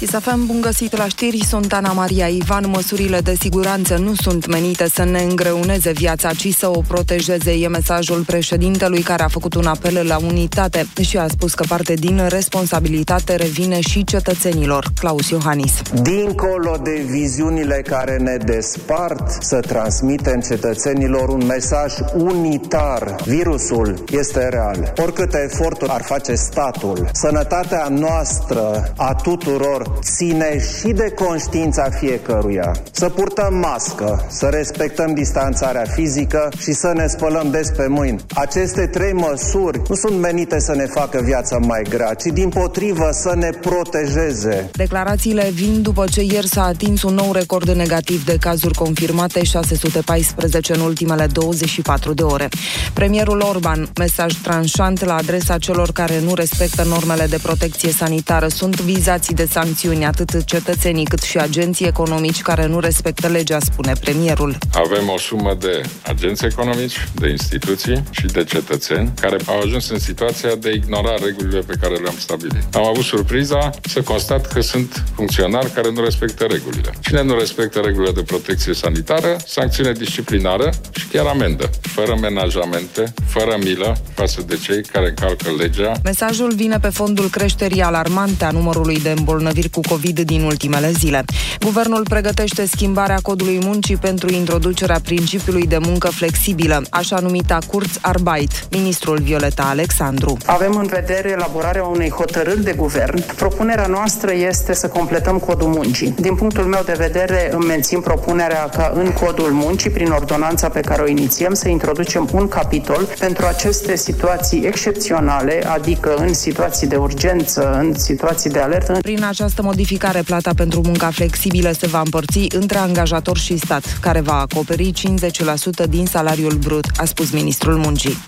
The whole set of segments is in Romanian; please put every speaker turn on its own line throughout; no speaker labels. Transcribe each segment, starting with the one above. Chisafem, bun găsit la știri, sunt Ana Maria Ivan. Măsurile de siguranță nu sunt menite să ne îngreuneze viața, ci să o protejeze. E mesajul președintelui care a făcut un apel la unitate și a spus că parte din responsabilitate revine și cetățenilor. Claus Iohannis.
Dincolo de viziunile care ne despart, să transmitem cetățenilor un mesaj unitar. Virusul este real. Oricâte eforturi ar face statul, sănătatea noastră a tuturor ține și de conștiința fiecăruia. Să purtăm mască, să respectăm distanțarea fizică și să ne spălăm des pe mâini. Aceste trei măsuri nu sunt menite să ne facă viața mai grea, ci din potrivă să ne protejeze.
Declarațiile vin după ce ieri s-a atins un nou record negativ de cazuri confirmate, 614 în ultimele 24 de ore. Premierul Orban, mesaj tranșant la adresa celor care nu respectă normele de protecție sanitară, sunt vizați de sancțiuni sancțiuni atât cetățenii cât și agenții economici care nu respectă legea, spune premierul.
Avem o sumă de agenți economici, de instituții și de cetățeni care au ajuns în situația de a ignora regulile pe care le-am stabilit. Am avut surpriza să constat că sunt funcționari care nu respectă regulile. Cine nu respectă regulile de protecție sanitară, sancțiune disciplinară și chiar amendă, fără menajamente, fără milă față de cei care încalcă legea.
Mesajul vine pe fondul creșterii alarmante a numărului de îmbolnăviți îmbolnăviri cu COVID din ultimele zile. Guvernul pregătește schimbarea codului muncii pentru introducerea principiului de muncă flexibilă, așa numita Kurzarbeit. Ministrul Violeta Alexandru.
Avem în vedere elaborarea unei hotărâri de guvern. Propunerea noastră este să completăm codul muncii. Din punctul meu de vedere, îmi mențin propunerea ca în codul muncii, prin ordonanța pe care o inițiem, să introducem un capitol pentru aceste situații excepționale, adică în situații de urgență, în situații de alertă.
Prin această această modificare, plata pentru munca flexibilă se va împărți între angajator și stat, care va acoperi 50% din salariul brut, a spus ministrul muncii.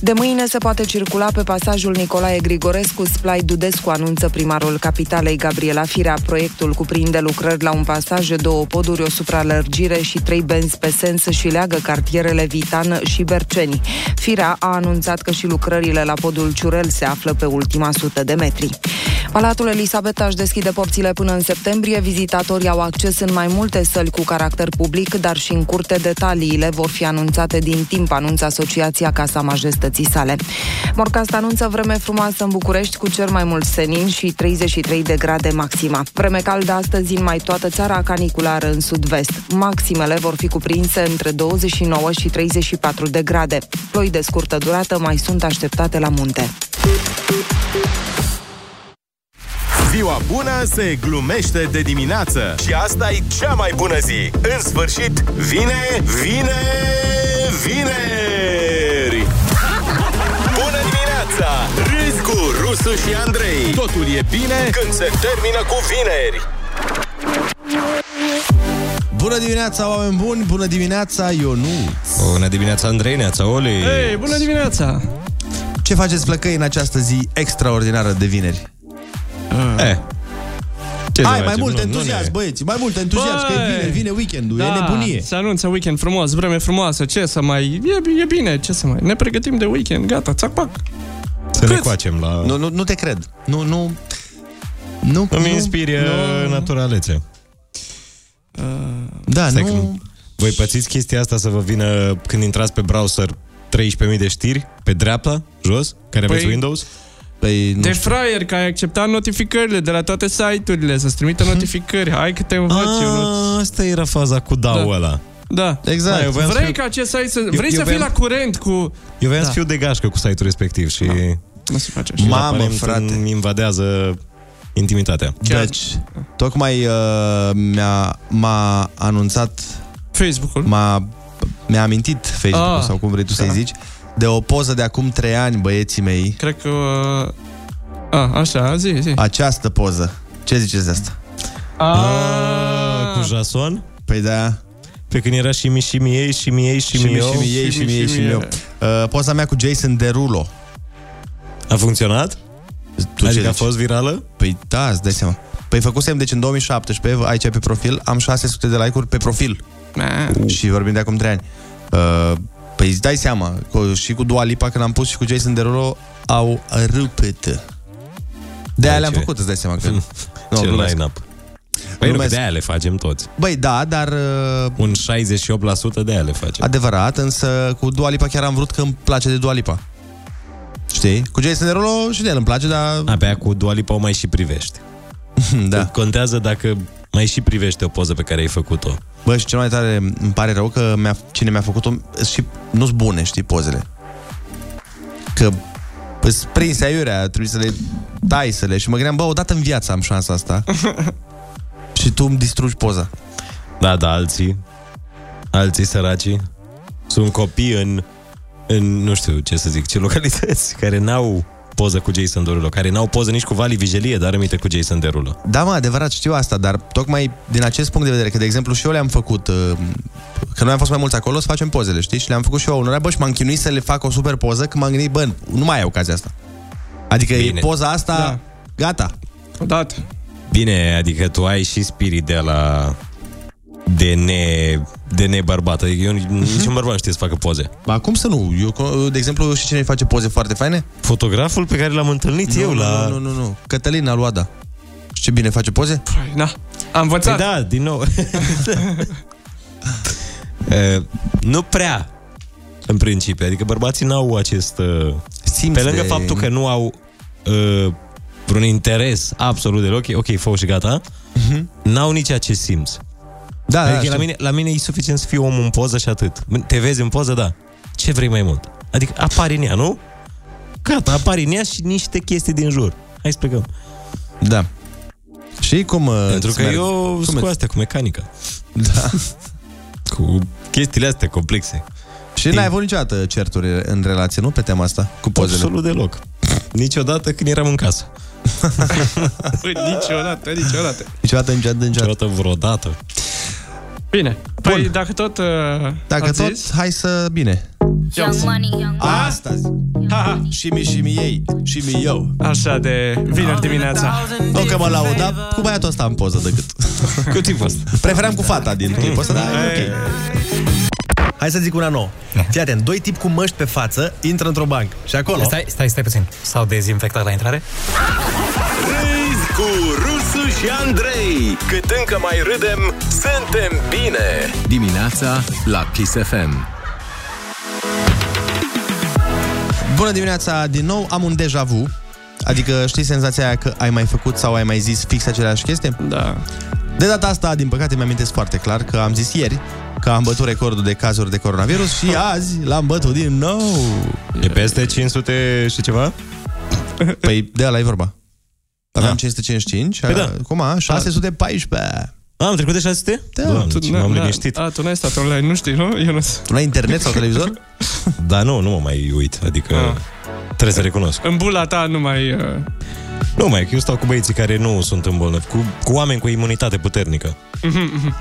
De mâine se poate circula pe pasajul Nicolae Grigorescu, Splai Dudescu anunță primarul capitalei Gabriela Firea. Proiectul cuprinde lucrări la un pasaj, două poduri, o supralărgire și trei benzi pe sens și leagă cartierele Vitan și Berceni. Firea a anunțat că și lucrările la podul Ciurel se află pe ultima sută de metri. Palatul Elisabeta își deschide porțile până în septembrie. Vizitatorii au acces în mai multe săli cu caracter public, dar și în curte detaliile vor fi anunțate din timp, anunță Asociația Casa Majestății sale. Morcast anunță vreme frumoasă în București cu cel mai mult senin și 33 de grade maxima. Vreme caldă astăzi în mai toată țara, caniculară în sud-vest. Maximele vor fi cuprinse între 29 și 34 de grade. Ploi de scurtă durată mai sunt așteptate la munte.
Ziua bună se glumește de dimineață Și asta e cea mai bună zi În sfârșit, vine, vine, vineri Bună dimineața! Râzi cu Rusu și Andrei Totul e bine când se termină cu vineri
Bună dimineața, oameni buni! Bună dimineața, Ionu!
Bună dimineața, Andrei, neața, Oli!
Hei, bună dimineața!
Ce faceți plăcăi în această zi extraordinară de vineri?
Uh. Eh.
Ce Hai, mai mult entuziasm, ne... băieți, mai mult entuziasm, că e bine, vine weekendul, da, e nebunie.
Se anunță weekend frumos, vreme frumoasă, ce să mai... E, e bine, ce să mai... Ne pregătim de weekend, gata, țac-pac.
Să Cât? ne coacem la...
Nu, nu, nu te cred. Nu, nu... Nu,
Îmi nu, inspiră nu... naturalețe.
Uh, da, Stai nu... Că...
Voi pățiți chestia asta să vă vină când intrați pe browser 13.000 de știri, pe dreapta, jos, care păi... aveți Windows?
Păi, nu de știu. fraier, că ai acceptat notificările de la toate site-urile, să-ți trimită
Mhm.
notificări. Hai că te învăț,
Ah.
eu.
Asta era faza cu DAO da. ăla.
Da.
Exact. Da,
eu vrei să... ca acest site să... Eu, vrei eu să fii la curent cu...
Eu vreau da. să fiu de gașcă cu site-ul respectiv și... Da.
Nu se face
așa. Mamă, frate. Îmi invadează intimitatea.
Chiar. Deci, tocmai uh, mi-a, m-a anunțat...
Facebook-ul.
M-a, mi-a amintit Facebook-ul, ah, sau cum vrei tu da. să-i zici, de o poză de acum 3 ani, băieții mei.
Cred că... A, așa, zi, zi.
Această poză. Ce ziceți de asta?
A, cu Jason?
Păi da.
Pe când era și mi și mi ei, și mi ei, și mi eu.
Și mi ei, și mi ei, și mi eu. Poza mea cu Jason Derulo.
A funcționat? Tu adică a fost virală?
Păi da, îți dai seama. Păi făcusem, deci în 2017, aici pe profil, am 600 de like-uri pe profil.
Uh.
Și vorbim de acum 3 ani. Păi îți dai seama, cu, și cu Dua Lipa când am pus și cu Jason Derulo au râpet. De aia
Păi,
le-am
ce-
făcut, îți dai seama că...
No,
nu,
ce
glumesc.
line-up. Păi nu, că
Glumesc.
de aia le facem toți.
Băi, da, dar uh,
Un 68% de aia le facem.
adevărat, însă cu Dua Lipa chiar am vrut că îmi place de Dua Lipa. Știi? Cu Jason Derulo și de el îmi place, dar...
Abia cu Dua Lipa o mai și privești.
da.
Contează dacă mai și privește o poză pe care ai făcut-o.
Bă, și cel mai tare îmi pare rău că mi-a, cine mi-a făcut-o și nu-s bune, știi, pozele. Că îți prinse aiurea, trebuie să le dai să le... Și mă gândeam, bă, odată în viață am șansa asta. și tu îmi distrugi poza.
Da, da, alții, alții săracii, sunt copii în, în, nu știu ce să zic, ce localități, care n-au poză cu Jason Derulo, care n-au poză nici cu Vali Vigelie, dar aminte cu Jason Derulo.
Da, mă, adevărat, știu asta, dar tocmai din acest punct de vedere, că, de exemplu, și eu le-am făcut, uh, că noi am fost mai mulți acolo să facem pozele, știi? Și le-am făcut și eu unora, bă, și m-am chinuit să le fac o super poză, că m-am gândit, bă, nu mai ai ocazia asta. Adică
Bine.
e poza asta,
Da.
da. gata.
Odată.
Bine, adică tu ai și spirit de la de ne, de ne bărbat. Adică eu niciun bărbat nu știe să facă poze.
Ba, cum să nu? Eu, co- de exemplu, și cine îi face poze foarte faine?
Fotograful pe care l-am întâlnit eu
nu,
la...
Nu, nu, nu, nu. Cătălina Luada. Și ce bine face poze?
Păi, na. Am
Păi
învățat.
da, din nou. Eh, nu prea, în principiu. Adică bărbații n-au acest... eh,
Simți
Pe lângă
de...
faptul că nu au uh, vreun interes absolut deloc, e ok, fă și gata, n-au nici acest simț.
Da, da,
adică la
știu.
mine, la mine e suficient să fii om în poză și atât. Te vezi în poză, da. Ce vrei mai mult? Adică apare în ea, nu? Gata, apare în ea și niște chestii din jur. Hai să plecăm.
Da. Și cum... uh,
Păi. Pentru
îți
că
merg?
eu
Cum
sunt cu
îți-
astea, cu mecanica.
Da.
Cu chestiile astea complexe.
Și n-ai avut niciodată certuri în relație, nu? Pe tema asta, cu pozele.
Absolut deloc. Niciodată când eram în casă.
Păi, niciodată, niciodată.
Niciodată, niciodată, niciodată.
Niciodată vreodată.
Bine. Păi, dacă tot uh,
Dacă
ați
tot,
zis,
hai să... Bine.
Young money, young
Astăzi.
ha,
Și mi și mi ei, și mi eu.
așa de vineri dimineața.
Nu că mă laud, dar cu băiatul ăsta am poză decât.
Cât timp fost?
Preferam cu fata din clipul ăsta, dar e Da. ok. Hai să zic una nouă. Fii atent, doi tipi cu măști pe față intră într-o bancă. Și acolo...
Stai, stai, stai puțin. S-au dezinfectat la intrare?
Râzi cu Rusu și Andrei. Cât încă mai râdem, suntem bine.
Dimineața Da, la Kiss FM.
Bună dimineața din nou, am un deja vu. Adică știi senzația aia că ai mai făcut sau ai mai zis fix aceleași chestii?
Da.
De data asta, din păcate, mi-am foarte clar că am zis ieri că am bătut recordul de cazuri de coronavirus și azi l-am bătut din nou.
Oh. E peste 500 și ceva?
Păi de ala e vorba. Aveam
Ah.
555,
Păi
păi
da.
da. cum a? 614.
Am trecut de 600?
Da,
Doamne, ce m-am liniștit.
A, tu n-ai stat online, nu știi, nu? Eu nu
Tu n-ai internet sau televizor?
Dar nu, nu mă mai uit, adică
Ah.
trebuie să recunosc.
În bula ta nu mai... Uh,
Nu mai, că eu stau cu băieții care nu sunt îmbolnăvi, cu, cu oameni cu imunitate puternică.
Mhm,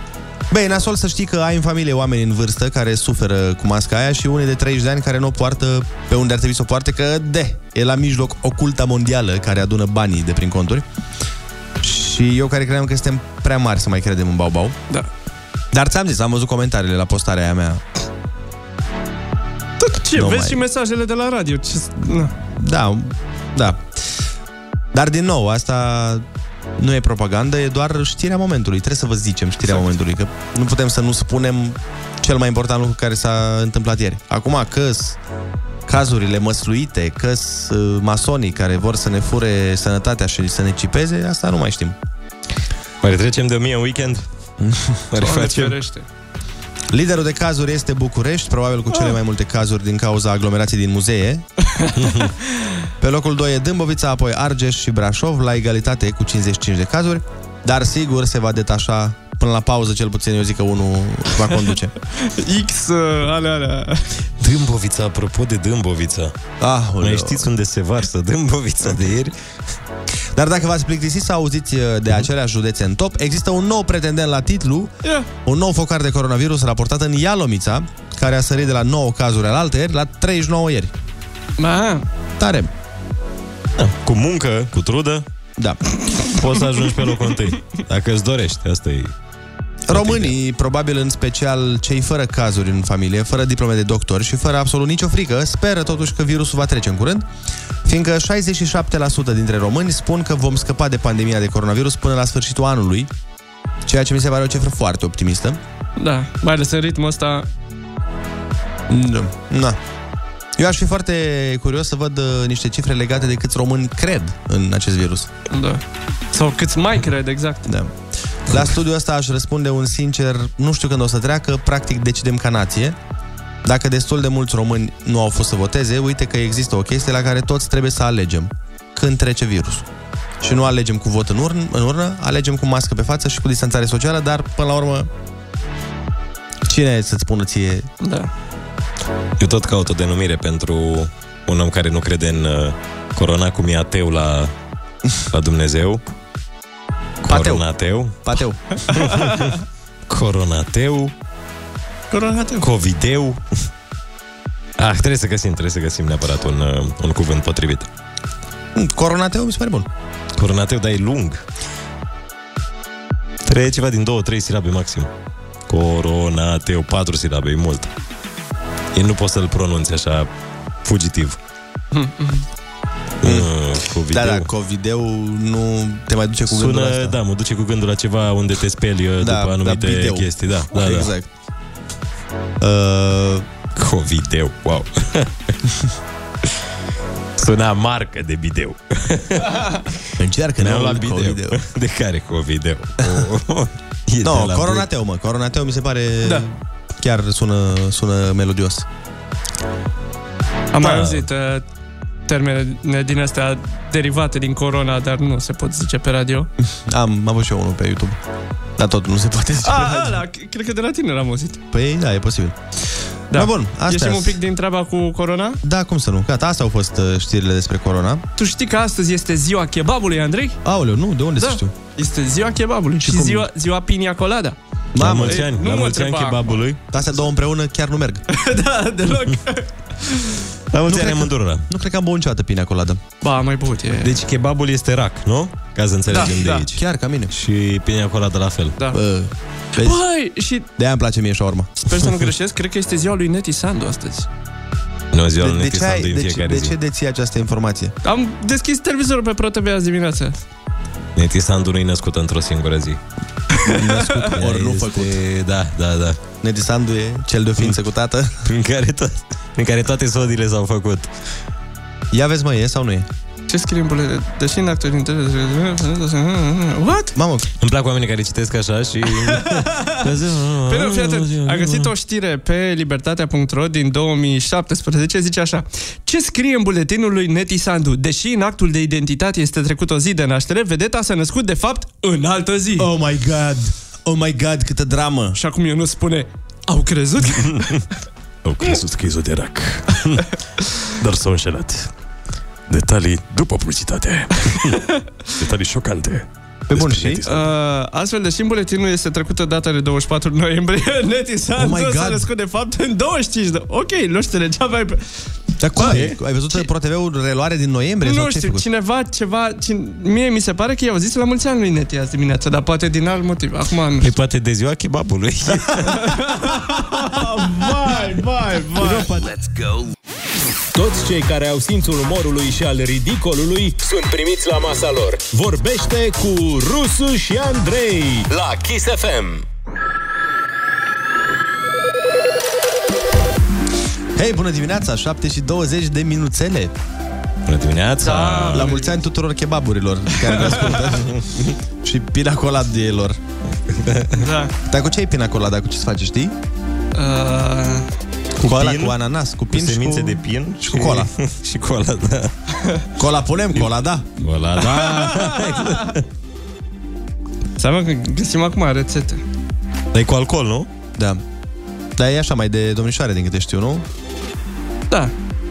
Băi, nasol să știi că ai în familie oameni în vârstă care suferă cu masca aia și unii de 30 de ani care nu o poartă pe unde ar trebui să o poarte, că de, e la mijloc o culta mondială care adună banii de prin conturi. Și eu care credeam că suntem prea mari să mai credem în bau-bau.
da.
Dar ți-am zis, am văzut comentariile la postarea aia mea.
Ce,
Nu
vezi
mai-
și mesajele de la radio. Ce... Na.
Da, da. Dar din nou, asta nu e propagandă, e doar știrea momentului. Trebuie să vă zicem știrea
Exact.
momentului, că nu putem să nu spunem cel mai important lucru care s-a întâmplat ieri. Acum că cazurile măsluite, că uh, masonii care vor să ne fure sănătatea și să ne cipeze, asta nu mai știm.
Mai retrecem de 1000 în weekend? Mai
Doamne
refacem?
ferește.
Liderul de cazuri este București, probabil cu cele mai multe cazuri din cauza aglomerației din muzee. Pe locul 2 e Dâmbovița, apoi Argeș și Brașov, la egalitate cu 55 de cazuri, dar sigur se va detașa până la pauză, cel puțin eu zic că unul va conduce.
X, uh, alea, alea.
Dâmbovița, apropo de Dâmbovița.
Ah,
Mai știți unde se varsă Dâmbovița de ieri?
Dar dacă v-ați plictisit să auziți uh, de aceleași județe în top, există un nou pretendent la titlu,
Ia.
un nou focar de coronavirus raportat în Ialomița, care a sărit de la 9 cazuri al alteri la 39 ieri.
Ma,
Tare!
Da. Cu muncă, cu trudă,
Da.
poți să ajungi pe locul întâi. Dacă îți dorești, asta e.
Românii, probabil în special cei fără cazuri în familie, fără diplome de doctor și fără absolut nicio frică, speră totuși că virusul va trece în curând, fiindcă 67% dintre români spun că vom scăpa de pandemia de coronavirus până la sfârșitul anului, ceea ce mi se pare o cifră foarte optimistă.
Da, mai ales în ritmul ăsta
Da. Na. Eu aș fi foarte curios să văd uh, niște cifre legate de câți români cred în acest virus.
Da. Sau câți mai cred, exact.
Da. La studiul ăsta aș răspunde un sincer, nu știu când o să treacă, practic decidem ca nație. Dacă destul de mulți români nu au fost să voteze, uite că există o chestie la care toți trebuie să alegem când trece virusul. Și nu alegem cu vot în, urn, în urnă, alegem cu mască pe față și cu distanțare socială, dar până la urmă cine să-ți spună ție
Da.
Eu tot caut o denumire pentru un om care nu crede în uh, corona, cum e ateu la, la Dumnezeu.
Pateu.
Coronateu.
pateu?
Coronateu.
Coronatul.
Covideu. Ah, trebuie să găsim, trebuie să găsim neapărat un, uh, un cuvânt potrivit.
Mm, Coronateu mi se pare bun.
Coronateu, dar e lung. Trebuie ceva din două, trei silabe maxim. Coronateu, patru silabe, e da mult. E nu poți să-l pronunți așa fugitiv. Mm, Covideu.
Da, da, Covideu nu te mai duce cu gândul
Sună,
ăsta.
da, mă duce cu gândul la ceva unde te speli uh,
Da,
după anumite
da, video.
chestii. Da, da, da.
exact. Uh,
Covideu, wow. Suna marcă de bideu.
încearcă
Ne-am
noul
luat bideu.
Covideu.
De care Covideu? O- e de
Nu,
la
no, Coronateu, mă. Coronateu mi se pare... Da. Chiar sună, sună melodios. Da.
Am mai auzit uh, termene din astea derivate din corona, dar nu se pot zice pe radio.
Am, am avut și eu unul pe YouTube. Dar tot nu se poate zice.
A, ăla, c- cred că de ah, la tine l-am auzit.
Păi da, e posibil.
Da.
Da, bun, astea
Ieșim un
sunt.
pic din treaba cu corona.
Da, cum să nu? Gata, astea au fost uh, știrile despre corona.
Tu știi că astăzi este ziua kebabului, Andrei? Da.
Aoleu, nu? De unde să știu?
Este ziua kebabului și,
cum?
ziua, ziua pina colada.
La
Mamă,
mulți
ei,
ani,
nu
la
mă
mulți ani
întreba
kebabului.
astea două împreună chiar nu merg.
da, deloc.
La mulți
Nu
ani
cred că-
amândurora.
Nu cred că am băut niciodată pina coladă.
ba, mai bun, e...
Deci kebabul este rac, nu? Ca să înțelegem de aici.
Da, Chiar ca mine.
Și pina colada la fel.
da.
Uh, vezi?
Băi, și
De-aia îmi place mie șaorma.
sper să nu greșesc, cred că este ziua lui Neti Sandu astăzi.
Nu ziua lui
De, de,
Neti
ce,
Sandu
ai,
în
de, ce,
fiecare
de ce
zi.
deții această informație?
Am deschis televizorul pe ProTV azi dimineață.
Neti Sandu nu-i născut într-o singură zi.
Născut, ori nu
Este-
făcut.
Da, da, da.
Nedi Sandu e cel de o ființă cu tată.
În care, to- în care toate sodile s-au făcut.
Ia vezi, mă, e sau nu e?
Ce scrie în buletin? Deși în actorii What?
Mamă,
Îmi plac oamenii care citesc așa și...
Păi nu, fii atent. Am găsit o știre pe libertatea.ro din 2017, zice așa. Ce scrie în buletinul lui Neti Sandu? Deși în actul de identitate este trecut o zi de naștere, vedeta s-a născut, de fapt, în altă zi. Oh.
Oh my god! Oh my god, câtă dramă!
Și acum eu nu spune, au crezut?
Au crezut că e zoderac. Dar s-au înșelat. Detalii după publicitate. Detalii șocante.
Pe bun, și?
uh, astfel, deși în buletinul este trecută data de 24 noiembrie, Neti Sandu
Oh my
s-a
God.
născut, de fapt, în 25. de- Da, Ok, nu știu de ce aveai... pe-
Dar cum e? Ai văzut ce? ProTV-ul reluare din noiembrie? sau
Nu
ce ai
știu,
făcut?
cineva, ceva... Cine... Mie mi se pare că i-au zis la mulți ani lui Neti azi dimineață, dar poate din alt motiv. Acum nu
Păi poate de ziua kebabului.
Vai, vai, vai.
Toți cei care au simțul umorului și al ridicolului sunt primiți la masa lor. Vorbește cu Rusu și Andrei la Kiss FM.
Hei, bună dimineața! 7 și 20 de minuțele! Da.
Bună dimineața!
La mulți ani tuturor kebaburilor care ne ascultă. și pina colada ei lor.
Da.
Dar cu ce e pina colada? Cu ce se face, știi?
Uh,
Cu, ăla,
pin,
cu ananas, cu
Cu
pin și
semințe
cu...
de pin și,
cu cola.
și cola, da.
Cola punem, cola, da.
Cola, da.
seama că găsim acum rețete.
Dar e cu alcool, nu?
Da. Dar e așa mai de domnișoare din câte știu, nu?
Da.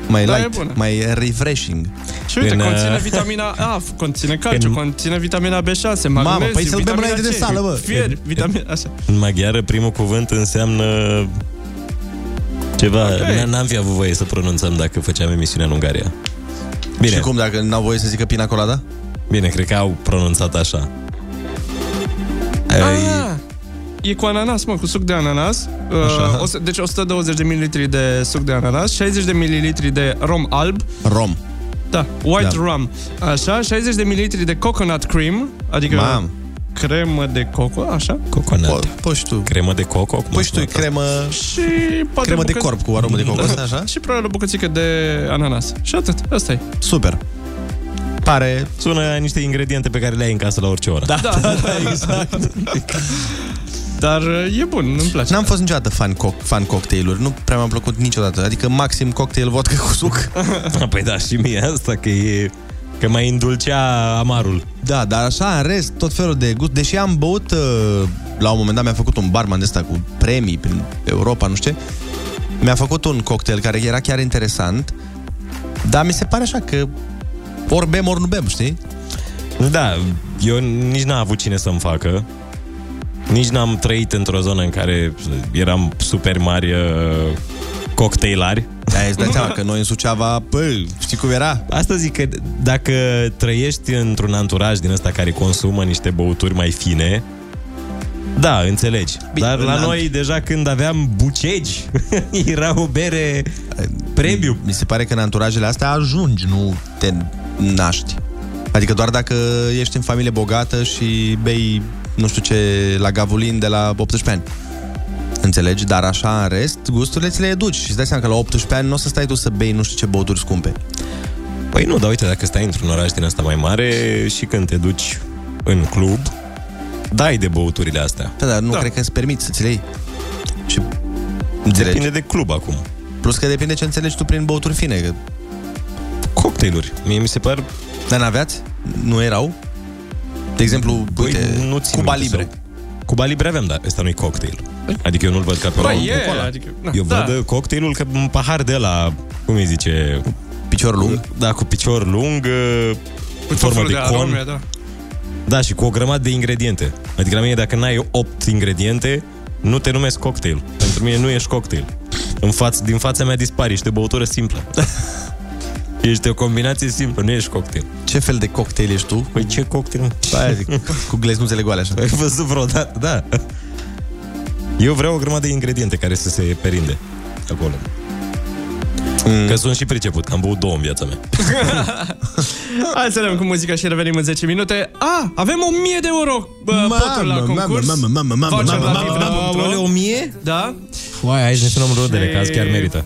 Mai
Da, e
light,
bună.
mai refreshing.
Și uite,
În, uh,
conține vitamina A, f- conține calciu,
în-
conține vitamina B6, magneziu, Mamă,
păi să-l bem înainte de sală, bă.
Fier, vitamina... Așa.
În maghiară primul cuvânt înseamnă ceva. Okay. N-am fi avut voie să pronunțăm dacă făceam emisiunea în Ungaria. Bine,
Și cum, dacă n-au voie să zică pina colada?
bine, cred că au pronunțat așa. Ai,
Ah, e cu ananas, mă, cu suc de ananas.
Așa.
Uh, o să- deci 120 de ml de suc de ananas, 60 de ml de rom alb.
Rom.
Da, white
Da.
da. rum. Așa, 60 de ml de coconut cream, adică
Mam.
cremă de coco, așa.
Coconut.
Păi și tu.
Cremă de coco? Cum
Păi și tu,
asta?
cremă...
Și poate
Cremă de
bucă-
corp cu aromă de cocos, așa?
Și probabil o bucățică adică de ananas. Și atât, asta e.
Super. Pare...
Sună niște ingrediente pe care le ai în casă la orice oră.
Da, da, da, exact. Dar uh, e bun, îmi place.
N-am fost niciodată fan, co- fan cocktailuri, nu prea mi-a plăcut niciodată. Adică maxim cocktail vodka cu suc.
Da. Păi da, și mie asta că e... Că mai îndulcea amarul.
Da, dar așa, în rest, tot felul de gust. Deși am băut, uh, la un moment dat mi-a făcut un barman de ăsta cu premii prin Europa, nu știu ce. Mi-a făcut un cocktail care era chiar interesant, dar mi se pare așa că ori bem, ori nu bem, știi?
Da, eu nici n-am avut cine să-mi facă. Nici n-am trăit într-o zonă în care eram super mari uh, cocktailari.
Da, îți dai seama că noi în Suceava, bă, știi cum era?
Asta zic că dacă trăiești într-un anturaj din ăsta care consumă niște băuturi mai fine, da, înțelegi.
Bine,
Dar la
în
noi, deja când aveam bucegi, era o bere premium.
Mi se pare că în anturajele astea ajungi, nu te naști. Adică doar dacă ești în familie bogată și bei, nu știu ce, la gavulin de la 18 ani. Înțelegi? Dar așa, în rest, gusturile ți le educi și îți dai seama că la 18 ani nu o să stai tu să bei nu știu ce băuturi scumpe.
Păi nu, dar uite, dacă stai într-un oraș din ăsta mai mare și când te duci în club, dai de băuturile astea.
Da, dar nu
Da.
cred că îți permiți să ți le iei. Și înțelegi?
Depinde de club acum.
Plus că depinde ce înțelegi tu prin băuturi fine. Că...
Cocktailuri. Mie mi se par...
Dar n-aveați? Nu erau? De exemplu,
Băi,
uite,
Păi, nu țin
Cuba
minte să-
Libre.
Cuba Libre avem,
Da,
dar ăsta nu-i cocktail. Adică eu nu-l văd
Da,
ca
Bă,
pe ăla, un
e,
Coca-Cola.
adică... na,
Eu
da.
văd uh, cocktailul ca un pahar de la, cum îi zice,
Picior lung. Păi,
da, cu picior lung, cu
tot
formă
felul
de,
de
con,
arome, da.
da, și cu o grămadă de ingrediente. Adică la mine dacă n-ai 8 ingrediente, nu te numesc cocktail. Pentru mine nu ești cocktail. În faț, din fața mea dispari, ești o băutură simplă. ești o combinație simplă, nu ești cocktail.
Ce fel de cocktail ești tu?
Păi ce cocktail?
Aia zic, cu gleznuțele goale așa.
Ai văzut vreodată? Da. Eu vreau o grămadă de ingrediente care să se perinde acolo. Mm. Că sunt și priceput, am băut două în viața mea.
Hai să dăm cu muzica și revenim în 10 minute. A, avem 1000 de euro bă, potul la concurs.
mamă, mamă, mamă,
Voucher
mamă,
la
mamă,
Vibra.ro.
o mie?
Da?
Uai, aici ne sunăm rodele, că azi chiar
Și-
merită.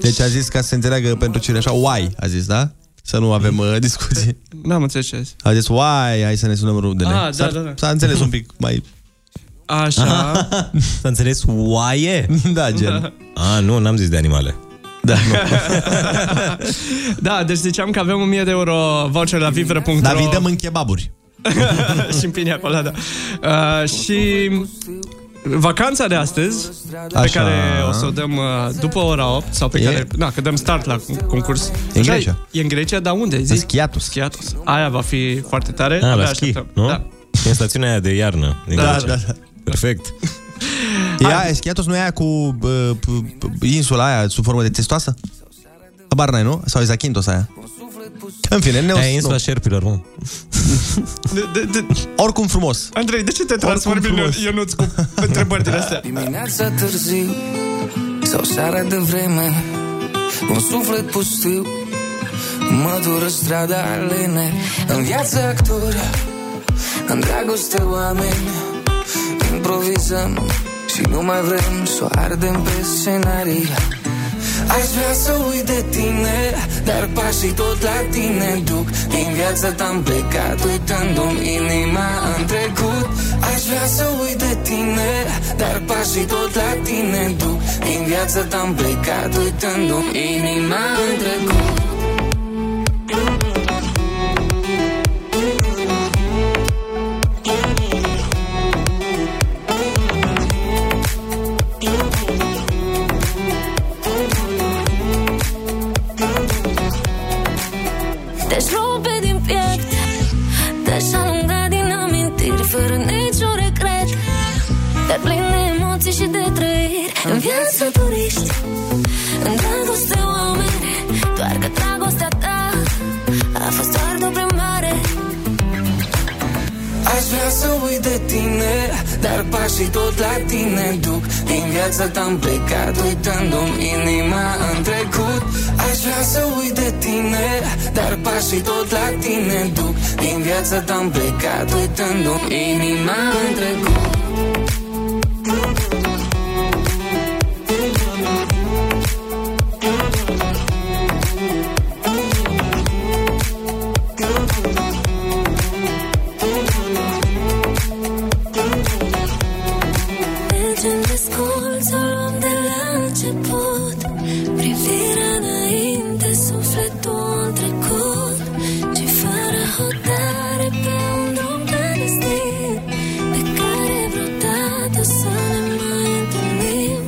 Deci a zis ca să se înțeleagă pentru cine așa, why, a zis, da? Să nu avem uh, discuții.
N-am înțeles ce ai zis.
A zis, why, hai să ne sunăm rudele.
Ah, da,
S-ar-
da, da.
S-a înțeles un pic mai...
Așa.
S-a înțeles oaie?
Da, gen.
A, nu, n-am zis de animale.
Da, nu.
Da, deci ziceam că avem 1000 de euro voucher la vivre.ro
Dar vidăm în kebaburi.
și împini acolo, da. Uh, și vacanța de astăzi, pe
Așa.
care o să o dăm uh, după ora 8, sau pe
E?
care, na, că dăm start la concurs.
E în
Așa,
Grecia.
E în Grecia, dar unde?
În
Zi?
schiatus.
Schiatos. Aia va fi foarte tare.
A,
Abia
la schi,
așteptăm.
nu?
Da.
E în stațiunea aia de iarnă. Din
Da,
Grecia.
da, da.
Perfect.
E aia, schiatus nu e aia cu uh, p- p- insula aia sub formă de testoasă? Habar n-ai, nu? Sau e Zachintos aia? În fine, ne o...
Aia e insula șerpilor, mă.
De, de, de,
Oricum frumos.
Andrei, de ce
Е,
te transformi în
frumos.
Ionuț cu întrebări din astea?
Dimineața târziu sau seara de vreme Un suflet pustiu Mă dură strada alene În viață actor În dragoste oameni Improvizăm Și nu mai vrem să o ardem pe scenarii Aș vrea să uit de tine Dar pașii tot la tine duc Din viața ta am plecat Uitându-mi inima în trecut Aș vrea să uit de tine Dar pașii tot la tine duc Din viața ta am plecat Uitându-mi inima în trecut
Te-aș rupe din piept Te-aș alunga din amintiri Fără niciun regret Dar plin de emoții și de trăiri În viață turiști În dragoste oameni Doar că dragostea ta A fost doar de mare
Aș vrea să uit de tine Dar pașii tot la tine duc Din viața ta-am plecat Uitându-mi inima în trecut Aș vrea să uit de tine Dar pașii tot la tine duc Din viața ta-am plecat Uitându-mi inima în trecut
Mergem descul, să o luăm de la început Privirea înainte, sufletul în trecut Și fără hotare pe un drum de destin Pe care vreodată să ne mai întâlnim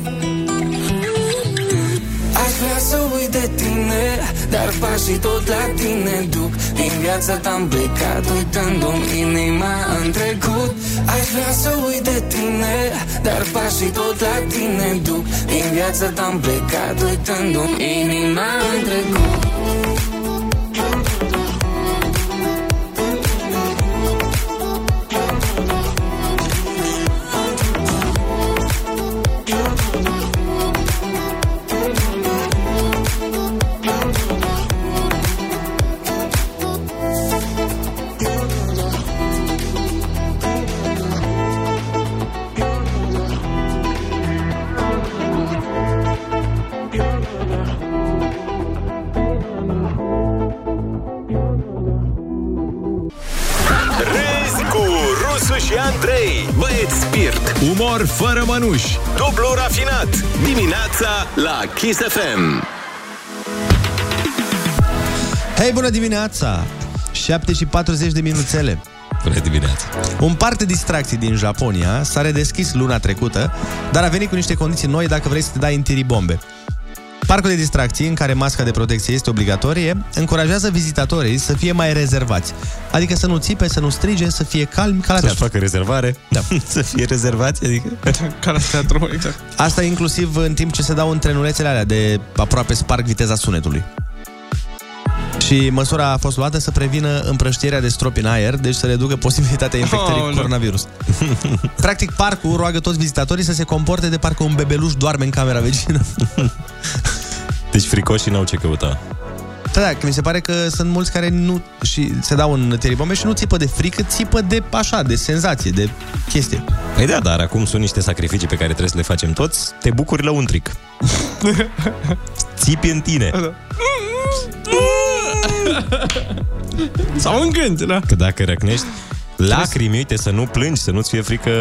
Aș vrea să uit de tine Dar pașii tot la tine duc Din viața ta-am plecat Uitându-mi inima în trecut Aș vrea să uit de tine Dar pașii tot la tine duc Din viața ta-am plecat Uitându-mi inima în trecut
Râzi cu Rusu și Andrei Băieți spirit Umor fără mănuși Dublu rafinat Dimineața la Kiss FM
Hei, bună dimineața! 7 și 40 de minuțele. Bună dimineața! Un parc de distracții din Japonia s-a redeschis luna trecută, dar a venit cu niște condiții noi dacă vrei să te dai în tirii bombe. Parcul de distracții, în care masca de protecție este obligatorie, încurajează vizitatorii să fie mai rezervați. Adică să nu țipe, să nu strige, să fie calmi ca la
Să-și
teatru.
facă rezervare
Da.
Să fie rezervați, adică
Ca la teatru, exact.
Asta inclusiv în timp ce se dau în trenulețele alea de aproape sparg viteza sunetului. Și măsura a fost luată să prevină împrăștierea de stropi în aer, deci să reducă posibilitatea infectării
Aoleu.
cu coronavirus. Practic, parcul roagă toți vizitatorii să se comporte de parcă un bebeluș doarme în camera vecină.
Deci fricoșii n-au ce căuta
Da, da, că mi se pare că sunt mulți care nu și se dau în teribombe și nu țipă de frică, țipă de așa, de senzație, de chestie.
Păi da, dar acum sunt niște sacrificii pe care trebuie să le facem toți Te bucuri la un tric Țipi în tine
Sau în gând, da
Că dacă răcnești Lacrimi, uite, să nu plângi, să nu-ți fie frică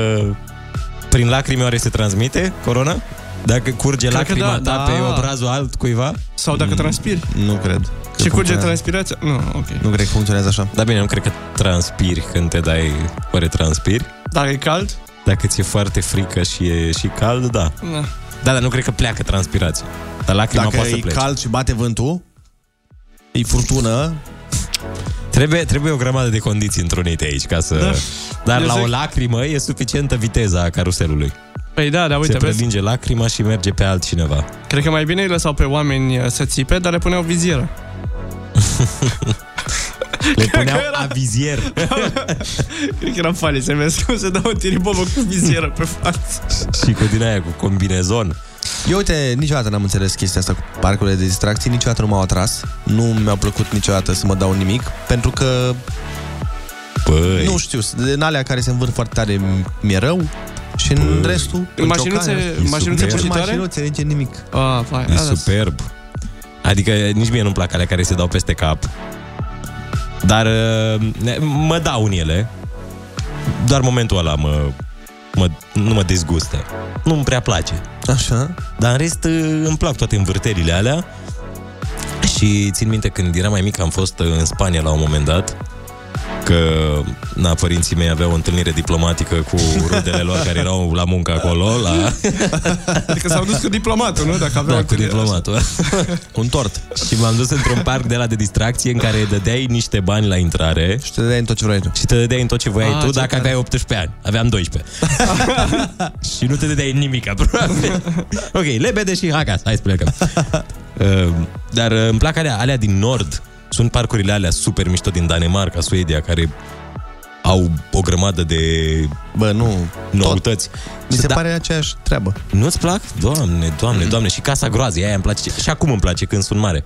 Prin lacrimi oare se transmite corona? Dacă curge
Cred că
lacrima
da,
ta
da.
pe obrazul altcuiva?
Sau dacă transpiri
Nu cred
Și curge transpirația Nu, ok
Nu cred că funcționează așa
Dar bine, nu cred că transpiri când te dai Oare transpiri?
Dacă e cald?
Dacă ți-e foarte frică și e și cald, da
Da.
Da, dar nu cred că pleacă transpirația Dar lacrima
Dacă
poate să
e
plece
cald și bate vântul, e furtună,
Trebuie, trebuie o grămadă de condiții întrunite aici ca să...
Da.
Da. Dar
Eu
la
zic-
o lacrimă e suficientă viteza a caruselului.
Păi da, dar uite,
Se
vezi,
prelinge lacrima și merge pe altcineva.
cred că mai bine îi lăsau pe oameni uh, să țipe, dar le puneau vizieră.
Le puneau
era-
avizier.
Cred că era funny, să vezi cum se dau o tiribobă cu vizieră pe față.
și cu din aia, cu combinezon.
Eu uite, niciodată n-am înțeles chestia asta cu parcurile de distracții, niciodată nu m-au atras, nu mi-a plăcut niciodată să mă dau nimic, pentru că
Păi.
nu știu, în alea care se învârt foarte tare mi-e rău și în restul...
În mașinuțe-
ciocane,
mașinuțe
nici în
purtitoare?
mașinuțe, nici în nimic.
Ah, vai, da,
E
da.
superb. Adică nici mie nu-mi plac alea care se dau peste cap. Dar uh, ne- mă dau în ele. Doar momentul ăla mă, mă, nu mă dezgustă. Nu-mi prea place.
Așa.
Dar în rest uh, îmi plac toate învârterile alea. Și țin minte când eram mai mic am fost uh, în Spania la un moment dat că na, părinții mei aveau o întâlnire diplomatică cu rudele lor care erau la muncă acolo, la
Adică s-au dus cu diplomatul, nu? Dacă aveau
da, cu diplomatul. da. un tort. Și m-am dus într-un parc de la de distracție în care dădeai niște bani la intrare.
Și te dădeai în tot ce vrei tu.
Și te dădeai în tot ce voiai
Ah,
ah, tu
ce
dacă
tare.
aveai 18 ani. Aveam 12. și nu te dădeai nimic aproape. ok, lebede și acasă. Hai să plecăm. Uh, Dar uh, îmi plac alea, alea din nord. Sunt parcurile alea super mișto din Danemarca, Suedia, care au o grămadă de
Bă, nu,
noutăți. Da.
Mi se pare aceeași treabă.
Nu-ți plac? Doamne, doamne, mm. doamne. Și Casa Groazei, aia îmi place. Și acum îmi place când sunt mare.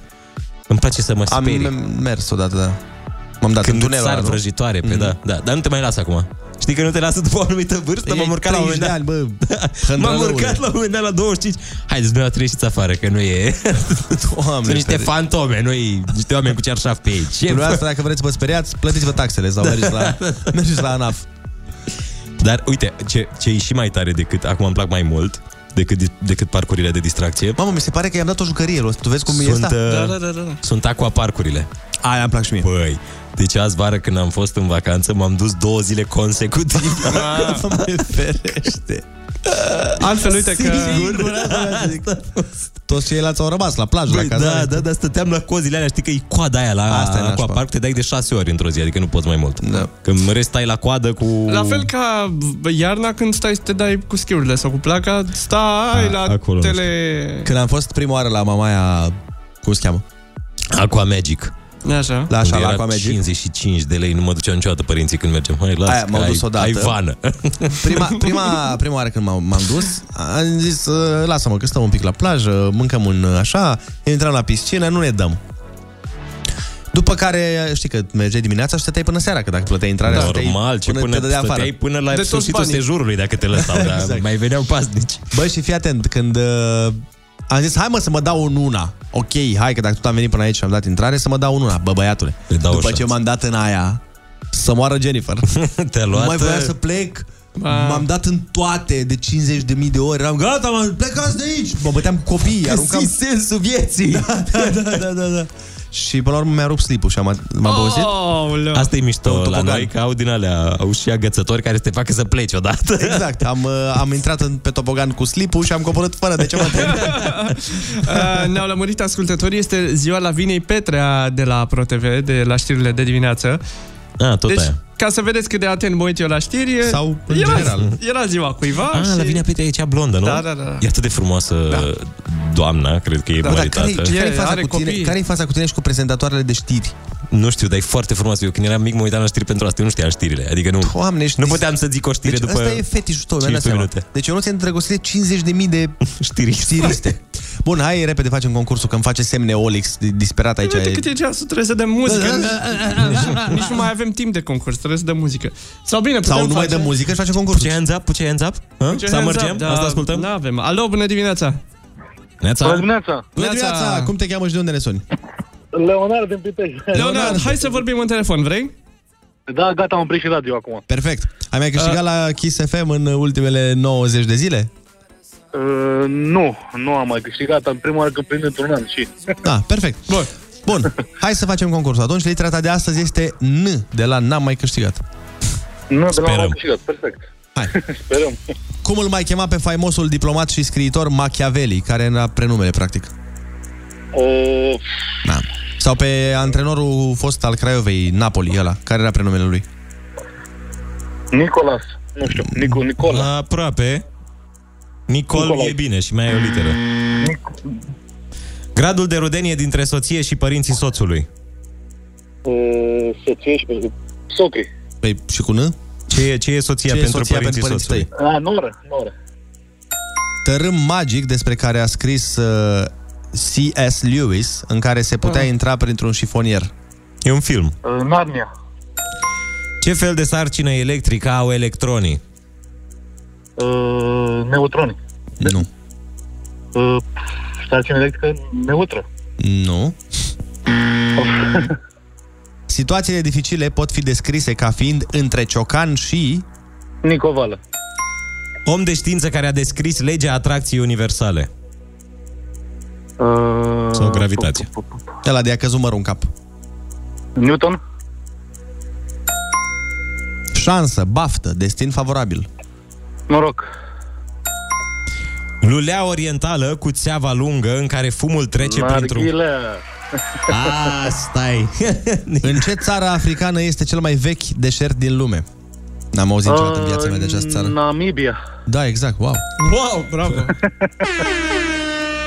Îmi place să mă
Am
sperii.
mers odată, da. M-am dat
când
în tunelul
sar
ăla, nu?
vrăjitoare, pe
Mhm.
da, da. Dar nu te mai las acum. Știi că nu te lasă după o anumită vârstă? M-am
Ei,
urcat la un moment
30
dat.
de ani,
Da. M-am
hândrălăule.
urcat la un moment dat la 25. Haideți, noi treceți afară, că nu e... Sunt niște
ferește.
fantome, noi niște oameni cu cearșaf pe ei. Ce Da.
Dumneavoastră, dacă vreți să vă speriați, plătiți-vă taxele sau mergeți la, mergeți la ANAF.
Dar uite, ce, ce e și mai tare decât, acum îmi plac mai mult, decât, decât parcurile de distracție.
Mamă, mi se pare că i-am dat o jucărie, lui ăsta. tu vezi cum e
sunt,
asta?
Da,
uh,
da,
Sunt aquaparcurile.
Aia îmi plac și mie.
Păi, deci azi vară când am fost în vacanță, m-am dus două zile consecutiv.
Ah. ferește.
Altfel, uite că...
Toți ceilalți au rămas la plajă,
Băi,
la cazare.
da, da, da, stăteam la cozile alea, știi că e coada aia la
Asta e
Asta
nașpa.
aquapark, te dai de șase ori într-o zi, adică nu poți mai mult. Da. Când în rest stai la coadă cu...
La fel ca iarna când stai să te dai cu schiurile sau cu placa, stai
A,
la
acolo, nu
tele...
Când am fost prima oară la mamaia, cum se cheamă?
Aqua Magic.
Așa.
La așa,
Unde
la
era
Aqua Magic.
55 de lei, nu mă duceau niciodată părinții când mergem. Hai, las,
Aia,
că
m-au
ai-
dus odată.
Ai vană.
Prima, prima, prima oară când m-am, m-am dus, am zis, "Uh, lasă-mă că stăm un pic la plajă, mâncăm un uh, așa, intrăm la piscină, nu ne dăm. După care, știi că mergeai dimineața și stăteai până seara, că dacă plăteai intrarea,
Da. Normal, ce
stăteai
până,
te
până,
dădea afară.
stăteai până la
De toți
sfârșitul
banii.
sejurului dacă te lăsau, dar
Exact.
mai veneau pasnici.
Bă, și fii atent, când uh, am zis, hai mă să mă dau un una. Ok, hai că dacă tot am venit până aici și am dat intrare, să mă dau un una. Bă, băiatule,
dau o
după ce
șansă.
m-am dat în aia, să moară Jennifer.
Te-a
nu
luat... uh?
mai voia să plec. M-am dat în toate de 50.000 de ori. Eram gata, m-am plecat de aici. Mă băteam cu copiii, aruncam...
sensul vieții.
Da, da, da, da, da, da. Și până la urmă mi-a rupt slipul și am,
Oh.
m-am băusit.
Aoleu.
Asta e
Pe un
mișto la
topogan.
noi, că au din alea, au și agățători care să te facă să pleci odată.
Exact, am, uh, am intrat în, pe topogan cu slipul și am coborât fără de ceva.
Uh, Ne-au lămurit ascultătorii, este ziua la Vinei Petrea de la ProTV, de la știrile de dimineață.
A, tot
deci,
aia.
ca să vedeți cât de atent mă uit eu la știri,
Ah, Sau în
era,
general.
era ziua cuiva
Ah,
și...
la vine pe aici blondă, nu?
Da, da, da.
E atât de frumoasă doamna, cred că e
Da, dar care-i,
măritată.
care-i, faza
are
cu tine,
copii.
care-i faza cu tine și cu prezentatoarele de știri?
Nu știu, dar e foarte frumoasă. Eu când eram mic mă uitam la știri pentru asta. Eu nu știam știrile. Adică nu,
Doamne, ești
nu puteam să zic o știre
Deci
după...
ăsta e fetișul tău, mi-am dat
15
seama.
minute.
Deci eu nu ți-am îndrăgostit 50.000 de
Știriste.
știriste. Bun, hai repede facem concursul, că îmi face semne Olix de- disperat aici.
Uite cât e ceasul, trebuie să dăm muzică.
Da, da,
Nici- Nici nu mai avem timp de concurs, trebuie să dăm muzică. Sau bine, putem
Sau nu mai
face-
dăm muzică și facem
Put
concursul.
your hands up, put your hands up. Hă?
Ce
Să
hands up,
mergem?
da,
Asta ascultăm?
Nu avem. Alo, bună dimineața!
Neața?
dimineața!
Bună dimineața! Cum te cheamă și de unde ne suni?
Leonard din Pitești.
Leonard, hai să vorbim în telefon, vrei?
Da, gata, am oprit și radio acum.
Perfect. Ai mai câștigat la Kiss FM în ultimele 90 de zile?
Uh, nu, nu am mai câștigat. Am prima oară când prind într-un an și...
Da, perfect. Bun. Bun, hai să facem concursul. Atunci, litera ta de astăzi este N, de la N-am mai câștigat.
Nu, de la
Sperăm.
am câștigat, perfect.
Hai.
Sperăm.
Cum îl mai chema pe faimosul diplomat și scriitor Machiavelli, care era prenumele, practic?
O...
Da. Sau pe antrenorul fost al Craiovei, Napoli, ăla, care era prenumele lui?
Nicolas. Nu știu, Nicu, Nicola.
Aproape. Nicol
Nicolae.
e bine și mai e o literă. Gradul de rodenie dintre soție și părinții soțului.
Uh, soție și... Socri.
Păi, și cu N?
Ce e, ce e soția
Ce e
pentru
soția
părinții
pentru părinții
soțului?
tăi?
A, noră, noră.
Tărâm magic despre care a scris uh, C.S. Lewis, în care se
Ah.
putea intra printr-un șifonier.
E un film.
Uh, Narnia.
Ce fel de sarcină electrică au electronii?
Uh, neutroni.
Nu.
Uh, stațiune electrică neutră.
Nu. Situațiile dificile pot fi descrise ca fiind între ciocan și...
Nicovală.
Om de știință care a descris legea atracției universale.
Uh,
Sau gravitație.
Ăla de a căzut mărul în cap.
Newton.
Șansă, baftă, destin favorabil.
Noroc.
Lulea orientală cu țeava lungă în care fumul trece printr-un...
Narghilea.
A, stai!
În ce țară africană este cel mai vechi deșert din lume? N-am auzit niciodată în viața mea de această țară.
Uh, Namibia.
Da, exact, wow.
Wow, bravo!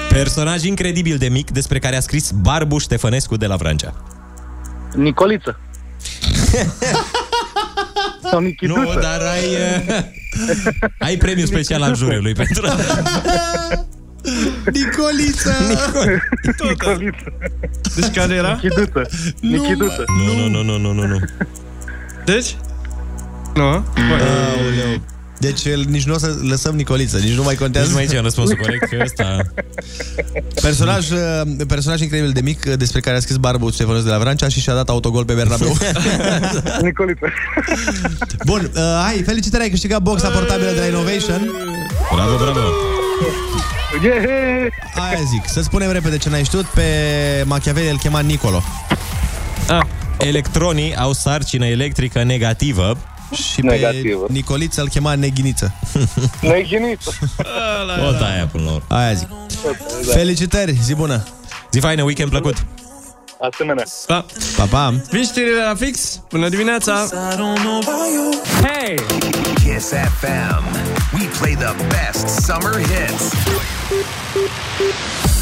Personaj incredibil de mic despre care a scris Barbu Ștefănescu de la Vrancea.
Nicoliță. Sau Nichiduță.
Nu, dar ai, uh, ai premiu special al juriului pentru...
Nicoliță!
Nicoliță.
Deci care era?
Nichiduță. Nichiduță.
Nu, nu, nu, nu, nu, nu, nu.
Deci? Nu.
Aoleu. Deci el- nici nu o să lăsăm Nicoliță, nici nu mai contează.
Nici mai aici e răspunsul corect, că ăsta...
Personaj, uh, personaj incredibil de mic uh, despre care a scris Barbu Stefanos de la Vrancea și și-a dat autogol pe Bernabeu.
Nicoliță.
Bun, uh, hai, felicitări, ai câștigat boxa portabilă de la Innovation.
Bravo, bravo.
Aia zic, să spunem repede ce n-ai știut, pe Machiavelli îl chema Nicolo.
Ah, electronii au sarcină electrică negativă.
Și pe Nicoliță îl chema Neghiniță.
Neghiniță.
Tot aia până la urmă.
Aia zic. Felicitări, zi bună.
Zi faină, weekend plăcut.
Asemenea.
Pa.
Pa, pa.
Vin știrile la fix. Până dimineața.
Hey! Kiss FM. We play the best summer hits.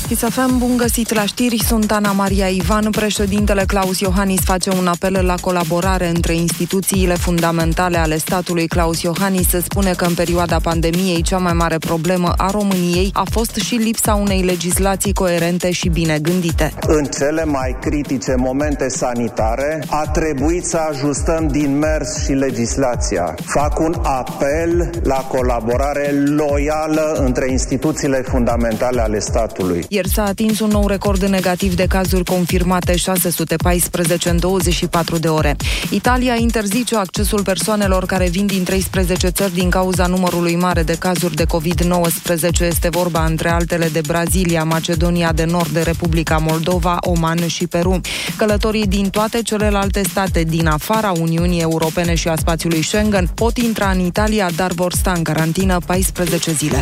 Chisafem, bun găsit la știri, sunt Ana Maria Ivan. Președintele Claus Iohannis face un apel la colaborare între instituțiile fundamentale ale statului. Claus Iohannis se spune că în perioada pandemiei cea mai mare problemă a României a fost și lipsa unei legislații coerente și bine gândite.
În cele mai critice momente sanitare a trebuit să ajustăm din mers și legislația. Fac un apel la colaborare loială între instituțiile fundamentale ale statului.
Ieri s-a atins un nou record negativ de cazuri confirmate, 614 în 24 de ore. Italia interzice accesul persoanelor care vin din 13 țări din cauza numărului mare de cazuri de COVID-19. Este vorba, între altele, de Brazilia, Macedonia de Nord, de Republica Moldova, Oman și Peru. Călătorii din toate celelalte state din afara Uniunii Europene și a spațiului Schengen pot intra în Italia, dar vor sta în carantină 14 zile.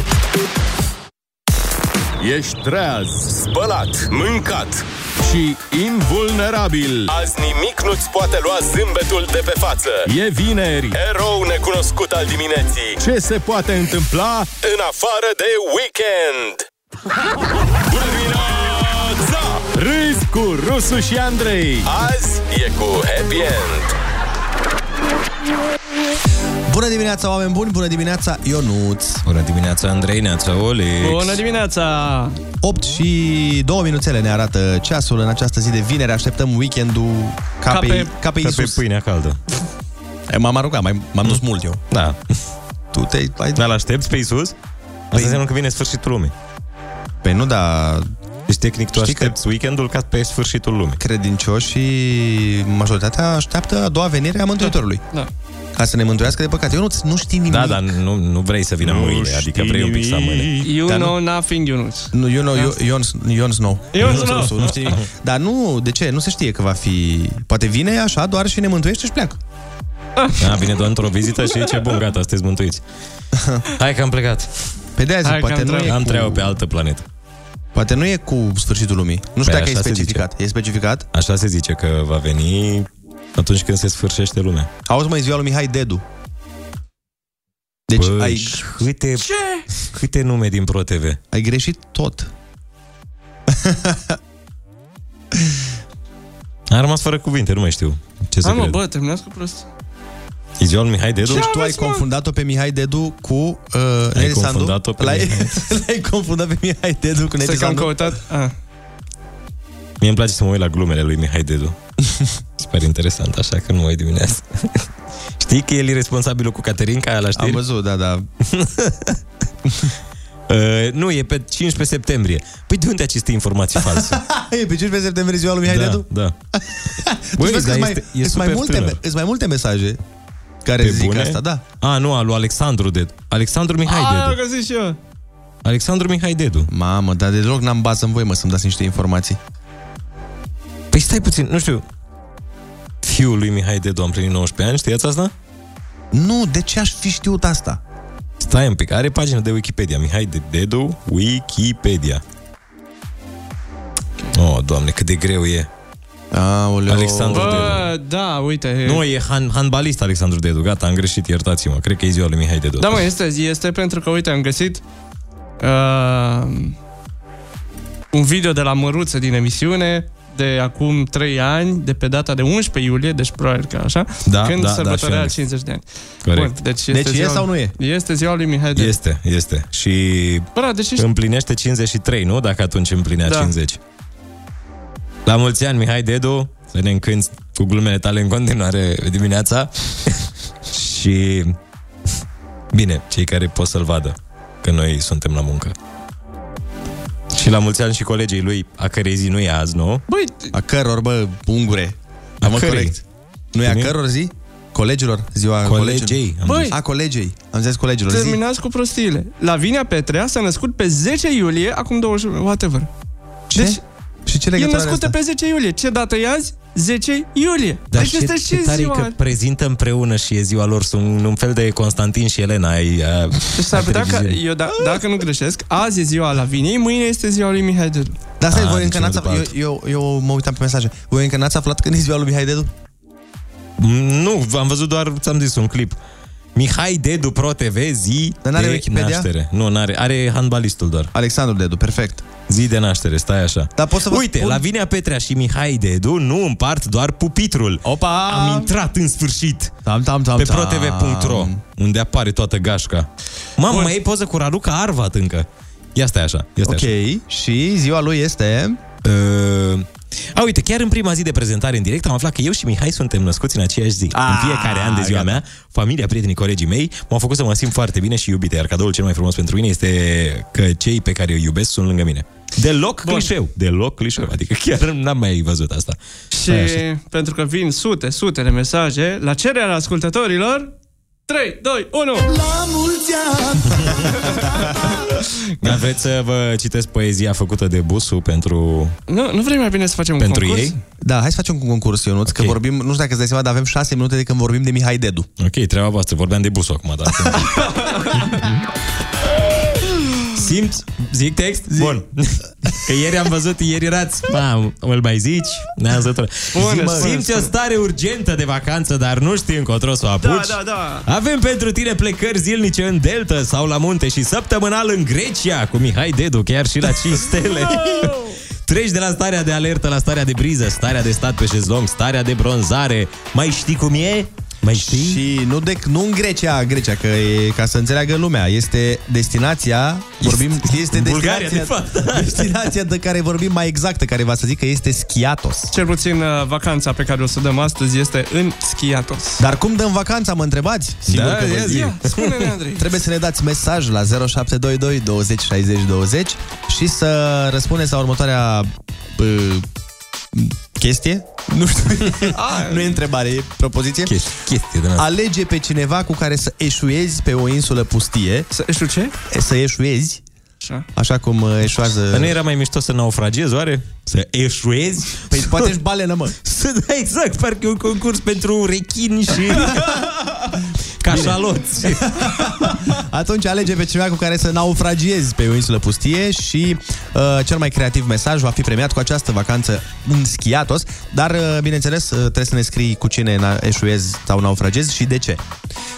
Ești treaz, spălat, mâncat și invulnerabil.
Azi nimic nu-ți poate lua zâmbetul de pe față.
E vineri.
Erou necunoscut al dimineții.
Ce se poate întâmpla?
În afară de weekend.
Râzi cu Rusu și Andrei.
Azi e cu happy end.
Bună dimineața, oameni buni! Bună dimineața, Ionuț!
Bună dimineața, Andrei, neața, Oli.
Bună dimineața!
8 și 2 minuțele ne arată ceasul în această zi de vineri. Așteptăm weekendul ca,
Ca
pe,
pe-
ca pe
ca pe
Iisus.
pâinea caldă.
E, M-am arugat, mai- m-am dus mult eu.
Da.
Tu te... Ai...
Dar l-aștepți pe Isus? Asta înseamnă că vine sfârșitul lumii.
Păi nu, dar
Deci, tehnic, tu
Știi că-
aștepți weekendul ca pe sfârșitul lumii.
credincioșii, majoritatea așteaptă a doua venire a Mântuitorului.
Da.
Ca să ne mântuiască de păcate. Eu nu, nu știi nimic.
Da, dar nu, nu vrei să vină
Nu
mâine, adică
știi
vrei un pic să amâne.
You
Dar nu-
know nothing, Ionuț. Da.
Nu, eu nu, eu, Ion, Ion Snow.
Ion
Nu,
Snow.
Nu, nu știi nimic. Dar nu, de ce? Nu se știe că va fi... Poate vine așa doar și ne mântuiește și pleacă.
A, Da, vine doar într-o vizită și ce bun, gata, sunteți mântuiți. Hai că am plecat.
Pe Păi de aia zic,
Hai că
poate
am
nu, e
treabă.
Am treabă
cu,
pe altă planetă.
poate nu e cu sfârșitul lumii. Nu
Păi
știu dacă e
așa se
specificat. E specificat?
Așa se zice că va veni atunci când se sfârșește lumea.
Auzi, mă, e ziua lui Mihai Dedu. Deci
Bă,
ai,
Păi, și câte, câte nume din ProTV?
ai greșit tot.
Am rămas fără cuvinte, nu mai știu ce să
Hai mă,
cred.
bă, terminați cu prost.
E ziua lui Mihai Dedu?
Deci tu ai confundat-o pe Mihai Dedu cu uh, Neri Sandu?
confundat-o pe
l-ai,
Mihai.
l-ai confundat pe Mihai Dedu cu Neri
Să că am
Sandu?
căutat. Ah.
Mie îmi place să mă uit la glumele lui Mihai Dedu. Super interesant, așa că nu mă uit dimineața. Știi că el e responsabilul cu Caterinca aia la
Am
știri?
văzut, da, da.
Uh, nu, e pe 15 septembrie. Păi de unde aceste informații false?
e pe 15 septembrie ziua lui Mihai
da,
Dedu?
da.
Băi, vezi
dar
că sunt mai,
este- e
sunt mai,
super
multe,
tânăr.
sunt mai multe mesaje care
Pe
zic
bune?
asta, da.
A, nu, al lui Alexandru Dedu. Alexandru Mihai
Ah, am
Dedu.
găsit și eu.
Alexandru Mihai Dedu.
Mamă, dar deloc n-am bază în voi, mă, să-mi dați niște informații.
Păi stai puțin, nu știu. Fiul lui Mihai Dedu a împlinit 19 ani, știați asta?
Nu, de ce aș fi știut asta?
Stai un pic, are pagina de Wikipedia. Mihai de Dedu, Wikipedia. Oh, doamne, cât de greu e.
Aoleu.
Alexandru Dedu.
Bă, da, uite.
Nu, e han, handbalist Alexandru Dedu. Gata, am greșit, iertați-mă. Cred că e ziua lui Mihai Dedu.
Da, mă, este, este pentru că, uite, am găsit uh, un video de la Măruță din emisiune de acum 3 ani, de pe data de 11 iulie, deci probabil că așa,
Da,
când
da, da, și
sărbătorea
eu am
50 de ani.
Corect.
Bun, deci este
Deci e
ziua,
sau nu e?
Este ziua lui Mihai Dede.
Este, este. Și
Bra, deci ești-
împlinește 53, nu? Dacă atunci împlinea
Da.
da. 50. La mulți ani, Mihai Dedu, să ne încânți cu glumele tale în continuare dimineața. și bine, cei care pot să-l vadă, că noi suntem la muncă. Și la mulți ani și colegii lui, a cărei zi nu e azi, nu?
Băi,
a căror, bă, ungure.
Da, mă, corect. Nu e a căror zi? Colegilor, ziua
Colegei,
am Băi! zis.
A colegei. Am zis colegilor, zi.
Terminați cu prostiile. Lavinia Petrea s-a născut pe 10 iulie, acum 20, whatever. Ce? Deci,
și ce
e
legătură are
născută
asta?
pe 10 iulie. Ce dată e azi? 10 iulie.
Dar
deci
deci
este
ce, ce
și
tare e
ziua.
că prezintă împreună și e ziua lor. Sunt un, un fel de Constantin și Elena ai, a,
Deci s-ar
a
putea ca,
televiziunii.
eu, da, dacă nu greșesc, azi e ziua Laviniei, mâine este ziua lui Mihai Dedu.
Dar stai, Da, voi încă n-ați aflat, eu, eu, eu mă uitam pe mesaje. Voi încă n-ați aflat când e ziua lui Mihai Dedu?
Nu, am văzut doar, ți-am zis, un clip. Mihai Dedu Pro TV, zi
Dar n-are
de
Wikipedia?
naștere. Nu, n-are, are handbalistul doar.
Alexandru Dedu, perfect.
Zi de naștere, stai așa.
Dar pot să vă
Uite,
spun-
Lavinia Petrea și Mihai Dedu nu împart doar pupitrul. Opa! Am intrat în sfârșit
tam, tam, tam,
pe
tam.
protv.ro, unde apare toată gașca. Mamă, mai e poză cu Raluca Arvat încă. Ia stai așa, ia stai
Ok, și ziua lui este...
Uh, a, uite, chiar în prima zi de prezentare în direct am aflat că eu și Mihai suntem născuți în aceeași zi. A,
Ah,
în fiecare an de ziua
gata.
mea, familia, prietenii, colegii mei m-au făcut să mă simt foarte bine și iubite, iar cadoul cel mai frumos pentru mine este că cei pe care îi iubesc sunt lângă mine. Deloc Bun. clișeu, deloc clișeu, adică chiar n-am mai văzut asta.
Și pentru că vin sute, sute de mesaje, la cererea ascultătorilor, 3, 2, 1!
La mulți
Dar vreți să vă citesc poezia făcută de Busu pentru...
Nu, nu vrei mai bine să facem
Pentru
un concurs?
ei?
Da, hai să facem un concurs, Ionuț, okay. că vorbim, nu știu dacă îți dai seama, dar avem șase minute de când vorbim de Mihai Dedu.
Ok, treaba voastră, vorbeam de Busu acum, dar... Simți? Zic text? Zic. Bun. Că ieri am văzut, ieri erați, bam, îl mai zici? Ne-am zătură.
Spune, spune,
Simți o
spune.
stare urgentă de vacanță, dar nu știi încotro să o apuci?
da, da.
Avem pentru tine plecări zilnice în Delta sau la munte și săptămânal în Grecia cu Mihai Dedu, chiar și la 5 stele.
Da.
Treci de la starea de alertă la starea de briză, starea de stat pe șezlong, starea de bronzare. Mai știi cum e? Mai știi?
Și nu, de, nu în Grecia, Grecia, că e, ca să înțeleagă lumea, este destinația, vorbim, este, destinația,
Bulgaria, de fapt.
destinația de care vorbim mai exactă, care va să zic că este Schiatos.
Cel puțin uh, vacanța pe care o să o dăm astăzi este în Schiatos.
Dar cum dăm vacanța, mă întrebați?
Da, ia zi. Ia, spune-ne, Andrei.
Trebuie să ne dați mesaj la 0722 20 60 20 și să răspundeți la următoarea bă, chestie. Nu știu. nu e întrebare, e propoziție.
Chestie, chestie din asta.
Alege pe cineva cu care să eșuezi pe o insulă pustie.
Să eșu ce?
Să eșuezi.
Așa.
Așa cum uh, eșuează...
Dar nu era mai mișto să naufragezi, oare? Să eșuezi?
Păi poate ești balenă, mă.
Să, da, exact, parcă e un concurs pentru rechini și... Cașaloți.
Atunci alege pe cineva cu care să naufragiezi pe o insulă pustie și uh, cel mai creativ mesaj va fi premiat cu această vacanță în schiatos, dar uh, bineînțeles uh, trebuie să ne scrii cu cine na- eșuezi sau naufragezi și de ce.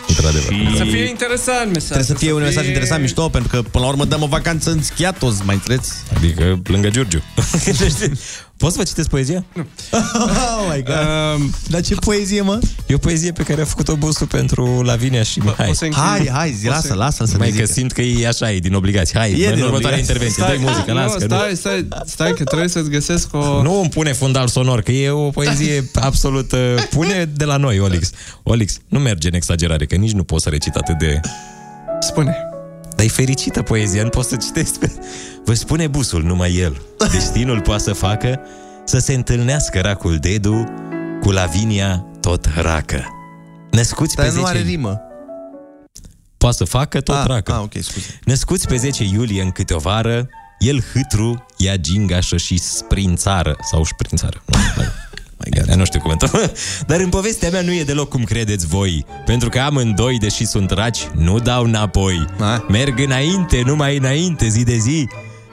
Într-adevăr.
Și...
Să fie interesant mesaj.
Trebuie să fie un mesaj interesant, mișto, pentru că până la urmă dăm o vacanță în schiatos, mai înțeleți?
Adică lângă Giurgiu. Poți să vă citesc poezia?
Nu.
oh my God.
Um,
Dar ce poezie, mă?
E o poezie pe care a făcut-o busul pentru Lavinia și Mihai.
o să închid. Hai, hai, zi,
O
lasă, lasă să ne
Mai că
zică.
simt că e așa, e din obligație. Hai,
din
e în următoarea
obligație.
intervenție. Dai muzică,
nu,
lasă. că nu.
stai, stai, stai, că trebuie să-ți găsesc o...
Nu îmi pune fundal sonor, că e o poezie absolut... uh, Pune de la noi, Olix. Olix, nu merge în exagerare, că nici nu poți să recit atât de...
Spune.
Dar e fericită poezia, nu poți să citești. pe- Vă spune busul, numai el. Destinul poate să facă să se întâlnească racul Dedu cu Lavinia tot racă. Născuți
Dar
pe
nu
10
are rimă.
Poate să facă tot
Ah,
racă.
ah, ok, scuze.
Născuți pe 10 iulie în câte o vară, el hâtru, ea gingașă și sprințară. Sau șprințară. Nu, mai- nu știu cuvântul. Dar în povestea mea nu e deloc cum credeți voi. Pentru că amândoi, deși sunt raci, nu dau înapoi.
Ah.
Merg înainte, numai înainte, zi de zi.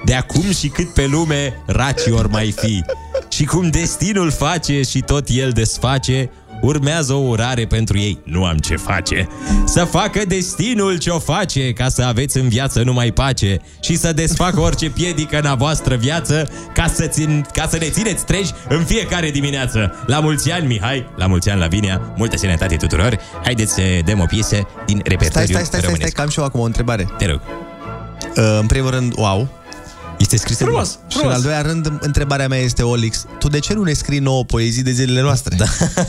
De acum și cât pe lume, raci or mai fi. Și cum destinul face și tot el desface, urmează o urare pentru ei. Nu am ce face. Să facă destinul ce-o face ca să aveți în viață numai pace și să desfacă orice piedică în a voastră viață ca să, țin, ca să ne țineți treji în fiecare dimineață. La mulți ani, Mihai, la mulți ani, Lavinia, multă sănătate tuturor. Haideți să dăm o piesă din
Stai,
repertoriu
stai, stai, stai, stai,
românesc.
că am și eu acum o întrebare. Uh,
Te rog.
În primul rând, wow.
Este scris
frumos, frumos. Și în al doilea rând, întrebarea mea este, Olix, tu de ce nu ne scrii nouă poezii de zilele noastre?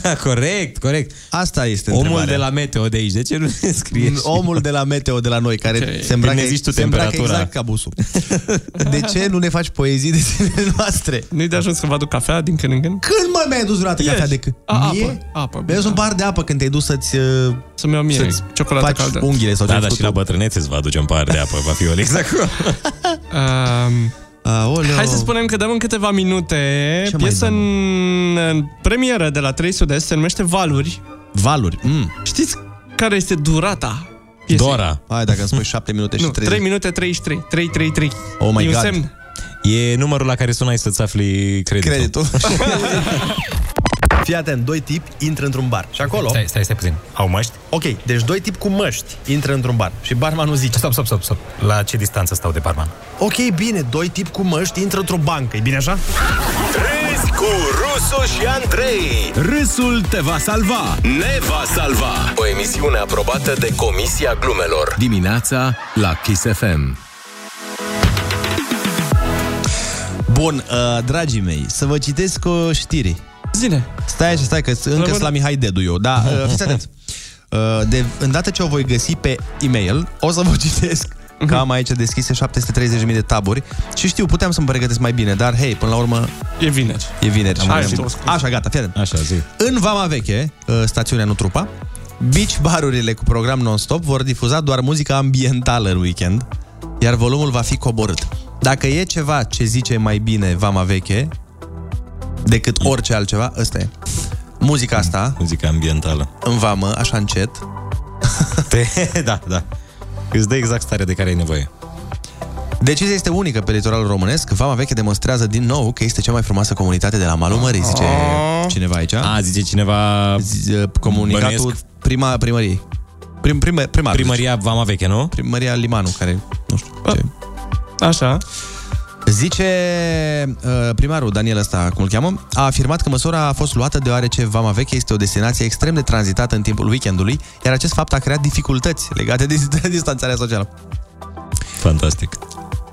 Da, corect, corect.
Asta este
Omul
întrebarea.
de la Meteo de aici, de ce nu ne scrie? și-
Omul de la Meteo de la noi, care
Ce-
se îmbracă,
Când ne zici tu
se îmbracă
temperatura.
exact ca busul. De ce nu ne faci poezii de zilele noastre?
Nu-i de ajuns să vă aduc cafea din când în când?
Când mă mi-ai dus vreodată cafea de când?
A, apă,
Mie?
apă.
Mi-ai dus un bar de apă când te-ai dus să-ți... uh,
Să-mi iau mie
să-ți
ciocolată
faci
caldă.
unghiile sau
da,
ce
dar și la bătrânețe îți va aduce un par de apă, va fi o exact.
Um,
Aoleo.
Hai să spunem că dăm în câteva minute
Ce
Ce
mai
piesă în, în premieră de la 3 Sud-Est, se numește Valuri.
Valuri. Mm.
Știți care este durata piesei?
Dora.
Hai, dacă îmi spui 7 minute și
Nu,
30.
3 minute 33, 3, 3, 3.
Oh my
e un
God.
semn.
E numărul la care sunai să-ți afli creditul.
creditul. Fii atent, doi tipi intră într-un bar și acolo...
Stai, stai, stai puțin. Au măști?
Ok, deci doi tipi cu măști intră într-un bar și barmanul zice...
Stop, stop, stop, stop. La ce distanță stau de barman?
Ok, bine, doi tipi cu măști intră într-o bancă, e bine așa?
Râzi cu Rusu și Andrei.
Râsul te va salva.
Ne va salva. O emisiune aprobată de Comisia Glumelor.
Dimineața la Kiss FM.
Bun, uh, dragii mei, să vă citesc o știre.
Zile.
Stai și stai că încă
Rămân-
sunt la Mihai Dedu eu, dar uh, fiți atenți. Uh, de, îndată ce o voi găsi pe e-mail, o să vă citesc
Mhm.
că am aici deschise 730.000 de taburi și știu, puteam să-mi pregătesc mai bine, dar hei, până la urmă
E vineri.
e vineri.
Am
și-
ajuns. o scuză.
Deci, Așa, gata, fii atent.
Așa, zi.
În Vama Veche, uh, stațiunea Nu Trupa, beach barurile cu program non-stop vor difuza doar muzica ambientală în weekend, iar volumul va fi coborât. Dacă e ceva ce zice mai bine Vama Veche decât orice altceva, ăsta e. Muzica asta,
Muzica ambientală.
în vamă, așa încet,
Te, da, da. Îți dă exact starea de care ai nevoie.
Decizia este unică pe litoralul românesc. Vama Veche demonstrează din nou că este cea mai frumoasă comunitate de la malul mării, zice
Oh.
cineva aici.
A, zice cineva...
Z- Comunicatul
bănuiesc.
prima, primăriei. Prim, prima, primarul, zice.
Primăria Vama Veche, nu?
Primăria Limanu, care, nu știu ce.
Așa.
Zice uh, primarul Daniel ăsta, cum îl cheamă, a afirmat că măsura a fost luată deoarece Vama Veche este o destinație extrem de tranzitată în timpul weekendului, iar acest fapt a creat dificultăți legate de, de distanțarea socială.
Fantastic.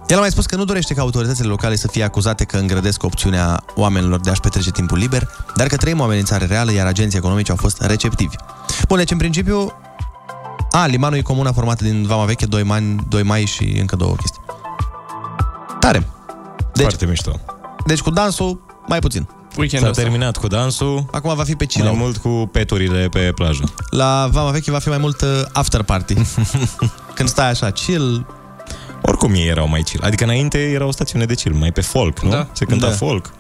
El a mai spus că nu dorește ca autoritățile locale să fie acuzate că îngrădesc opțiunea oamenilor de a-și petrece timpul liber, dar că trăim o amenințare reală, iar agenții economici au fost receptivi. Bun, deci în principiu... A, limanul e comuna formată din Vama Veche, 2 mai, 2 mai și încă două chestii. Tare! Deci-
Deci, Foarte mișto.
Deci cu dansul, mai puțin.
S-a
Weekendul ăsta.
terminat cu dansul,
Acum va fi
mai
pe chill
mult cu peturile pe plajă.
La Vama Veche va fi mai mult uh, after party. Când stai așa, chill,
Oricum ei erau mai chill. Adică înainte era o stațiune de chill, mai pe folk, nu?
Da.
Se cânta
Da.
folk.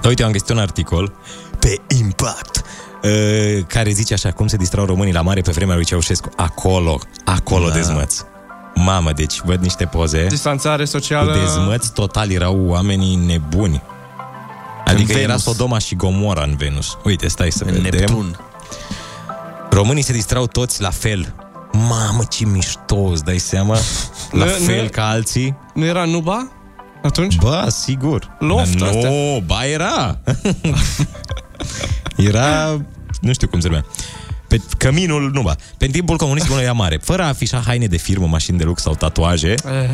Dar uite, eu am găsit un articol pe Impact uh, care zice așa, cum se distrau românii la mare pe vremea lui Ceaușescu. Acolo, acolo da.
Da.
dezmăți. Mamă, deci văd niște poze.
Eh?
Distanțare
Cu
socială.
dezmăți total erau oamenii nebuni. Adică era
Venus.
Sodoma și Gomora în Venus. Uite, stai să vedem.
Neptun.
Românii se distrau toți la fel. Mamă, ce mișto, îți dai seama? La
Ne-
fel
ne-
ca alții.
Nu era Nuba atunci?
Ba, sigur.
Loft
Dar
astea.
Nu, ba era. era, nu știu cum se numea. Pe căminul, nu ba. Pe timpul comunismului era mare. Fără a afișa haine de firmă, mașini de lux sau tatuaje,
Eh,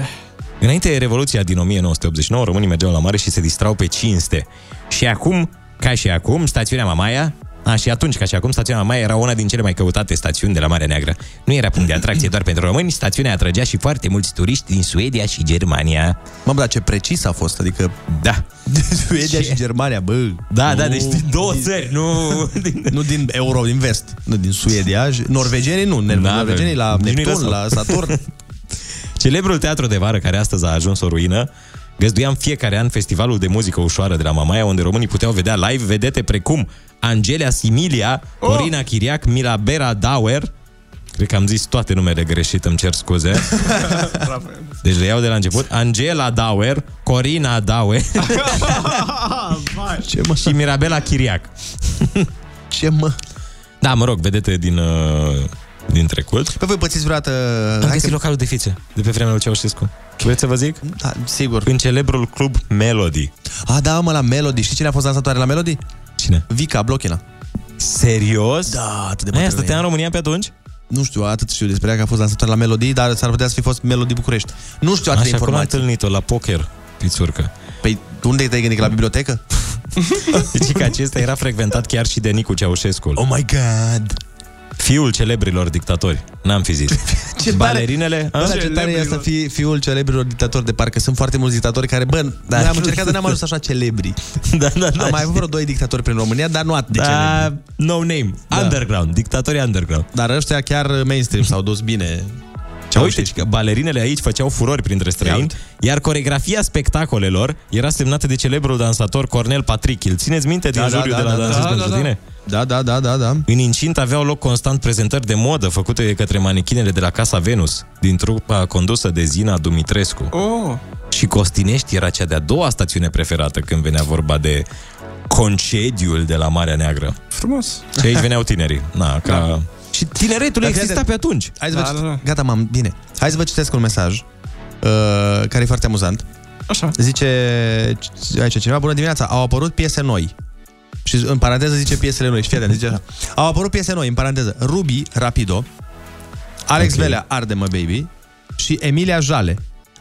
Înainte de Revoluția din 1989, românii mergeau la mare și se distrau pe cinste. Și acum, ca și acum, stațiunea Mamaia, a, și atunci, ca și acum, stațiunea Mamaia era una din cele mai căutate stațiuni de la Marea Neagră. Nu era punct de atracție doar pentru români, stațiunea atragea și foarte mulți turiști din Suedia și Germania.
Mamă, dar ce precis a fost, adică
Da.
Suedia
Ce?
și Germania, bă.
Da, da,
Nu.
deci din două țări, nu...
Nu din euro, din vest, nu din Suedia. și- Norvegenii nu, ne-
Da,
norvegenii la
nici nu-i
Neptun,
lăsau.
la Saturn.
Celebrul teatru de vară, care astăzi a ajuns o ruină, găzduia în fiecare an festivalul de muzică ușoară de la Mamaia, unde românii puteau vedea live vedete precum Angelia Similia, oh! Corina Chiriac, Mila Bera Dauer, cred că am zis toate numele greșit, îmi cer scuze. deci le iau de la început. Angela Dauer, Corina Dauer și Mirabela Chiriac.
ce mă?
Da, mă rog, vedete din, uh, din trecut.
Pe Păi voi pățiți vreodată...
Am găsit localul de fițe, de pe vremea lui Ceaușescu. Vreți să vă zic?
Da, sigur.
În celebrul club Melody.
A, da, mă, la Melody. Știi cine a fost dansatoare la Melody?
Cine?
Vica Blochina.
Serios?
Da, atât de
Aia
bătrână
stătea
e.
în România pe atunci?
Nu știu, atât știu despre ea că a fost dansatoare la Melody, dar s-ar putea să fi fost Melody București. Nu știu atât de
Așa cum am
informații.
întâlnit-o la poker, pițurcă.
Păi unde te-ai gândit? La bibliotecă?
Deci că acesta era frecventat chiar și de Nicu Ceaușescu.
Oh my god!
Fiul celebrilor dictatori. N-am fi zis. Balerinele?
Bă, dar ce tare e să fii fiul celebrilor dictatori de parcă sunt foarte mulți dictatori care, bă, da. noi am încercat, dar n-am ajuns așa celebri.
Da, da, da.
Am mai avut vreo doi dictatori prin România, dar nu atât de celebri.
da, no name. Da. Underground. Dictatorii underground.
Dar ăștia chiar mainstream s-au dus bine.
Ce uite, că balerinele aici făceau furori printre străini, iar coregrafia spectacolelor era semnată de celebrul dansator Cornel Patrick. Îl țineți minte din
Da, da,
juriul de
da,
la
da, da,
Dansez
da,
pentru
da, da.
tine?
Da, da, da, da, da.
În incint aveau loc constant prezentări de modă făcute de către manichinele de la Casa Venus, din trupa condusă de Zina Dumitrescu.
Oh.
Și Costinești era cea de-a doua stațiune preferată când venea vorba de concediul de la Marea Neagră.
Frumos.
Și aici veneau tinerii. Na, ca... Da. Și tineretul
Dar
exista
fii
pe
atent.
atunci.
Hai să vă cit- Gata, m-am, bine. Hai să vă citesc un mesaj uh, care e foarte amuzant.
Așa.
Zice aici cineva, bună dimineața, au apărut piese noi. Și în paranteză zice piesele noi, și fii atent, zice așa.
Da.
Au apărut piese noi, în paranteză, Ruby, Rapido, Alex
Ok.
okay. Velea, Arde-mă, baby, și Emilia Jale.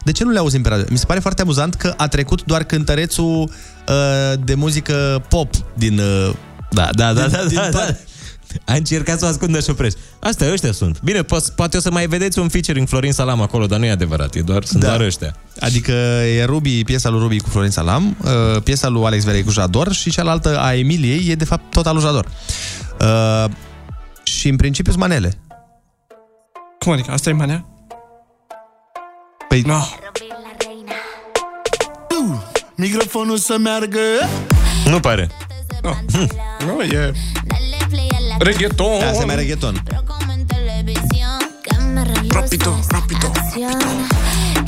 De ce nu le auzim pe radio? Mi se pare foarte amuzant că a trecut doar cântărețul uh, de muzică pop din... Uh,
Da, da, da,
din-
da,
din
da, da.
par-
A încercat să o ascundă și opresc. Asta, ăștia sunt. Bine, po- poate o să mai vedeți un featuring Florin Salam acolo, dar nu e adevărat, e doar, sunt da. doar ăștia.
Adică e Ruby, piesa lui Ruby cu Florin Salam, uh, piesa lui Alex Velei cu Jador și cealaltă a Emiliei e de fapt tot a lui Jador. Uh, și în principiu sunt manele.
Cum adică? Asta e manea?
Păi...
No.
Microfonul să meargă
Nu pare.
Oh, hmm.
Nu, no, e... Reggaeton.
Da, se mai reggaeton.
Rapido, rapido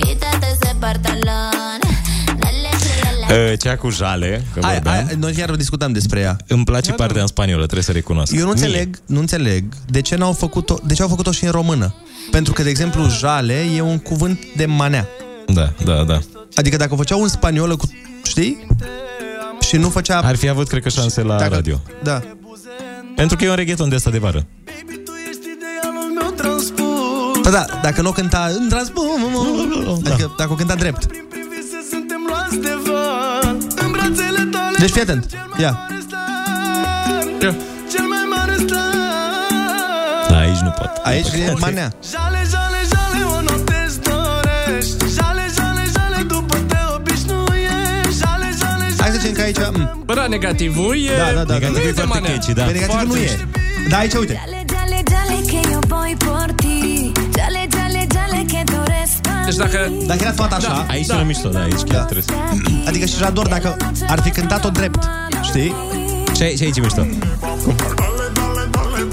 Quítate ese pantalón. Dale play a la
Uh, Cea cu jale, că
Aia,
vorbeam.
aia, noi chiar discutam despre ea.
Îmi place
Da,
partea în spaniolă, trebuie să recunosc.
Eu nu
Mie.
înțeleg, nu înțeleg de ce n-au făcut-o, de ce au făcut-o și în română. Pentru că, de exemplu, jale e un cuvânt de manea.
Da, da, da.
Adică dacă o făceau în spaniolă cu, știi? Și nu făcea...
Ar fi avut, cred că, șanse la
Dacă-
radio.
Da.
Pentru că e un reggaeton de asta de vară.
Da, da, dacă nu o cânta în transport,
Da.
adică dacă o cânta drept. Deci fii atent. Ia.
Cel mai mare star
Da, aici nu pot.
Aici e manea.
Jale, jale, jale, o noapte îți dorești Jale, jale, jale, după te obișnuiești Jale, jale,
Hai să zicem că aici... mm.
Bă, da, negativul e...
Da, da,
nu
da. Negativul
e de
foarte
manea.
catchy, da.
Pe negativ nu e. Da, aici, uite.
Dale, dale, que yo voy por ti. Dale, dale, dale, que tú eres para
Deci dacă...
Dacă era fata așa,
Da, aici da. sună mișto, da, aici chiar trebuie să...
adică și Jador, dacă ar fi cântat-o drept, știi?
Și aici, și aici e mișto.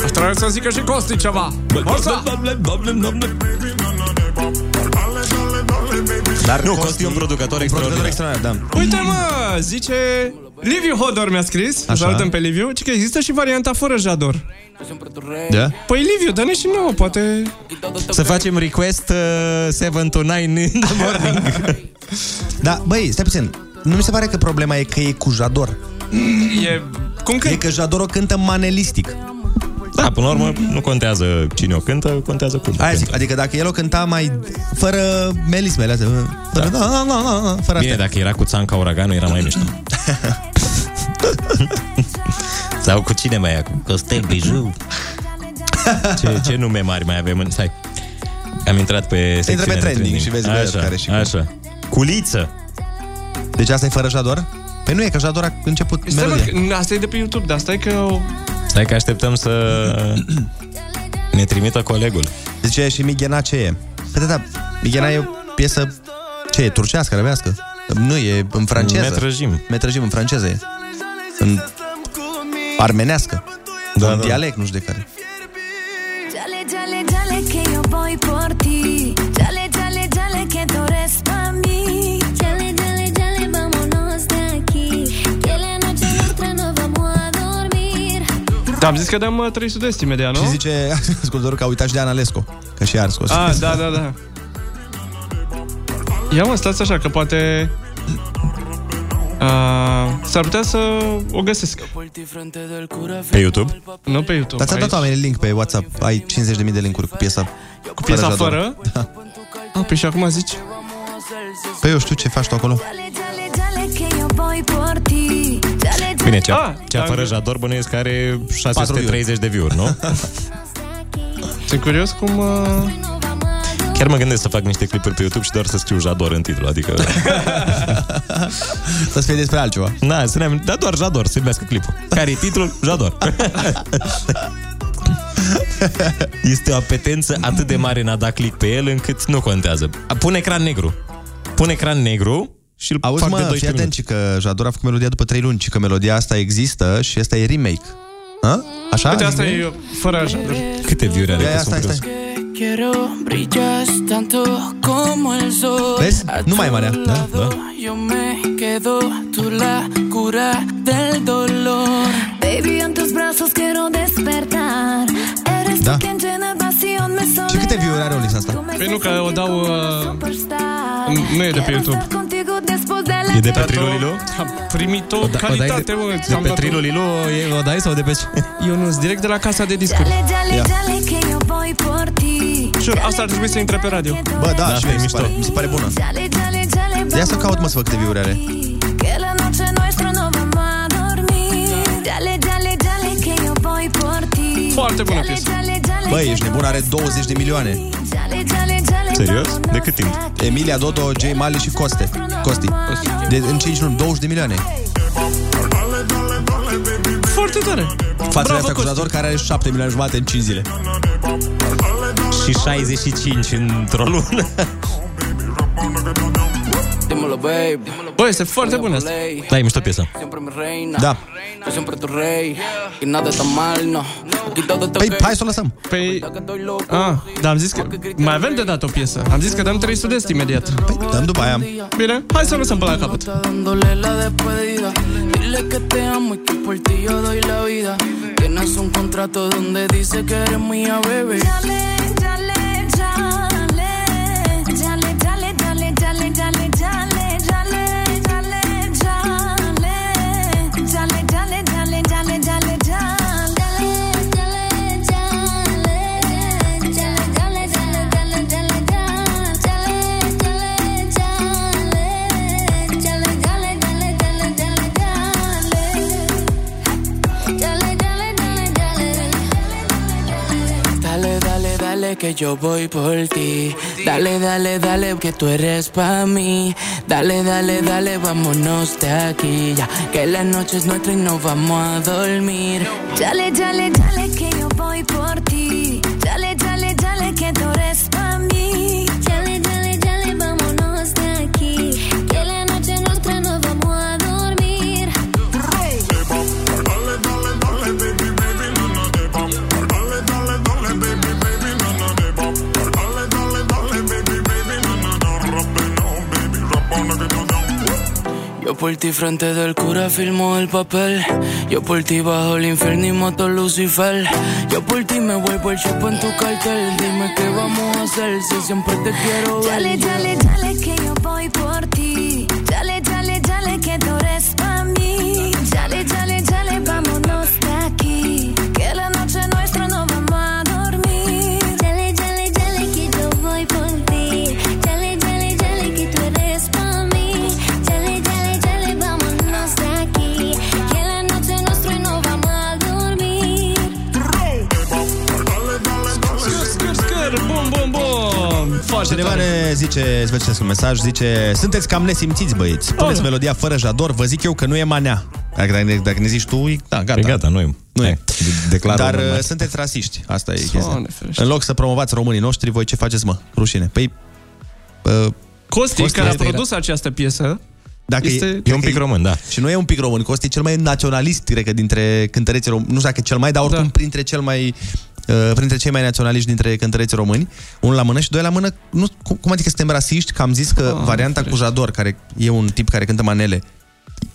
Aș trebui să zică și Costi ceva. Orsa!
Dar
Nu, Costi e un producător
Producător
extraordinar.
extraordinar, da.
Uite mă, zice... Liviu Hodor mi-a scris, Așa.
Așa.
salutăm pe Liviu, ci că există și varianta fără Jador.
Da?
Păi Liviu, dă-ne și nouă, poate...
Să facem request uh, 7 to 9 in the morning.
Da, băi, stai puțin. Nu mi se pare că problema e că e cu Jador.
E... Cum că...
E că Jador o cântă manelistic.
Da, până la urmă nu contează cine o cântă, contează cum.
Aia
cântă.
zic, adică dacă el o cânta mai... Fără melismele astea. Fără... Da. Da, da, da, fără
Bine,
astea.
dacă era cu Țanca Uraganul, era mai mișto. Sau cu cine mai e acum? Costel Biju. ce, ce nume mari mai avem în... Stai. Am intrat pe secțiunea
pe
de
trending și vezi băiat
așa,
care și cum.
Așa. Culiță.
Deci asta e fără Jador? Păi nu e, că Jador a început
Stai mă,
melodia.
că- asta e de pe YouTube, dar stai că... o-
Stai că așteptăm să ne trimită colegul.
Zice și Mighena ce e. Păi da, da, Mighena e o piesă, ce e, turcească, arabească? Nu, e în franceză.
Metrăjim.
Metrăjim în franceză e. În armenească.
Da,
Da, un
da.
da. dialect, nu știu de care.
Dale, dale, dale, que yo voy por ti. Dale, dale, dale, que tú eres para mí. Dale, dale, dale, vámonos de aquí. Que la noche nuestra nos vamos a dormir.
Da, am zis că dăm uh, 300 de euro imediat, nu?
Și zice ascultătorul că a uitat și de Analescu. Că și ea ar scos.
A, da, da, da. Ia mă, stați așa, că poate... Uh, s-ar putea să o găsesc.
Pe YouTube?
Nu pe YouTube.
Dar ți-a
aici.
dat oamenii link pe WhatsApp. Ai 50.000 de linkuri cu piesa.
Cu piesa
Jador.
fără?
Da.
A, păi și acum zici?
Păi eu știu ce faci tu acolo.
Bine, cea, ah,
Ah,
cea
am-
fără Jador bănuiesc că are 630
view-uri.
de view nu?
Sunt curios cum... Uh...
Chiar mă gândesc să fac niște clipuri pe YouTube și doar să scriu Jador în titlu, adică...
să fie despre altceva.
Na, să ne da doar Jador, să iubească clipul. Care e titlul? Jador. este o apetență atât de mare în a da click pe el încât nu contează. Pun ecran negru. Pun ecran negru și îl
Auzi,
fac
mă,
de
fii
12
atent
minute.
și că Jador a făcut melodia după 3 luni și că melodia asta există și asta e remake. A? Așa?
Uite, asta e fără așa.
Câte view-uri are?
Ia,
că
ia,
sunt
stai,
curios.
stai.
Quiero brillas tanto como el sol.
Vezi? Nu mai e marea. Da, da.
Yo me quedo, tú la cura del dolor.
Baby, en tus brazos quiero despertar. Eres
Da.
tú quien llena el vacío en mi
Și câte
soledad.
view-uri are Olix asta?
Păi nu, că o dau... Uh... Nu e de pe YouTube.
Contigo después de la
E de pe Trilulilo?
Am primit o, Da, calitate, mă.
de pe Trilulilo e, o dai sau de pe
ce? Eu nu, direct de la casa de discuri.
Dale, dale, que yo voy por ti.
Sure, asta ar trebui să intre pe radio.
Bă, da, da și mie mi se pare, mi se pare bună.
Dale, dale, dale,
Ia să caut, mă, să văd câte view-uri are.
que la noche nuestra no vamos a dormir. Dale, dale, dale, que yo voy por ti.
Foarte bună
Dale,
piesă.
dale, dale,
Băi, ești nebun, are 20 de milioane.
dale, dale, dale,
Serios? De cât timp? Emilia Dodo, J. Mali și Coste. Costi. De, în 5 luni, 20 de milioane.
Foarte tare.
Față de asta cu Zador, care are 7 milioane jumate în 5 zile.
Și 65 într-o lună.
Dímelo, babe.
Băi, este foarte bună asta.
Da, e mișto piesa.
Siempre mi reina.
Da.
Yo siempre tu rey. Y nada está mal, no. Aquí todo está ok.
lăsăm.
Păi... Ah, dar am zis că... Mai avem de dat o piesă. Am zis că dăm 300 de euro imediat. Păi,
dăm după aia.
Bine, hai să o lăsăm până la capăt.
dándole la despedida. Dile que te amo y que por ti yo doy la vida. Tienes un contrato donde dice que eres mía, bebé.
dale, dale, dale, dale, dale, dale, dale, dale, dale, dale, dale, dale, dale, dale, dale, dale.
Dale, dale, dale, que yo voy por ti. Dale, dale, dale, que tú eres pa' mí. Dale, dale, dale, vámonos de aquí ya. Que la noche es nuestra y nos vamos a dormir.
Dale, dale, dale que yo voy por ti. Dale, dale, dale que tú eres para mí. Dale, dale, dale, vámonos de aquí. Que la noche nuestra nos vamos a dormir.
Yo por ti frente del cura firmo el papel. Yo por ti bajo el infierno y moto Lucifer. Yo por ti me vuelvo el chupo en tu cartel. Dime qué vamos a hacer si siempre te quiero ver.
Dale, dale, dale que yo voy por ti. Dale, dale, dale que tú eres para mí. Dale, dale, dale, vámonos de aquí. Que la noche nuestra no vamos a dormir. Dale, dale, dale que yo voy por ti. Dale, dale, dale que tú eres para mí. Dale, dale, dale, vámonos de aquí. Que la noche nuestra no vamos a dormir.
Scăr, scăr, bum, bum, bum. Oh, Foarte
Cineva
tare.
ne zice, îți citesc un mesaj, zice Sunteți cam nesimțiți, băieți. Puneți
Ola.
melodia fără jador, vă zic eu că nu e manea. Dacă, dacă, ne- dacă ne zici tu, e, da, gata.
E gata, nu e.
Nu e.
declară
Dar
normal.
uh, sunteți rasiști, asta e
Doamne
chestia.
ferește.
În loc să promovați românii noștri, voi ce faceți, mă? Rușine. Păi... Uh,
Costi, care a produs această piesă,
Dacă
Este-
este...
E un pic
român, da.
Și nu e un pic român, Costi e cel mai naționalist, cred că, dintre cântăreții români. Nu știu dacă e cel mai, dar oricum da. printre cel mai uh, printre cei mai naționaliști dintre cântăreții români, unul la mână și doi la mână, nu, Ah, cum, cum adică suntem rasiști, că am zis că varianta cu Jador, care e un tip care cântă manele,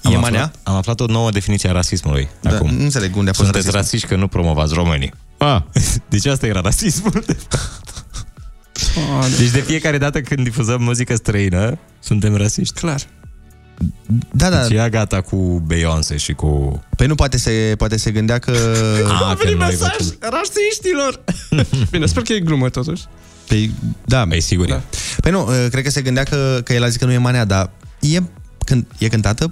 Am e aflat, am aflat o nouă definiție a rasismului da, acum. Nu
înțeleg unde a fost
Sunteți
rasismul.
rasiști că nu promovați românii. Ah. Deci asta era rasismul. de fapt. deci de fiecare dată când difuzăm muzică străină, suntem rasiști.
Clar.
Da, da.
Deci ea gata cu Beyoncé și cu...
Păi nu, poate se, poate se gândea Ah, că...
A, că
Primit
noi
mesaj rasiștilor! Bine, sper că e glumă totuși.
Păi, da.
Păi, sigur.
Da. Păi nu, uh, cred că se gândea că, că el a zis că nu e manea, dar e, când, e cântată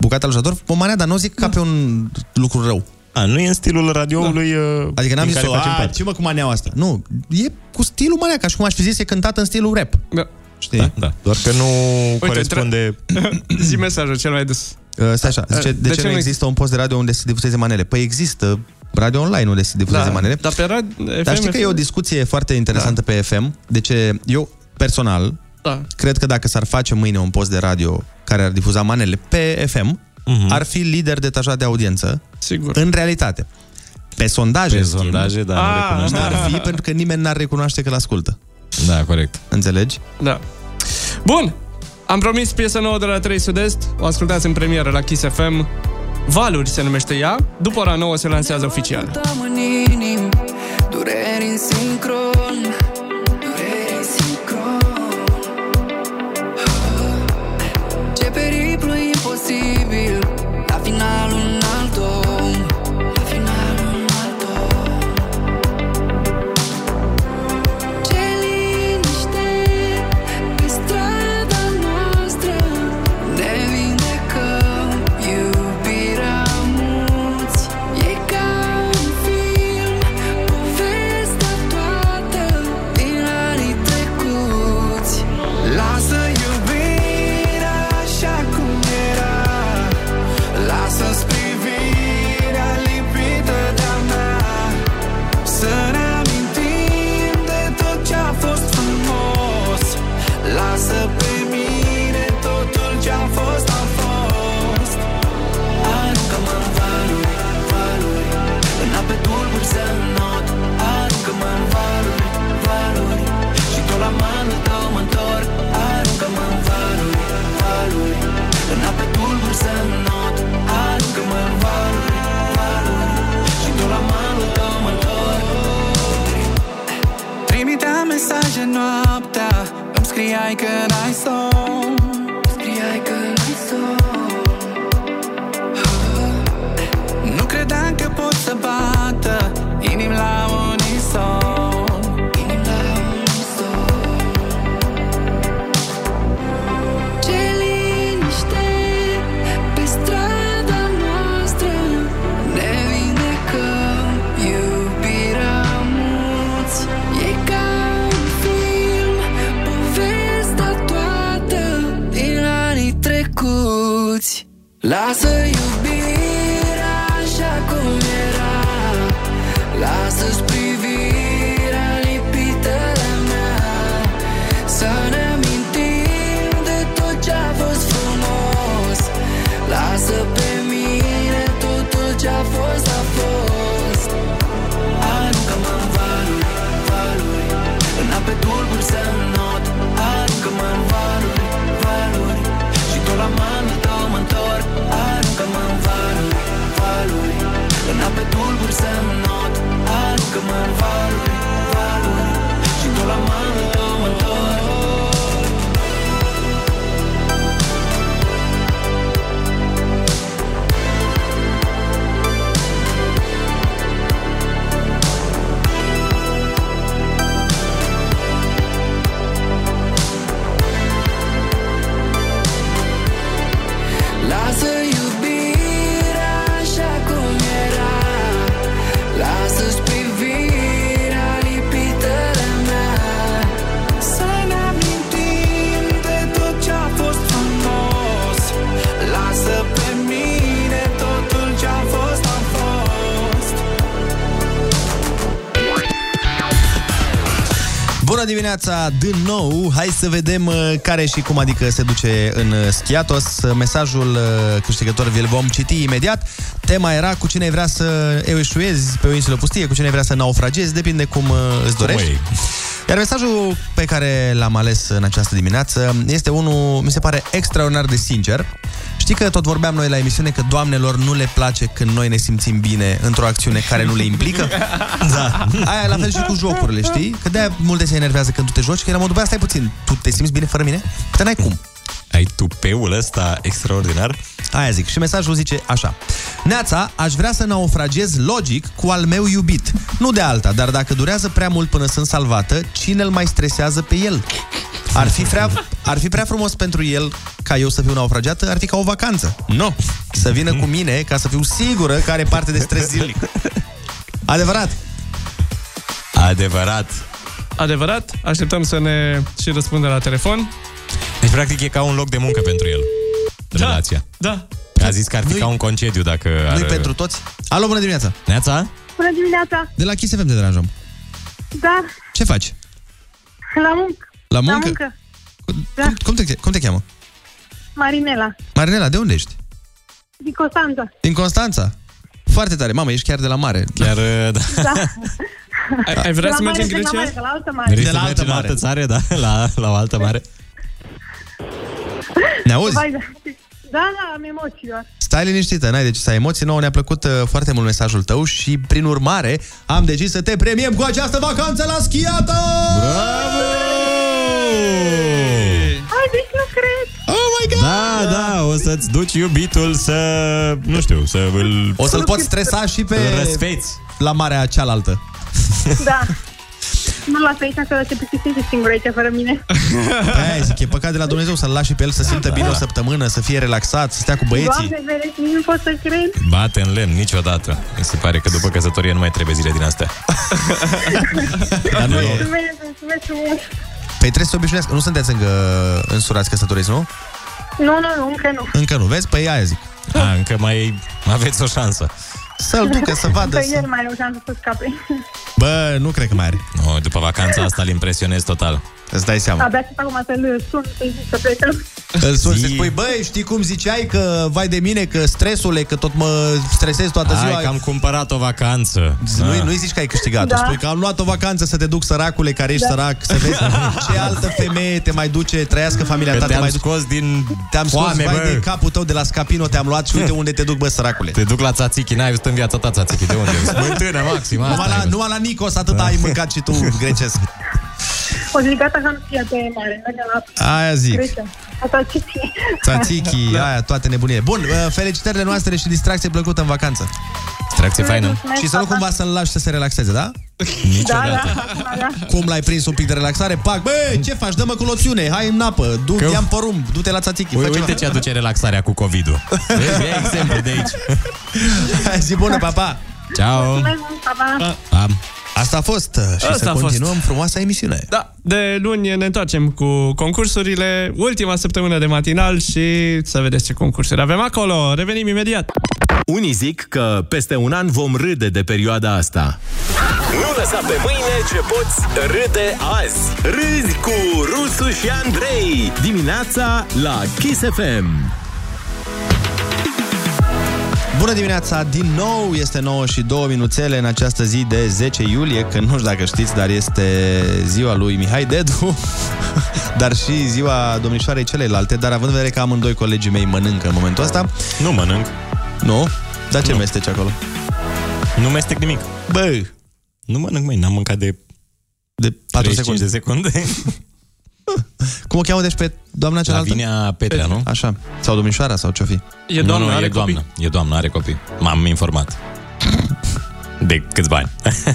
bucata lui Jador, o manea, dar nu o zic
Da.
ca pe un lucru rău.
A, nu e în stilul radioului da.
Adică n-am
din
zis-o,
care facem
"A,
parte."
ce mă cu maneaua asta? Nu, e cu stilul manea, ca și cum aș fi zis, e cântată în stilul rap.
Da.
Știi? Da,
da. Doar că nu corespunde...
Zi mesajul cel mai des.
Uh, Stai așa, zice, de, de ce, nu există un post de radio unde se difuzeze manele? Păi există radio online unde se difuzeze
Da,
manele.
Dar pe rad-
Dar știi că e o discuție foarte interesantă da. pe FM. De ce eu, personal,
Da.
cred că dacă s-ar face mâine un post de radio care ar difuza manele pe FM, uh-huh. ar fi lider detașat de audiență.
Mhm. Sigur.
În realitate. Pe sondaje,
Pe
în schimb,
sondaje, da, nu Ah. recunoaște.
N-ar fi, pentru că nimeni n-ar recunoaște că-l ascultă.
Da, corect.
Înțelegi?
Da. Bun! Am promis piesă nouă de la 3 Sud-Est. O ascultați în premieră la Kiss FM. Valuri se numește ea. După ora 9 se lansează oficial.
Uitam în inim Dureri în sincron Dureri în sincron Ce periplu imposibil La final un alt om La final un alt om Ce liniște Pe strada noastră Ne vindecăm Iubirea mulți E ca un film Povestea toată Din anii trecuți Lasă iubirea așa cum era Lasă-ți privirea lipită de-a mea Să ne amintim de tot ce-a fost frumos Lasă pe mine totul ce-a fost, a fost Aruncă-mă în valuri, valuri În ape tulburi să not Aruncă-mă în valuri, valuri Și tot la manul tău mă întorc Aruncă-mă în valuri, valuri În ape tulburi să not Aruncă-mă în valuri, valuri Și tot la manul tău mă întorc Trimitea mesaje noaptea Îmi scriai că n-ai somn Scriai că n-ai somn Nu credeam că pot să bată Inim la unison Inim la unison Ce liniște Pe strada noastră Ne vindecăm Iubirea mulți E ca un film Povestea toată Din anii trecuți Lasă iubirea așa cum era Lasă-ți privirea lipită de mea Să ne amintim de tot ce a fost frumos Lasă pe mine totul ce a fost, a fost Aruncă-mă în valuri, valuri În ape tulburi să not Aruncă-mă în valuri, valuri Și tot la manul tău mă întorc Aruncă-mă în valuri, valuri În ape tulburi să not Aruncă-mă în valuri, valuri Și tot la manul tău mă întorc Lasă iubirea așa cum era Lasă-ți privirea lipită de mea Să ne amintim de tot ce-a fost frumos Lasă pe mine totul ce-a fost, a fost
Bună dimineața din nou! Hai să vedem uh, care și cum adică se duce în uh, Schiatos. Uh, Mesajul uh, câștigător vi-l vom citi imediat. Tema era cu cine vrea să eușuezi pe o insulă pustie, cu cine vrea să naufragezi, depinde cum uh, îți dorești.
e.
Iar mesajul pe care l-am ales în această dimineață este unul, mi se pare, extraordinar de sincer. Știi că tot vorbeam noi la emisiune că doamnelor nu le place când noi ne simțim bine într-o acțiune care nu le implică? Da. Aia e la fel și cu jocurile, știi? Că de-aia multe se enervează când tu te joci, că era modul, băi, stai puțin, tu te simți bine fără mine? Că n-ai cum.
Ai tupeul ăsta extraordinar?
Aia zic. Și mesajul zice așa. Neața, aș vrea să naufragez logic cu al meu iubit. Nu de alta, dar dacă durează prea mult până sunt salvată, cine îl mai stresează pe el? Ar fi prea, ar fi prea frumos pentru el ca eu să fiu naufragiată, ar fi ca o vacanță. Nu. No. Să vină cu mine ca să fiu sigură că are parte de stres zilnic. Adevărat.
Adevărat.
Adevărat, așteptăm să ne și răspundă la telefon.
Deci, practic, e ca un loc de muncă pentru el. Relația.
Da.
A zis că ar fi ca un concediu dacă ar...
Nu-i pentru toți? Alo, bună dimineața!
Neața?
Bună dimineața!
De la Kiss FM te deranjăm.
Da,
Ce faci?
la muncă.
La muncă?
La muncă. Da.
Cum, cum, te, cum te cheamă?
Marinela,
Marinela, de unde ești?
din Constanța.
Din Constanța. Foarte tare. Mamă, ești chiar de la mare.
Chiar, da.
Da.
Ai, ai vrea
La
să mergi
mare,
în
de la
Grecia?
mare, de la altă mare.
Vrei de la altă, mare. altă țară, da? La, la o altă mare?
Ne auzi?
Vai, da. Da, da, am emoții doar.
Stai liniștită, n-ai de ce să ai emoții. Nouă ne-a plăcut uh, foarte mult mesajul tău și, prin urmare, am decis să te premiem cu această vacanță la schiată! Bravo!
Ai, deci nu cred.
Oh my God!
Da, da, o să-ți duci iubitul să... Nu știu, să îl...
O să-l poți stresa și pe...
Îl răsfeți.
La marea cealaltă.
Da. Nu-l las pe aici că se plictisește singur aici fără mine.
Aia zic, e păcat de la Dumnezeu să-l lași și pe el să simtă bine o săptămână, să fie relaxat, să stea cu băieții.
Doamne, vedeți, nici nu pot să cred.
Bate în lemn niciodată. Mi se pare că după căsătorie nu mai trebuie zile din astea. Dar nu e...
Mulțumesc, mulțumesc frumos.
Păi trebuie să se obișnuiască. Nu sunteți încă însurați căsătoriți, nu?
Nu, nu, nu, încă nu.
Încă nu, vezi? Păi aia zic.
A, încă mai aveți o șansă.
Să-l ducă să vadă.
Că
Păi
Să...
el mai reușeam să scape.
Bă, nu cred că mai are.
No, după vacanța asta îl impresionez total.
Îți dai seama.
Abia aștept acum să-l sun, să-i zic să plecăm.
Îl suni să spui, băi, știi cum ziceai că vai de mine, că stresule, că tot mă stresez toată ziua.
Hai Ah. că am cumpărat o vacanță.
Nu-i, nu-i zici că ai câștigat da.
Da.
Spui că am luat o vacanță să te duc săracule Care ești da.
Da.
sărac Să vezi ce altă femeie te mai duce Trăiască familia
Că
ta te
te-am
mai duce
scos din
Te-am scos
foame,
vai
bă.
de capul tău de la scapino Te-am luat și uite unde te duc bă săracule
Te duc la tzatziki, n-ai văzut în viața ta tzatziki, de unde? Smântână maxim, asta
numai
ai
la,
văzut.
numai la Nicos atâta ai mâncat și tu grecesc
O zic, gata, că am fie atât de mare. Mergem la
Aia zic
Grecia. Asta ce ție?
Tzatziki,
Da.
aia, toate nebunile Bun, uh, felicitările noastre și distracție plăcută în vacanță
Distracție faină.
Mulțumesc,
Și să nu
papa.
cumva să-l lași să se relaxeze, da?
Da, da,
Niciodată.
acum, da.
Cum l-ai prins un pic de relaxare? Pac, băi, ce faci? Dă-mă cu loțiune, hai în apă Du,
Că-
ia porumb, du-te la tzatziki
Ui,
fă ceva.
uite ce aduce relaxarea cu COVID-ul. Vezi, e exemplu de aici.
Hai, Zi bună, pa, pa!
Ciao.
Mulțumesc mult, pa, pa.
Am.
Asta a fost uh, și
Asta
să
a fost.
continuăm frumoasa emisiune.
Da, de luni ne întoarcem cu concursurile, ultima săptămână de matinal și să vedeți ce concursuri avem acolo. Revenim imediat.
Unii zic că peste un an vom râde de perioada asta. Nu lăsa pe mâine ce poți râde azi. Râzi cu Rusu și Andrei. Dimineața la Kiss FM.
Bună dimineața! Din nou este 9 și 2 minuțele în această zi de 10 iulie, că nu știu dacă știți, dar este ziua lui Mihai Dedu, dar și ziua domnișoarei celelalte, dar având în vedere că amândoi colegii mei mănâncă în momentul ăsta,
Nu mănânc.
nu? Dar ce mesteci acolo?
Nu mestec nimic.
Bă,
Nu mănânc, mai n-am mâncat de
de 4
45
secunde.
de secunde.
Cum o cheamă deci pe doamna cealaltă?
Lavinia Petrea, nu?
Așa, sau domnișoara sau ce-o fi.
E doamnă,
nu, nu,
are
e
copii.
doamnă. E doamnă, are copii. M-am informat. De câți bani.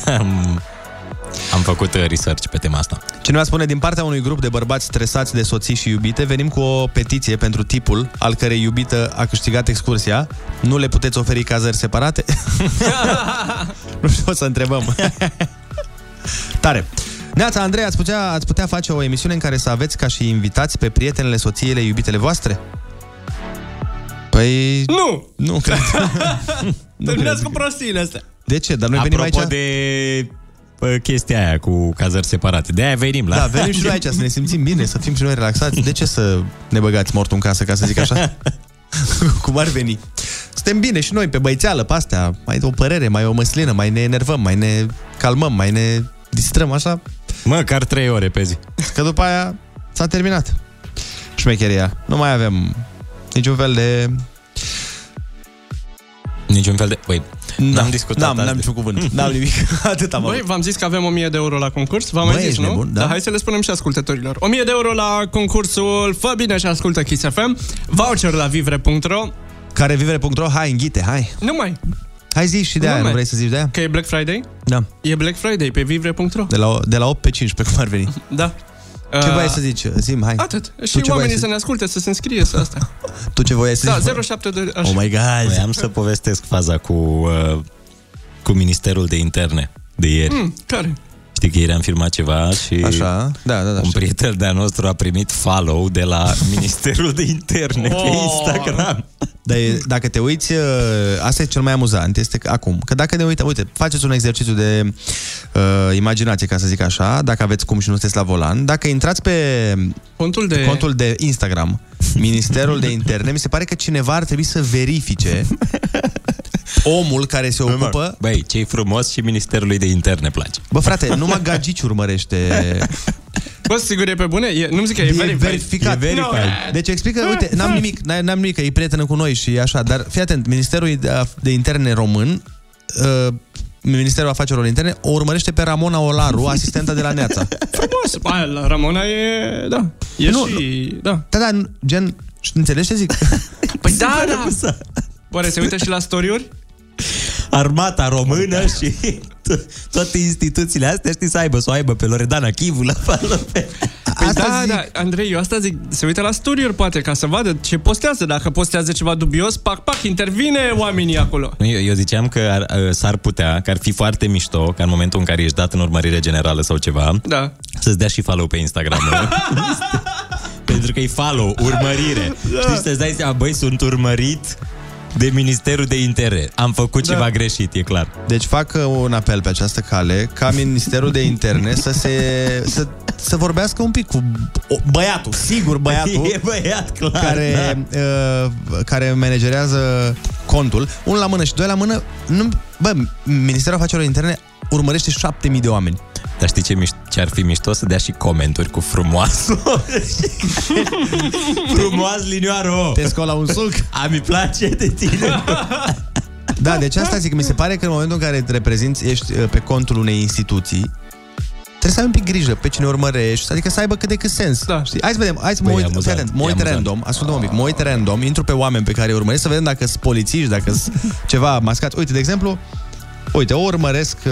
Am- Am făcut uh, research pe tema asta.
Cineva spune, din partea unui grup de bărbați stresați de soții și iubite, venim cu o petiție pentru tipul al cărei iubită a câștigat excursia. Nu le puteți oferi cazări separate? nu știu, o să întrebăm. Tare! Neața, Andrei, ați putea, ați putea face o emisiune în care să aveți ca și invitați pe prietenele soțiile iubitele voastre? Păi...
Nu!
Nu cred. nu cred.
Terminați cu prostiile astea.
De ce? Dar noi venim
Apropo
aici...
de bă, chestia aia cu cazări separate. De aia venim la...
Da, venim și noi aici să ne simțim bine, să fim și noi relaxați. De ce să ne băgați mortul în casă, ca să zic așa? Cum ar veni? Suntem bine și noi, pe băițeală, pe astea. Mai o părere, mai o măslină, mai ne enervăm, mai ne calmăm, mai ne distrăm, așa.
Măcar 3 ore pe zi.
Că după aia s-a terminat șmecheria. Nu mai avem Niciun fel de...
Niciun fel de... Băi, n-am discutat
Da. N-am, n-am niciun cuvânt. N-am nimic. Atât am
Băi,
avut.
v-am zis că avem 1000 de euro la concurs, v-am
Băi,
mai zis,
ești
nu?
nebun, da.
Dar hai să le spunem și ascultătorilor. 1000 de euro la concursul Fă bine și ascultă Kiss FM, voucher la vivre.ro
Care vivre.ro, hai, înghite, hai.
Nu mai.
Hai zi și de aia, nu vrei să zici de aia?
Că e Black Friday?
Da.
E Black Friday pe vivre.ro.
De la, de la 8 pe 15, cum ar veni.
Da.
Ce
Uh,
voiai să zici? Zim, hai.
Atât.
Tu
Și
ce voiai
oamenii
să...
să ne asculte, să se înscrie să asta.
Tu ce voiai să
Da,
zici?
072...
Oh my God.
Păi am să povestesc faza cu, uh, cu Ministerul de Interne de ieri.
Mm, care?
Știi că ieri am filmat ceva și
Așa, da, da, da,
un prieten de-a nostru a primit follow de la Ministerul de Interne pe
Oh.
Instagram.
Dar e- dacă te uiți, uh, asta e cel mai amuzant, este că acum. Că dacă ne uităm, uite, faceți un exercițiu de uh, imaginație, ca să zic așa, dacă aveți cum și nu sunteți la volan. Dacă intrați pe
contul de,
contul de Instagram, Ministerul de Interne, mi se pare că cineva ar trebui să verifice omul care se ocupă...
Băi, ce frumos și Ministerului de Interne place.
Bă, frate, numai gagici urmărește
Bă, sigur, e pe bune? E, nu-mi zic că e, verified.
verificat.
E Ah, verified.
No. Deci explică, uite, n-am nimic, n- n-am nimic, că e prietenă cu noi și așa, dar fii atent, Ministerul de Af- de Interne Român, uh, Ministerul Afacerilor Interne, o urmărește pe Ramona Olaru, asistenta de la Neața.
Frumos. Aia, la Ramona e... Da. E
Nu,
și... Da.
Da, da, nu- gen, știi, înțelegi ce zic?
Păi da, da. Oare se uită și la story-uri?
Armata română
da.
și to- toate instituțiile astea știi să aibă, să o aibă pe Loredana Chivu la follow pe...
Păi da, da, Andrei, eu asta zic, se uită la story-uri poate ca să vadă ce postează. Dacă postează ceva dubios, pac, pac, intervine oamenii acolo.
Nu, Eu, eu ziceam că ar, uh, s-ar putea, că ar fi foarte mișto, ca în momentul în care ești dat în urmărire generală sau ceva,
Da.
să-ți dea și follow pe Instagram. nu? Pentru că e follow, urmărire.
Da.
Da. Știi, să-ți dai seama, băi, sunt urmărit de Ministerul de Interne. Am făcut da. ceva greșit, e clar.
Deci fac uh, un apel pe această cale ca Ministerul de Interne să se... Să, să vorbească un pic cu o- băiatul, sigur băiatul.
E băiat, clar. da.
care, da. uh, care managerează contul, unul la mână și doi la mână, nu, bă, Ministerul Afacerilor Interne urmărește 7000 de oameni.
Dar știi ce, miș- ce ar fi mișto? Să dea și comenturi cu frumoasă. Frumoas, linioaro!
Te scol la un sulc?
oh! A, mi place de tine!
Da, deci asta zic, mi se pare că în momentul în care te reprezinți, ești uh, pe contul unei instituții, trebuie să ai un pic grijă pe cine urmărești, adică să aibă cât de cât sens. Da. Știi? Hai să vedem, hai să mă
Băi, e
uit, fii
amuzant,
atent, mă
e
uit
amuzant.
random, ascultă-mă un pic, mă uit random, intru pe oameni pe care îi urmăresc să vedem dacă sunt polițiști, dacă sunt ceva mascați. Uite, de exemplu, uite, o urmăresc, uh,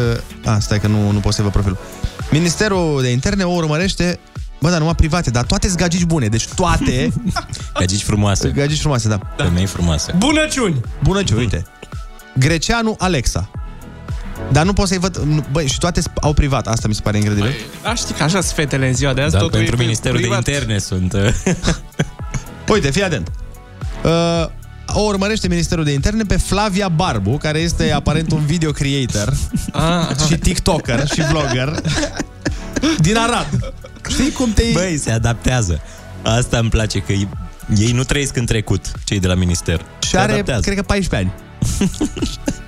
a, stai că nu, nu pot să vă profilul. Ministerul de Interne o urmărește Bă, dar numai private, dar toate sunt gagici bune, deci toate
Gagici frumoase.
gagici frumoase, da.
Femei frumoase.
Bunăciuni!
Bună ce, uite. Greceanu Alexa. Dar nu pot să-i văd... nu- Băi, și toate sp- au privat. Asta mi se pare incredibil.
A, știi Păi, că așa sunt fetele în ziua de azi.
Dar
totul
Da, pentru
e pe
Ministerul
privat.
de Interne sunt... uh,
Uite, fii atent. Uh, o urmărește Ministerul de Interne pe Flavia Barbu, care este aparent un video creator
Ah,
și tiktoker și vlogger din Arad. Știi cum te...
Băi, se adaptează. Asta îmi place, că ei, ei nu trăiesc în trecut, cei de la minister.
Și are, cred că, 14 ani.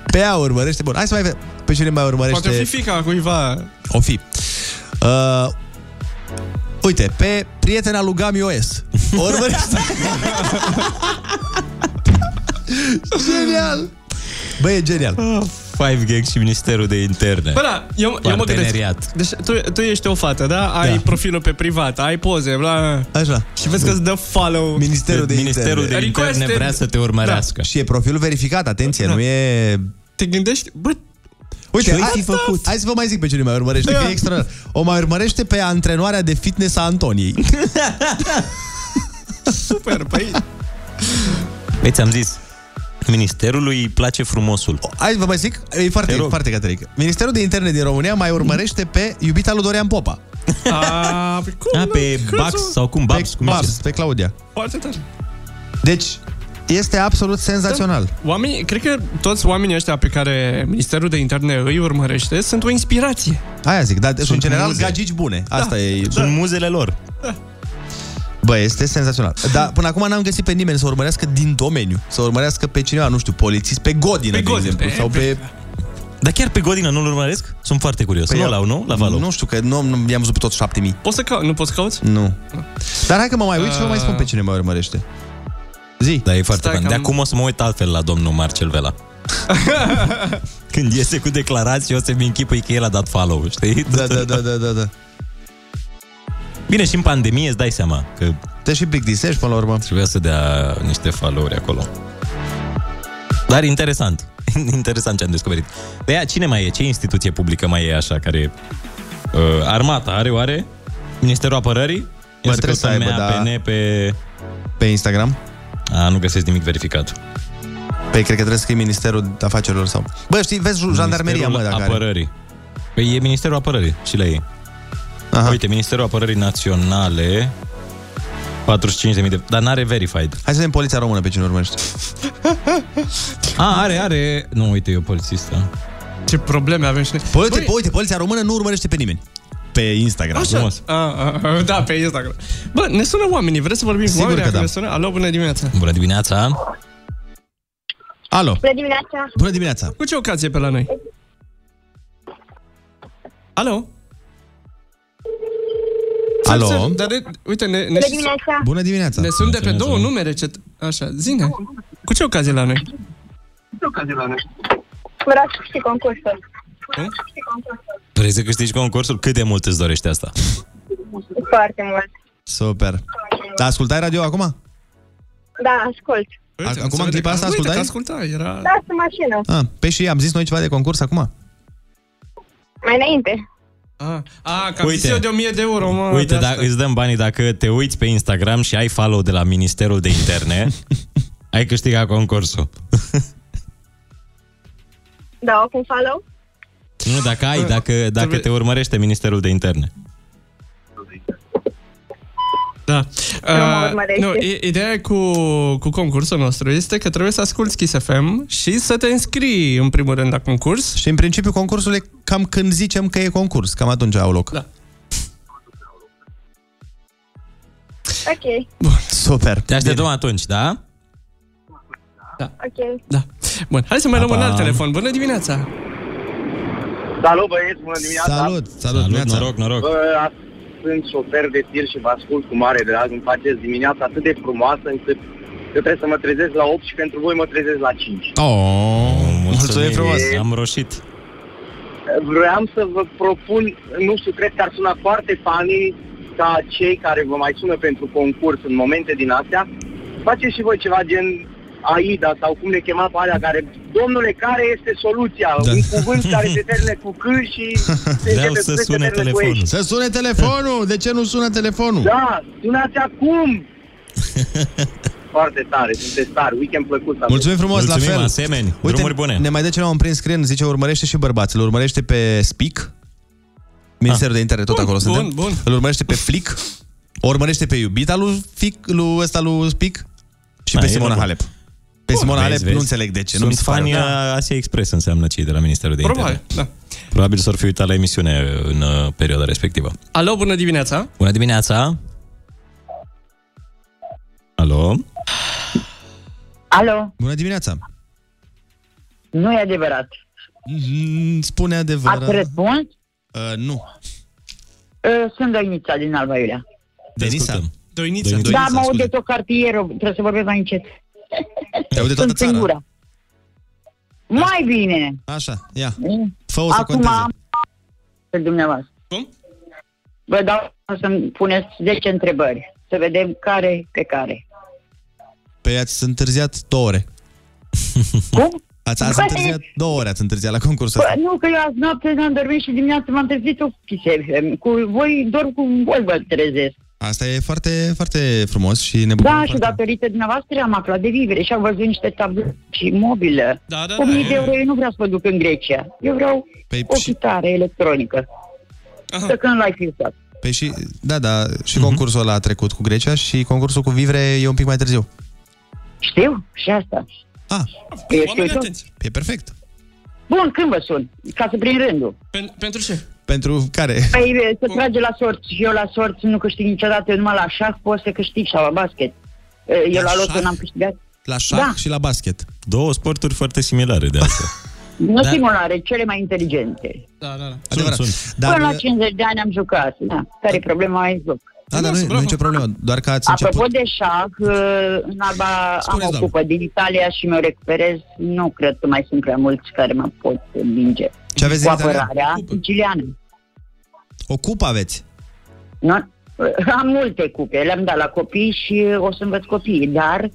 Pe ea urmărește... Bun, hai să mai vedem pe cine mai urmărește... Ah.
Poate fi fica cuiva.
O fi. Uh, uite, pe prietena lui Gami OS. O urmărește. genial! Bă, e genial.
Ah, Five Gang și Ministerul de Interne.
Bă, da, eu, eu mă gândesc.
Parteneriat.
Deci tu, tu ești o fată, da? Ai
Da.
profilul pe privat, ai poze, bla...
Așa.
Și vezi că îți dă follow. Da.
Ministerul de
Ministerul de
Interne. Da.
Requested-
Interne vrea să te urmărească. Da.
Și e profilul verificat, atenție, nu e...
Te gândești, bă,
Uite,
Ce-o-i
hai,
fi făcut?
hai să vă mai zic pe cine mai urmărește,
Da.
că e extra. O mai urmărește pe antrenoarea de fitness a Antoniei.
super, păi...
Băi, ți-am zis, Ministerului îi place frumosul.
Hai vă mai zic, e foarte,
Te rog.
foarte categoric. Ministerul de Interne din România mai urmărește pe iubita lui Dorian Popa.
A, păi cum,
A, Da, pe
nu?
Bax sau cum? Babs?
Pe,
Cum
Babs,
Babs.
pe Claudia.
Foarte tare.
Deci, este
Da.
absolut senzațional.
Oamenii, cred că toți oamenii ăștia pe care Ministerul de Interne îi urmărește sunt o inspirație.
Aia zic, dar deci, în general
muze. Da.
gagici bune. Asta e... Da.
Sunt muzele lor.
Bă, este senzațional. Dar până acum n-am găsit pe nimeni să urmărească din domeniu. Să urmărească pe cineva, nu știu, polițist, pe Godină,
Pe
de
Godină,
exemplu.
pe-
sau pe...
Dar chiar pe Godina nu-l urmăresc? Sunt foarte curios.
pe
nu la nu? La Valo.
Nu știu, că nu, nu i-am văzut pe tot 7000.
Poți să cau- nu poți să cauți? Uh.
Nu. Dar hai că mă mai uit și vă mai spun pe cine mă urmărește.
Zi. Da, e foarte
Stai
bun.
că
De
am-
acum o să mă uit altfel la domnul Marcel Vela. Când iese cu declarații, o să-mi închipui că el a dat follow, știi? Da, da, da, da, da. da. Bine, și în pandemie îți dai seama că... Te și plictisești, până la urmă. Trebuia să dea niște follow-uri acolo. Dar interesant. Interesant ce am descoperit. De aia, cine mai e? Ce instituție publică mai e așa care... Uh, armata are oare? Ministerul Apărării? Ia
Bă,
să
trebuie să
căutăm
aibă, da.
MAPN pe... Pe Instagram? A, nu găsesc nimic verificat.
Păi cred că trebuie să scrii Ministerul Afacerilor sau... Bă, știi, vezi ju- jandarmeria, mă, dacă are.
Apărării. Păi e Ministerul Apărării și la ei. Aha. Uite, Ministerul Apărării Naționale 45.000 de... Dar n-are verified. Hai să vedem poliția română pe cine urmărește. A, are, are... Nu, uite, e o polițistă.
Ce probleme avem și noi.
Păi, uite, uite, poliția română nu urmărește pe nimeni. Pe Instagram.
Așa. A, a, a, da, pe Instagram. Bă, ne sună oamenii. Vreți să vorbim cu
Sigur
oamenii?
că
dacă
da.
Ne sună? Alo, bună dimineața.
Bună dimineața! Alo!
Bună dimineața!
Bună dimineața!
Cu ce ocazie pe la noi? Alo?
Alo?
Să- să- Dar de, uite, ne, ne
Bună dimineața!
Bună dimineața!
Ne sunt de pe două numere. Ce, așa, zine. Cu ce ocazie la noi?
Vreau să știi concursul.
Vrei să câștigi concursul? Cât de mult îți dorești asta?
Foarte mult.
Super. Dar ascultai radio acum?
Da, ascult.
Uite, acum, în clipa asta, ascultai?
ascultai, era...
Da, sunt mașină.
Ah, pe și am zis noi ceva de concurs acum?
Mai înainte.
A, Ah. a că am
Uite.
zis eu de 1000 de euro, mă.
Uite,
de
da,
asta.
îți dăm banii dacă te uiți pe Instagram și ai follow de la Ministerul de Interne, ai câștigat concursul.
Da, cum follow?
Nu, dacă ai, dacă, dacă te urmărește Ministerul de Interne.
Da.
mă
Uh,
urmărește.
nu, i- ideea cu, cu concursul nostru este că trebuie să asculti Kiss FM și să te înscrii în primul rând la concurs.
Și în principiu concursul e cam când zicem că e concurs, cam atunci au loc.
Da.
Ok,
Super.
Te așteptăm atunci, da?
ok.
Bun, hai să mai
Pa,
luăm un
pa.
alt telefon. Bună dimineața!
Salut, băieți, bună dimineața!
Salut, salut,
Salut,
neața.
noroc, noroc.
Bă, a- sunt șofer de tir și vă ascult cu mare drag. Îmi faceți dimineața atât de frumoasă încât eu trebuie să mă trezesc la 8 și pentru voi mă trezesc la 5.
Oh,
mulțumim
frumos.
Am roșit.
Vreau să vă propun, nu știu, cred că ar suna foarte funny ca cei care vă mai sună pentru concurs în momente din astea. Faceți și voi ceva gen AIDA sau cum le chema pe alea care, domnule, care este soluția? Da. Un cuvânt care se termine cu C și se începe cu se termine Cu E.
Să sune telefonul! De ce nu sună telefonul?
Da, sunați acum! Foarte tare, sunteți tari, weekend plăcut. aveți.
Mulțumim frumos,
Mulțumim,
la fel.
asemeni. Drumuri bune.
ne mai dă cineva un prins screen, zice, urmărește și bărbați. Îl urmărește pe Speak, Ministerul
Ah.
de Interne, tot acolo
bun,
suntem.
bun.
Îl urmărește pe Flick, o urmărește pe iubita lui, Fic, lui ăsta lui Speak și
Da,
pe
e
Simona
nebun.
Halep. Pe Simona
Oh, Vezi,
Halep
vezi?
nu înțeleg de ce. nu mi
Sunt
se pare
fani
ok.
da. Asia Express înseamnă cei de la Ministerul de
Probabil,
Interne.
da.
Probabil s-or fi uitat la emisiune în uh, perioada respectivă.
Alo, bună dimineața!
Bună dimineața! Alo?
Alo,
Bună dimineața!
nu e adevărat.
Mm, Spune
Ați
adevărat.
răspuns?
Uh, nu.
Uh, Sunt Doinița din Alba
Deci
Iulia.
Denisa?
Doinița.
Da, mă aude tot cartierul, trebuie să vorbesc mai încet.
Te aude toată
Sunt
țara.
singura. Mai bine.
Așa, ia.
Mm.
Fă-o să
Acum
conteze.
am pe dumneavoastră.
Cum?
Vă dau să-mi puneți 10 întrebări. Să vedem care pe care.
Păi ați întârziat două ore.
Cum?
Ați, ați
Băi!
întârziat două ore, ați întârziat la concursul
Bă,
ăsta.
nu, că eu azi noapte n-am dormit și dimineața m-am trezit o chise. Cu voi dorm cu voi vă trezesc.
Asta e foarte, foarte frumos și ne bucurăm
Da, și
foarte mult.
datorită dumneavoastră am aflat de vivere și am văzut niște tablouri și mobilă.
Da, da,
1000
da,
de
e-
euro eu nu vreau să mă duc în Grecia. Eu vreau
Păi
o
și-
chitară electronică.
Aha.
Să când l-ai fiusat.
Păi și, da, da, și concursul ăla a trecut cu Grecia și concursul cu Vivre e un pic mai târziu.
Știu? Și asta.
Ah,
Eu știu
Oamenii
tot.
atenți!
e perfect. Da,
Bun, când vă sun? Ca să prin rândul.
Pen- pentru ce?
Pentru
Eh.
care?
Păi e, se trage la sorți. Eu la sorți nu câștig niciodată. Eu numai la șah pot să câștig sau la basket. E,
La
Eu la, loto
șah?
n-am câștigat.
La șah
Da.
și la basket.
Două sporturi foarte similare de altfel.
Nu da. simulare, cele mai inteligente.
Da, da, da.
Adevărat.
sunt. uh,
Dar, Până la
Dar,
50 de ani am jucat, da. Care e problema mai joc?
Da, dar nu, e- nu e nicio problemă, doar că ați
Apropo
început...
de șah, uh, în alba
Spuneți,
am o
doamnă.
cupă din Italia și mi-o recuperez. Nu cred că mai sunt prea mulți care mă pot învinge.
Ce aveți
Cu
din Italia?
apărarea siciliană.
O cupă aveți.
Nu? Am multe cupe, le-am dat la copii și o să învăț copiii, dar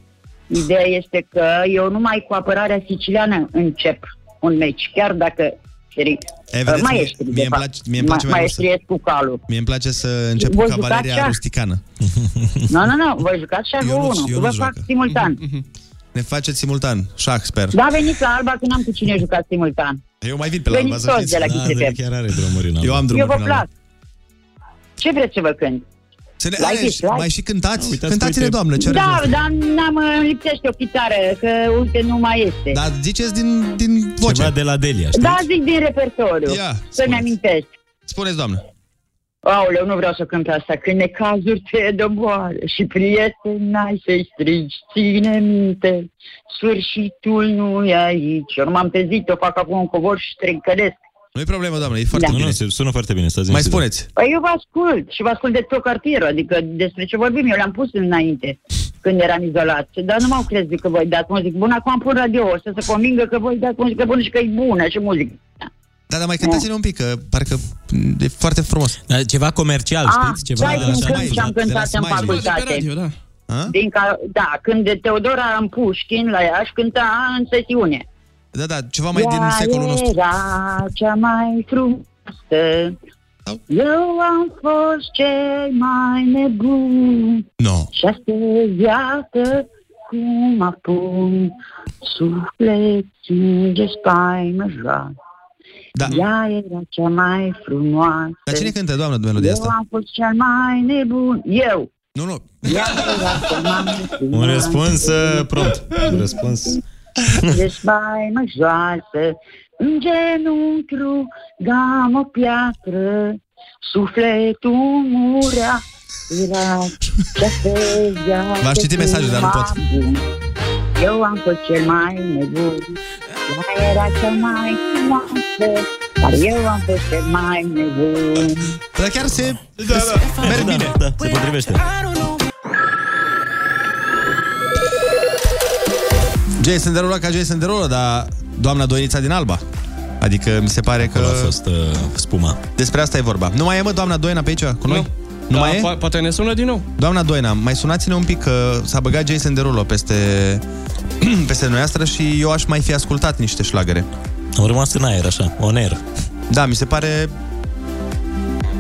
ideea este că eu numai cu apărarea siciliană încep un meci, chiar dacă seri,
E, vedeți,
mai
mie-
ești,
mie îmi place- mie îmi place mai mult să-
cu calul.
Mie îmi place să încep cu
Voi jucați
cavaleria
șah?
rusticană.
Nu, nu, nu, vă jucați și
Ionuț-
1,
Ionuț
vă fac
joacă.
simultan.
Ne faceți simultan, șah, sper.
Da, veniți la Alba că n-am cu cine juca simultan.
Eu mai vin pe la Alba,
Veniți
să
toți
știți. Da,
de la Kiss FM.
chiar are drumuri în Eu am
Eu
drumuri
vă
în Alba.
plac. Ce vreți să vă cânt?
Să ne,
Like
are,
it, like.
mai și cântați? Cântați-ne, doamnă, ce
Da,
are
dar n-am îmi lipsește o chitară, că uite nu mai este.
Da, ziceți din, din voce. Ceva de la Delia,
da zic din repertoriu,
Ia,
să-mi amintesc.
Spuneți, doamnă.
Aoleu, nu vreau să cânt pe asta, când necazuri te doboară și prieteni n-ai să-i strigi, ține minte, sfârșitul nu e aici. Eu nu m-am trezit, eu fac acum un covor și strâncălesc.
Nu e problemă, doamnă, e foarte
Da.
bine.
Nu, sună foarte bine, stați
Mai spuneți.
Păi eu vă ascult și vă ascult de tot cartierul, adică despre ce vorbim, eu le-am pus înainte când eram izolați, dar nu m-au crezut că voi dați muzică bună, acum am pun radio, o să se convingă că voi dați muzică bună și că e bună și muzică.
Da, dar mai cântați-ne un pic, că parcă e foarte frumos.
Dar Da, ceva comercial, știți? Ceva
da, cum cânt și am cântat în facultate.
da.
Din ca, da, când de Teodora în Pușkin la Iași cânta în sesiune.
Da, da, ceva mai din secolul nostru.
era cea mai frumoasă. Eu am fost cel mai nebun.
No.
Și astăzi iată cum apun suflet de spaimă joasă.
Da.
Ea era cea mai frumoasă.
Dar cine cântă, doamnă, melodia
Eu
asta?
am fost cel mai nebun. Eu.
Nu, nu.
Ea era cea mai
Un
frumoasă.
răspuns uh, prompt. Un răspuns...
Ești mai măjoasă, în genunchiul dam o piatră, sufletul murea. Era
V-aș citi mesajul, dar nu pot.
Eu am fost cel mai nebun, ea era cea mai frumoasă, dar eu am fost cel mai nebun.
Dar chiar se...
Da, da. Merg da, bine. Da, se potrivește.
Jason Derulo ca Jason Derulo, dar doamna Doinița din Alba. Adică mi se pare că... a fost uh, spuma. Despre asta e vorba. Nu mai e, mă, doamna Doina pe aici cu noi? Nu
Da,
mai e?
po- poate ne sună din nou.
Doamna Doina, mai sunați-ne un pic că s-a băgat Jason Derulo peste, peste noastră și eu aș mai fi ascultat niște șlagere.
Am rămas în aer, așa, on air.
Da, mi se pare...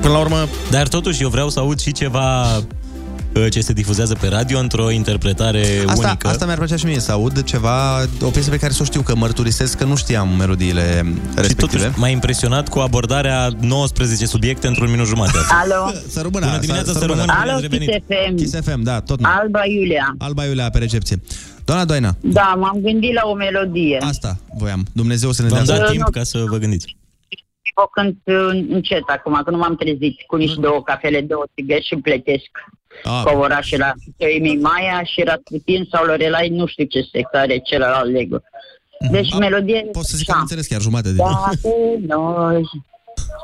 Până la urmă...
Dar totuși eu vreau să aud și ceva uh, ce se difuzează pe radio într-o interpretare
Asta,
unică.
asta mi-ar plăcea și mie să aud ceva, o piesă pe care să o știu, că mărturisesc că nu știam melodiile respective.
Totuși m-a impresionat cu abordarea 19 subiecte într-un minut jumate.
Alo?
Să rămână.
Bună dimineața, să rămână.
da.
Alo, Kiss FM.
Kiss FM, da, tot noi.
Alba Iulia.
Alba Iulia pe recepție. Doamna Doina,
Da, m-am gândit la o melodie.
Asta. voiam. Dumnezeu să ne dea
V-am dat
să-
timp ca să vă gândiți.
o cânt uh, încet acum, că nu m-am trezit cu nici două cafele, două țigări și pletesc
ah.
covorașe la Emi Maia și Rasputin sau Lorelai, nu știu ce se care celălalt Lego. Deci melodie...
Poți Mhm. să zic că am înțeles chiar jumate de...
Da, noi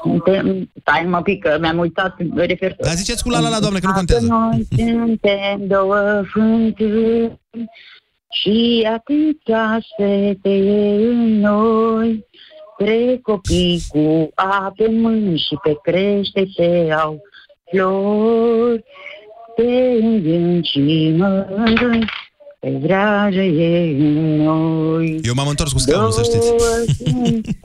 suntem... Stai mă pic, că mi-am uitat refertor.
Dar ziceți cu la la la, doamne, că nu contează.
Noi suntem două fântâni și atâta sete e în noi. Trei copii cu ape în mâini și pe crește se au flori. Te îngânt și mă îngânt, pe vrajă e în noi.
Eu m-am întors cu scaunul, să știți.
știți.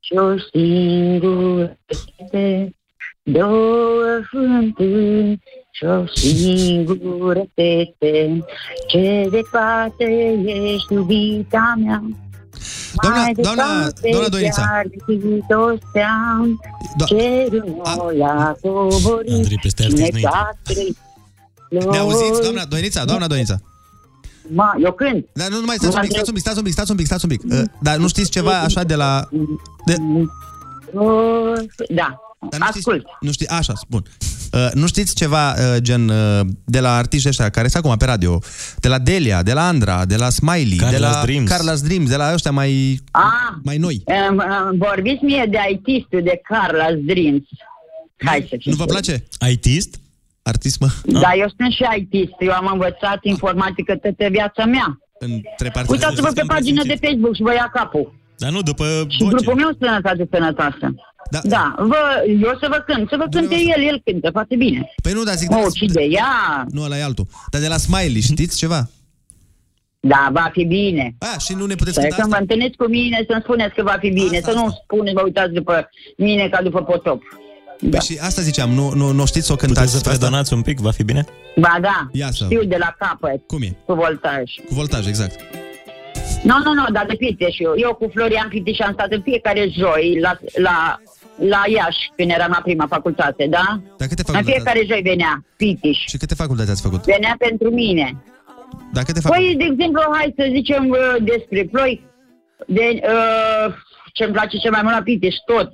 și o singură sete, două fântâni și o singură fete, ce departe ești iubita mea.
Doamna-
Mai
doamna-
departe
doamna Doinița.
chiar decât o stea,
Da.
cerul noi a coborit și ne catre-
Ne auziți, doamna Doinița, doamna Doinița?
Ma, eu când?
Dar nu, nu mai stați un pic, stați un pic, stați un pic, stați un pic, stați un pic. Uh, Dar nu știți ceva așa de la... De...
Da, ascult.
Nu știți, așa, spun. Uh, nu știți ceva uh, gen uh, de la artiști ăștia care sunt acum pe radio, de la Delia, de la Andra, de la Smiley, de
Carla's
la
Dreams.
Carla's Dreams, de la ăștia mai...
Ah,
mai noi.
Um, um, vorbiți mie de it de Carla Dreams. Hai să
Nu vă place?
ITist?
Artist, mă?
Da, eu sunt și it eu am învățat informatică toată viața mea.
Între
Uitați-vă pe pagina de Facebook și vă ia capul.
Dar nu, după
Și grupul meu Sănătate Sănătoasă. Da, da vă, eu să vă cânt, să vă cânte el, el cântă foarte bine.
Păi nu, dar zic...
Mă ucide ea,
Nu, ăla e altul. Dar de la Smiley, știți ceva?
da, va fi bine.
A, și nu ne puteți
Să
cânta
când vă întâlniți cu mine, să-mi spuneți că va fi bine, să nu spuneți, vă uitați după mine ca după potop.
Păi da. și asta ziceam, nu, nu, nu știți să o cântați.
Puteți să donați un pic, va fi bine?
Ba da,
Ia să-
știu de la capăt.
Cum e?
Cu voltaj.
Cu voltaj, exact.
Nu, nu, nu, dar de Piteșu. Eu cu Florian Piteșu am stat în fiecare joi la, la, la Iași, când eram la prima facultate, da?
Dar câte
În
facultăți?
fiecare joi venea Piteș.
Și câte facultăți ați făcut?
Venea pentru mine.
Dar câte facultăți?
Păi, de exemplu, hai să zicem uh, despre ploi, de, uh, ce-mi place cel mai mult la Piteș, tot.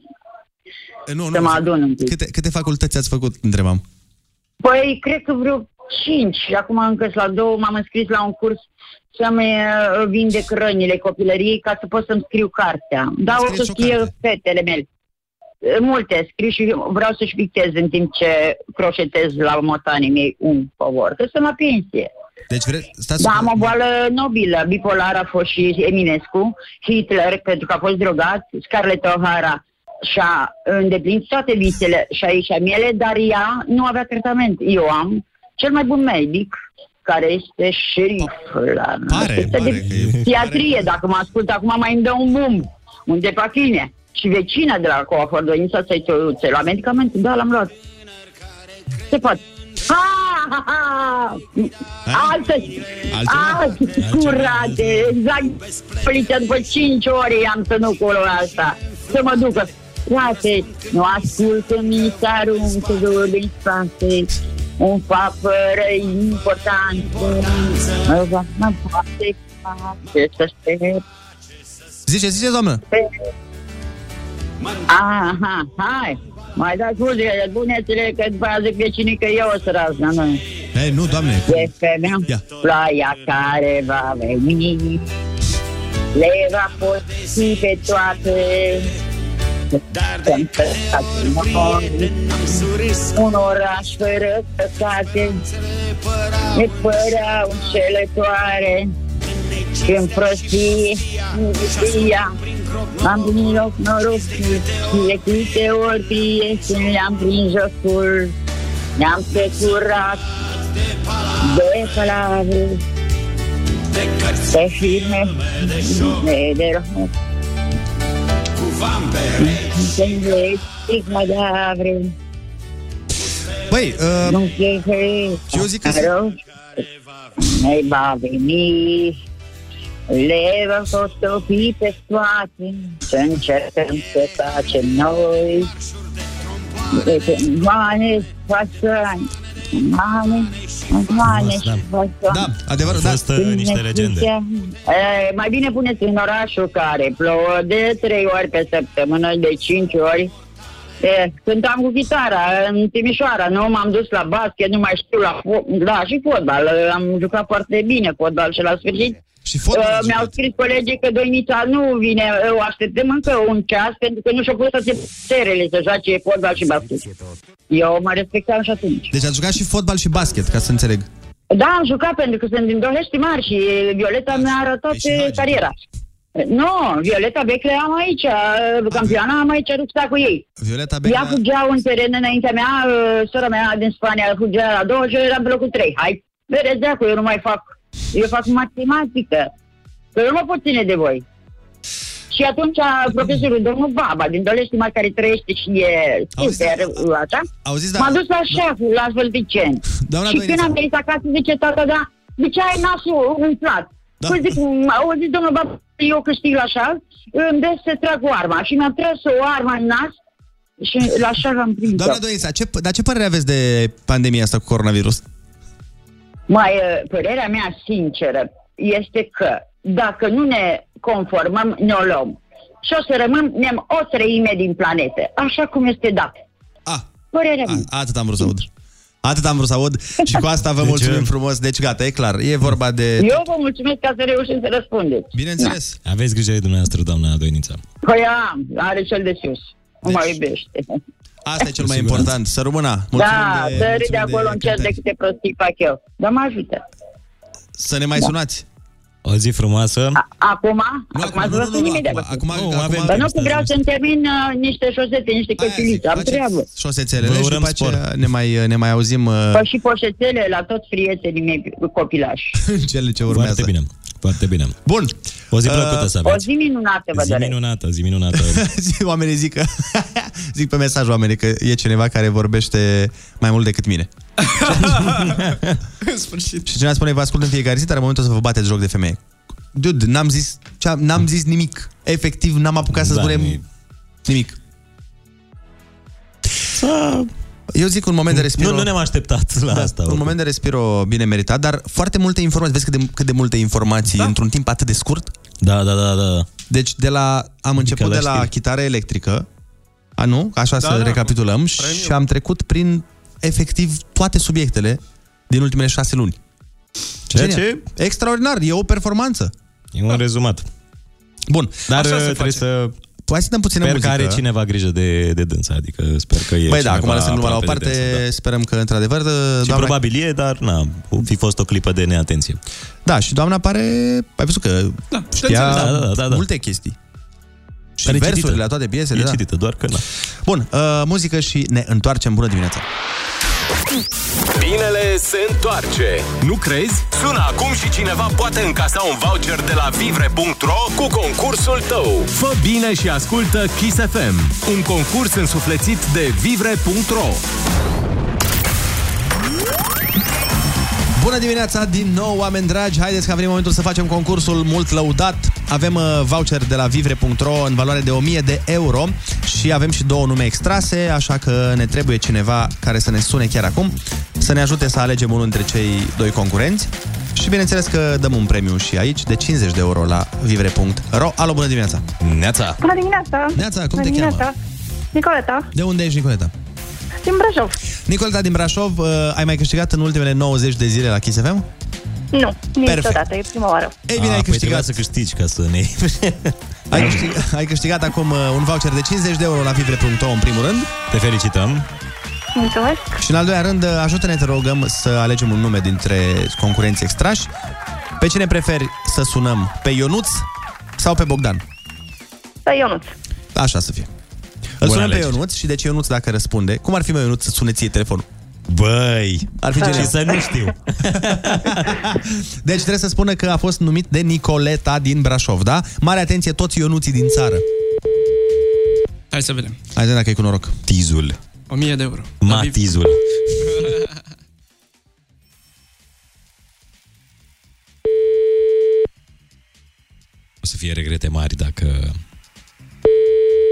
Nu,
să mă adun un pic.
Câte, câte facultăți ați făcut, întrebam?
Păi, cred că vreo cinci. Și acum încă la două m-am înscris la un curs să-mi uh, vindec rănile copilăriei ca să pot să-mi scriu cartea. Dar o să scrie fetele mele. Uh, Multe scriu și vreau să-și pictez în timp ce croșetez la motanii mei un favor. Că sunt la pensie.
Deci vreți... Stați
Da, am o boală nobilă. Bipolar a fost și Eminescu, Hitler, pentru că a fost drogat, Scarlett O'Hara și-a îndeplinit toate visele și aici a mele, dar ea nu avea tratament. Eu am cel mai bun medic, care este șerif la
pare,
de psihiatrie. Dacă mă ascult acum, mai îmi dă un bumb, un depachine. Și vecina de la Coafor Donița să-i tăiuțe la medicament. Da, l-am luat. Se poate. Ha, ha, ha. Altă, altă curate, exact. Poliția după 5 ore am să nu cu asta. Să mă ducă. Frate, nu ascultă mi s aruncă două din spate. Un fapt fără importanță. Mă poate face să se
Zice, zice, doamnă.
Păi, Aha, hai. Mai dați muzică, puneți-le că după aia zic vecinii că eu o să razna, nu?
Ei, nu, doamne.
E femeia, ploaia care va veni, le va poți pe toate. Sunt păscați în nori, Un oraș fără păcate Ne păreau înșelătoare Când prostie nu știa Am primit loc norocul De câte ori prieteni le-am prins jocul Ne-am securat de palavre De firme De rohne De stigma de avre
Băi, uh,
Nu știu că
eu zic că
Ne va veni le va fotopi pe toate Să încercăm să facem noi Deci, Mane, fasoane Mane, mane
Da.
și fasoane
Adevărat,
da. Fost uh, niște legende.
E, mai bine puneți în orașul care plouă de 3 ori pe săptămână, de 5 ori. E, cântam cu chitara în Timișoara, nu? M-am dus la basket, nu mai știu, la fo- da, și fotbal. Am jucat foarte bine fotbal și la sfârșit Uh,
și
mi-au scris colegii că Doinița nu vine, o așteptăm încă un ceas pentru că nu și-au pus toate serele să joace fotbal și basket. Eu mă respectam și atunci.
Deci ați jucat și fotbal și basket, ca să înțeleg.
Da, am jucat pentru că sunt din Dolești Mari și Violeta mi-a arătat eh, cariera. Nu, Violeta Beclea am aici, eh, campioana am aici rupta cu ei.
Violeta
Ea fugea un teren înaintea mea, eh, sora mea din Spania fugea la două și eu eram pe locul trei. Hai, vedeți de acolo, eu nu mai fac, eu fac matematică, că eu nu mă pot ține de voi. Și atunci profesorul domnul Baba din Dolești Mari, care trăiește și e super, așa,
Auziți, da,
m-a dus la șeful, la Vâlticeni.
Doamna
Și
Doinița.
când am venit acasă, zice tata, da, de ce ai nasul umflat? Da. Păi zic, au zis, domnul Bab, eu câștig la șal, îmi dă să trag cu arma. Și mi-a tras o armă în nas și la șal am prins
Doamna Doinița, ce, dar ce părere aveți de pandemia asta cu coronavirus?
Mai, uh, părerea mea sinceră este că dacă nu ne conformăm, ne o luăm. Și o să rămânem o treime din planete, așa cum este dat.
A.
Părerea mea.
Atât am vrut să aud. Atât am vrut să aud și cu asta vă deci,
uh,
mulțumim frumos. Deci gata, e clar. E vorba de...
Eu vă mulțumesc că ați reușit să răspundeți.
Bineînțeles.
Da. Aveți grijă de dumneavoastră, doamna Doinița.
Păi am, are cel de sus. Deci... Mă iubește.
Asta e cel mai important. Să rămână.
da, țării de acolo încerc de câte prostii fac eu. Dar mă ajută.
Să ne mai
Da.
sunați.
O zi frumoasă.
Acum? acum ați vrut nimic de văzut.
Acum,
Nu, avem
Dar nu
timp
că vreau să-mi termin uh, niște șosete, niște chestiulițe. Am treabă.
Șosețelele și după aceea ne mai, ne mai auzim uh,
Păi și poșețele la toți prietenii mei copilași.
cele ce urmează.
Foarte bine. Foarte bine.
Bun. Uh,
O zi plăcută să
O
aveți.
zi minunată vă
Zi
doresc.
minunată, zi minunată.
oamenii zic că... zic pe mesaj oamenii că e cineva care vorbește mai mult decât mine.
În sfârșit.
Și cineva spune, vă ascult în fiecare zi, dar în momentul să vă bateți joc de femeie. Dude, n-am zis, ce-am- n-am zis nimic. Efectiv, n-am apucat să
Da,
spunem
nu-i-
nimic. Eu zic un moment de respiro.
Ah. Nu, nu ne-am așteptat la
Da,
asta.
Un
oricum.
moment de respiro bine meritat, dar foarte multe informații. Vezi cât de, cât de multe informații da? într-un timp atât de scurt?
Da, da, da, da.
Deci de la, am început
la
de la
știri.
chitară electrică, a, nu? Așa
Da,
să
da.
recapitulăm și am trecut prin efectiv toate subiectele din ultimele șase luni.
Ceea
Genial. Extraordinar, e o performanță. Da.
E un rezumat.
Bun.
Dar uh,
Așa se
trebuie
face.
să...
Păi hai să dăm puțină
Sper
muzică.
că are cineva grijă de, de dânsa, adică sper că e
Băi da,
cineva
acum lăsăm numai la o
aproape
parte,
de dânsa, da.
sperăm că într-adevăr...
Și probabil e, dar na, fi fost o clipă de neatenție.
Da, și doamna pare... Ai văzut că da, știa
înțeles. Da, da, da, da.
multe chestii. Și
Dar e
versurile
citită.
la toate piesele,
E
da.
citită, doar că na.
Bun, uh, muzică și ne întoarcem. Bună dimineața!
Binele se întoarce. Nu crezi? Sună acum și cineva poate încasa un voucher de la vivre.ro cu concursul tău.
Fă bine și ascultă Kiss FM, un concurs însuflețit de vivre.ro.
Bună dimineața din nou, oameni dragi! Haideți că a venit momentul să facem concursul mult lăudat. Avem uh, voucher de la vivre.ro în valoare de 1000 de euro și avem și două nume extrase, așa că ne trebuie cineva care să ne sune chiar acum, să ne ajute să alegem unul dintre cei doi concurenți. Și bineînțeles că dăm un premiu și aici de 50 de euro la vivre.ro. Alo, bună dimineața!
Neața!
Bună dimineața!
Neața, cum
Bună
te
dimineața.
cheamă?
Nicoleta,
De unde ești, Nicoleta?
din Brașov.
Nicoleta din Brașov, uh, ai mai câștigat în ultimele 90 de zile la Kiss FM?
Nu, niciodată,
Perfect.
e prima oară.
Ei bine, ai
păi trebuia
câștigat.
să câștigi ca să ne iei.
Ai câștigat, ai câștigat acum uh, un voucher de 50 de euro la vivre.ro în primul rând
Te felicităm.
Mulțumesc.
și în al doilea rând uh, ajută-ne, te rogăm, să alegem un nume dintre concurenții extrași. Pe cine preferi să sunăm? Pe Ionuț sau pe Bogdan?
Păi
Pe Ionuț.
Așa să fie.
Bună
Îl sunăm pe
alegere.
Ionuț și deci Ionuț dacă răspunde. Cum ar fi, mă, Ionuț, să sune ție telefonul?
Băi!
Ar fi
Și
genial.
să nu știu.
Deci trebuie să spună că a fost numit de Nicoleta din Brașov, da? Mare atenție toți Ionuții din țară.
Hai să vedem.
Hai să vedem dacă e cu noroc.
Tizul.
1000 de euro.
Matizul. O să fie regrete mari dacă...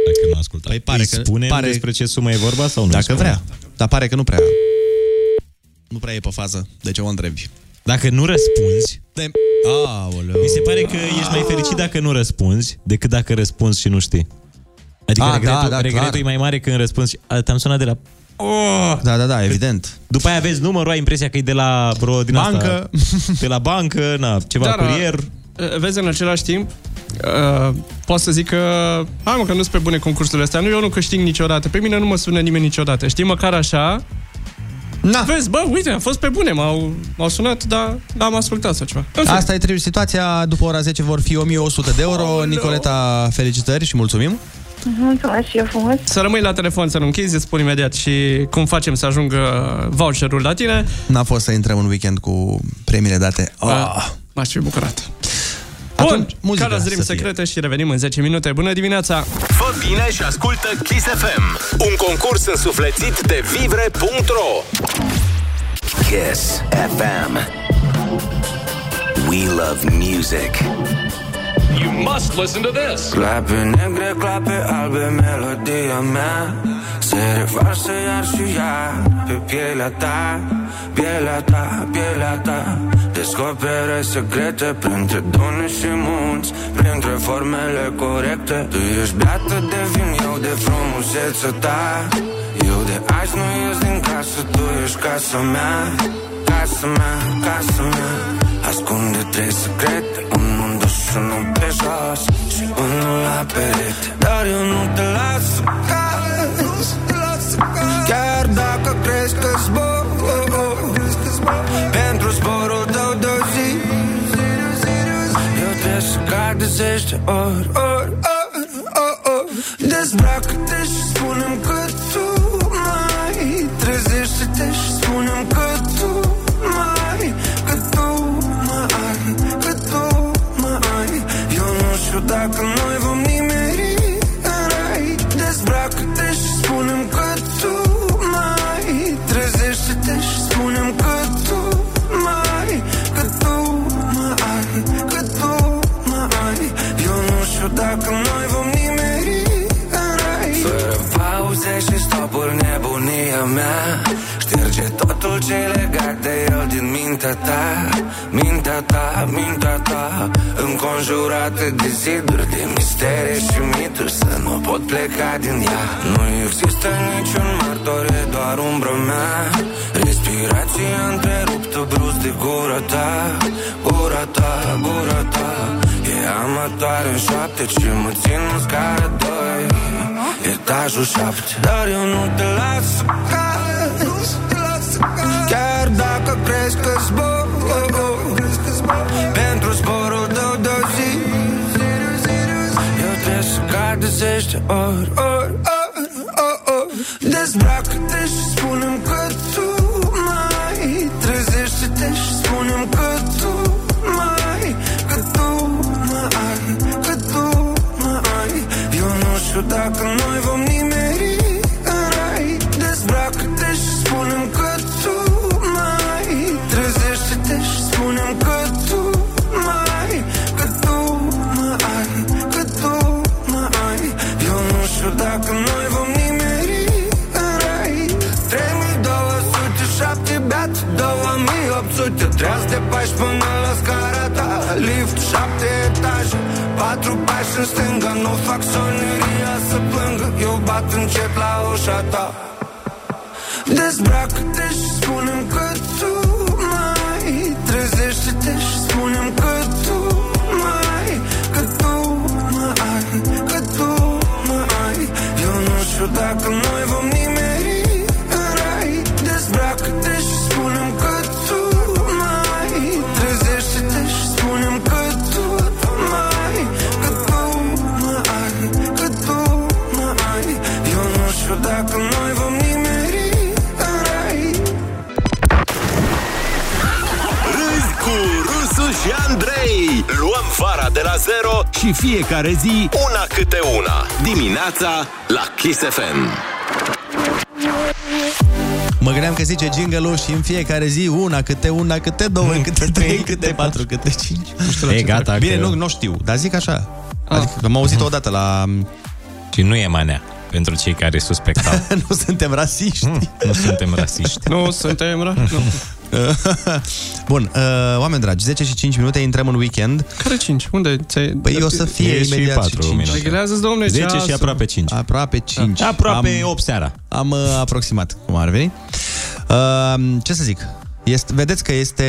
Dacă nu ascultă. Păi
pare
Îi
că-
spunem
pare-
despre ce sumă e vorba sau nu? îi
Dacă
spunem?
vrea. Dar pare că nu prea. Nu prea e pe fază. Da, De ce o întrebi?
Dacă nu răspunzi,
De... Aoleu.
mi se pare că ești mai fericit dacă nu răspunzi decât dacă răspunzi și nu știi. Adică
Ah,
A,
da,
regretul, da,
da,
da, regretul
clar.
e mai mare când răspunzi. și, "A, Te-am sunat de la... Oh!
Da, da, da, evident.
După aia vezi numărul, ai impresia că e de la bro, din
Bancă. Da,
asta, de la bancă, na, ceva
Dar,
Dar, curier.
uh, Da, Vezi, în același timp, uh, pot să zic că hai mă, că nu sunt pe bune concursurile astea. Nu, eu nu câștig niciodată. Pe mine nu mă sună nimeni niciodată. Știi, măcar așa.
Na.
Vezi, bă, uite, am fost pe bune. M-au, m-au sunat, dar n-am ascultat sau ceva. În fine.
Asta e trebuie situația. După ora 10 vor fi 1100 de euro. Oh, Nicoleta, felicitări și mulțumim.
Mulțumesc și eu frumos.
Să rămâi la telefon, să nu închizi, îți spun imediat și cum facem să ajungă voucherul la tine.
N-a fost să intrăm în weekend cu premiile date. Oh.
Ah, M-aș fi bucurat. Bun,
Atunci, muzica
care Dream
să fie.
Secrete și revenim în 10 minute. Bună dimineața!
Fă bine și ascultă Kiss FM, un concurs însuflețit de vivre.ro.
Kiss FM. We love music.
You must listen to this.
Clape negre, clape albe, melodia mea Se revarsă iar și iar pe pielea ta Pielea ta, pielea ta Descoperă secrete printre dune și munți Printre formele corecte Tu ești beată de vin, eu de frumusețe ta Eu de azi nu ies din casă, tu ești casa mea Casa mea, casa mea Ascunde trei secrete Unul în duș, unul pe jos Și unul la perete Dar eu nu te las să cazi Te las să
crezi că zbor Pentru zborul tău de o zi Eu trebuie să cad de zece ori, ori, ori, ori, ori Dezbracă-te și spune-mi că tu mai Trezește-te și spune-mi că tu mai Că tu mă ai, că tu mă ai Eu nu știu dacă noi vom nimeri în rai Dezbracă-te și spune-mi că tu mai Trezește-te și spune-mi că tu mai Că tu mă ai, că tu mă ai Eu nu știu dacă noi vom nimeri în rai Fără pauze și stopuri nebunia mea Șterge totul ce e legat de el din mintea ta Mintea ta, mintea ta Înconjurată de ziduri, de mistere și mituri Să nu pot pleca din ea Nu există niciun martor, e doar umbra mea Respirația întreruptă brusc de gura ta Gura ta, gura ta E amatoare în șapte ce mă țin în scară doi Etajul șapte Dar eu nu
no,
te las să cazi Chiar dacă crezi că zbor Pentru zborul tău de o zi Eu trebuie să cad de zece ori, ori, ori, ori, ori Dezbracă-te și spune-mi că tu mai Trezește-te și spune-mi că tu mai Că tu mă ai, că tu mă ai Eu nu știu dacă noi vom nimeri în rai Dezbracă-te și spune-mi că tu mai Trezește-te și spune-mi că tu mai Că tu mă ai, că tu mă ai Eu nu știu dacă noi vom nimeri în rai 3207 beat 2800 Treaz de pași până la scara ta Lift 7 etaje Patru pași în stânga Nu fac soneria să plângă Eu bat încet la ușa ta Dezbracă-te și spune-mi că tu mai Trezește-te și spune-mi că tu mai Că tu mă ai, că tu mă ai Eu nu știu dacă noi vom nimeri în rai Dezbracă-te și spune-mi că tu mai Trezește-te și spune-mi că tu mai Că tu mă ai, că tu mă ai Eu nu știu dacă noi vom nimeri în rai
Râzi cu Rusu și Andrei Luăm vara de la zero și fiecare zi una câte una Dimineața la Kiss FM
Mă gândeam că zice jingle și în fiecare zi una, câte una, câte două, câte Hmm. trei, câte patru, câte cinci. Nu știu la
E,
ce
gata,
trec. Bine,
că- Ah. Mm.
nu, nu știu, dar zic așa. Adică am auzit odată la...
Și nu e manea pentru cei care suspectau. Mm,
nu suntem rasiști.
nu suntem rasiști.
Nu suntem, ra? Nu.
Bun, uh, oameni dragi, 10 și 5 minute, intrăm în weekend.
Care 5? Unde? Ți-ai...
Păi o să fie
E și
imediat
patru
5.
minute. Reglează-ți, domne, 10 și ceasul. aproape
5. Aproape
Da.
5.
Aproape
am,
8 seara.
Am uh, aproximat cum ar veni. Uh, ce să zic? Este, vedeți că este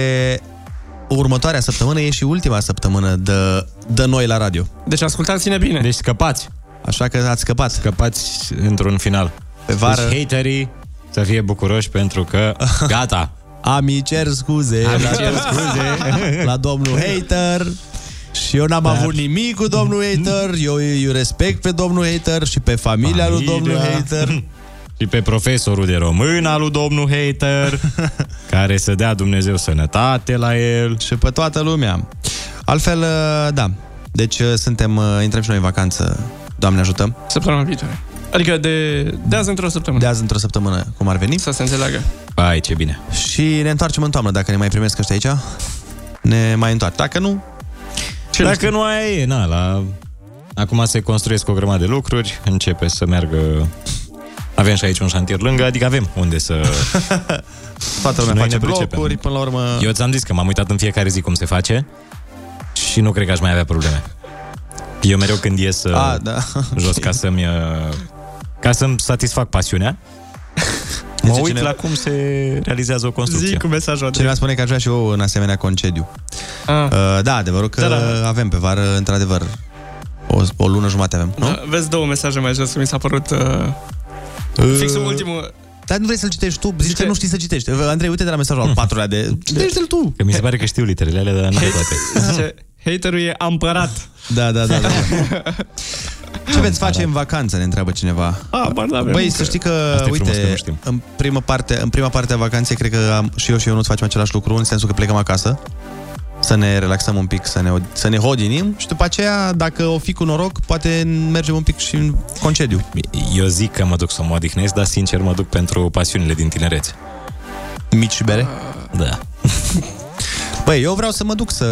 următoarea săptămână, e și ultima săptămână de, de noi la radio.
Deci ascultați-ne bine.
Deci scăpați.
Așa că ați scăpat.
Scăpați într-un final.
Pe vară-
Deci haterii să fie bucuroși pentru că gata.
Ami cer scuze.
Ami cer scuze.
la domnul hater. Și eu n-am
Dar-
avut nimic cu domnul hater, eu îi respect pe domnul hater și pe familia lui domnul hater.
Și pe profesorul de română lui domnul hater, care să dea Dumnezeu sănătate la el.
Și pe toată lumea. Altfel, uh, da. Deci uh, suntem, uh, intrăm și noi în vacanță. Doamne ajută.
Săptămâna viitoare. Adică de, de azi într-o săptămână.
De azi într-o săptămână, cum ar veni.
Să se înțeleagă.
Ai, ce bine.
Și ne întoarcem în toamnă, dacă ne mai primesc ăștia aici. Ne mai întoarcem. Dacă nu...
Ce Dacă nu aia e, na, la... Acum se construiesc o grămadă de lucruri, începe să meargă... Avem și aici un șantier lângă, adică avem unde să...
Toată
lumea
face blocuri, până la urmă...
Eu ți-am zis că m-am uitat în fiecare zi cum se face și nu cred că aș mai avea probleme. Eu mereu când ies A, da. jos ca să-mi... uh, ca să-mi satisfac pasiunea, mă uit la cum se realizează o construcție.
Zic cu
mesajul
Cineva spune că aș vrea și eu în asemenea concediu. Ah. Da, adevărul că da, da. avem pe vară, într-adevăr, o, o lună jumate avem. Uh,
Da, Vezi două mesaje mai jos, că mi s-a părut... Uh, fix ultimul...
Dar nu vrei să-l citești tu? Zici că nu știi să citești. Andrei, uite de la mesajul al patrulea de... Citește-l tu!
Că mi se pare că știu literele alea, dar nu le toate.
Zice, haterul e ampărat.
Da, da, da. da. Ce veți face în vacanță, ne întreabă cineva.
Ah, bar, da,
Băi, să știi că,
Asta e frumos că nu
uite,
știm.
în prima, parte, în prima parte a vacanței, cred că am, și eu și eu nu facem același lucru, în sensul că plecăm acasă, să ne relaxăm un pic, să ne, să ne hodinim și după aceea, dacă o fi cu noroc, poate mergem un pic și în concediu.
Eu zic că mă duc să mă odihnesc, dar sincer mă duc pentru pasiunile din tinerețe.
Mici și bere?
Da.
Băi, eu vreau să mă duc să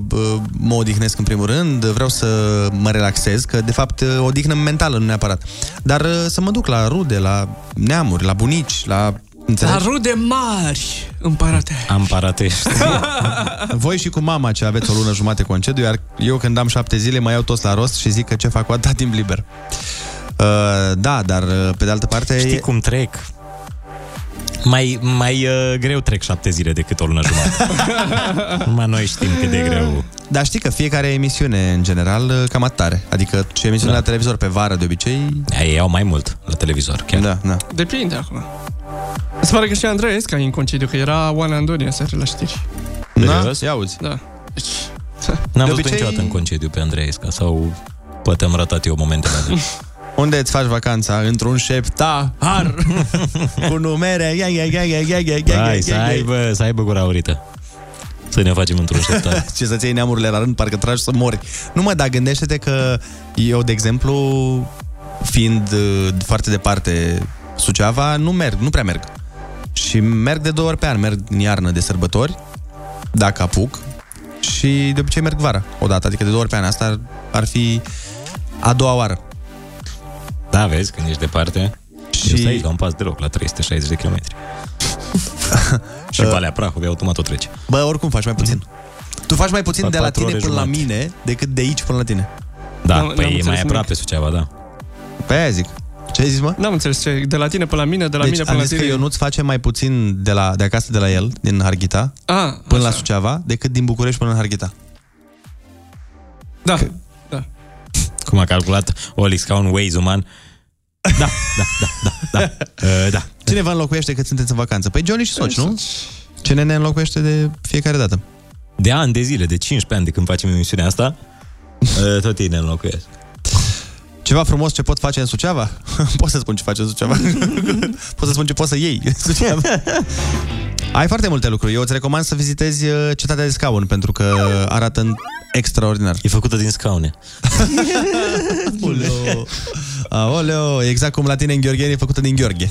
bă, mă odihnesc în primul rând, vreau să mă relaxez, că de fapt odihnă mentală, nu neapărat. Dar uh, să mă duc la rude, la neamuri, la bunici, la...
La
Înțelegi?
rude mari, împărate.
Am paratești.
Voi și cu mama ce aveți o lună jumate concediu, iar eu când am șapte zile mai iau toți la rost și zic că ce fac cu atâta timp liber. Uh, da, dar uh, pe de altă parte...
Știi cum trec? Mai, mai uh, greu trec șapte zile decât o lună jumătate. Numai noi știm cât de greu.
Dar știi că fiecare emisiune, în general, cam atare. Adică și emisiunea da. la televizor pe vară, de obicei...
Ei iau mai mult la televizor, chiar.
Da, da.
Depinde acum. Se pare că și Andrei Esca e în concediu, că era Oana Andonia seara la știri.
Da? Ia uzi.
Da. Deci,
N-am
De
văzut obicei...
obicei-
niciodată în concediu pe Andrei Esca sau poate am ratat eu momentele alea.
Unde îți faci vacanța? Într-un șepta har Cu numere ia, ia, ia, ia, ia, ia, ia,
Hai, să
ia, ia.
aibă, să aibă gura aurită. Să ne facem într-un șeptar.
Ce să-ți iei neamurile la rând, parcă tragi să mori Nu mă, dar gândește-te că Eu, de exemplu, fiind uh, foarte departe Suceava, nu merg, nu prea merg Și merg de două ori pe an Merg în iarnă de sărbători Dacă apuc Și de obicei merg vara, odată, adică de două ori pe an Asta ar, ar fi a doua oară
Da, vezi, când ești departe. Și...
Și-
Eu stai aici, la un pas de loc, la 360 de kilometri. și Valea Prahovei automat o trece.
Bă, oricum faci mai puțin Tu faci mai puțin
Fac
de la
patru
tine
ore
până la
jumate.
mine Decât de aici până la tine
Da,
N-am-
păi
n-am
e mai
înțeles
aproape Suceava, da.
Pe aia zic. Ce ai zis, mă?
N-am înțeles ce, de la tine până la mine, de la
deci
mine
am
până la
zis
tine.
că eu nu-ți face mai puțin de, la, de acasă de la el, din Harghita,
Ah,
până la Suceava, decât din București până în Harghita.
da, da.
Cum a calculat Olix ca un Waze uman. Da, da, da, da, da. Uh, da.
Cine vă înlocuiește cât sunteți în vacanță? Păi Johnny și Soci, nu? Cine ne înlocuiește de fiecare dată?
De ani de zile, de 15 ani de când facem emisiunea asta, uh, tot ei ne înlocuiesc.
Ceva frumos ce pot face în Suceava? pot să spun ce face în Suceava. pot să spun ce poți să iei în Suceava. Ai foarte multe lucruri. Eu îți recomand să vizitezi uh, cetatea de scaun, pentru că arată în- extraordinar.
E făcută din scaune.
Aoleo. Aoleo, exact cum la tine în Gheorgheni e făcută din Gheorghe.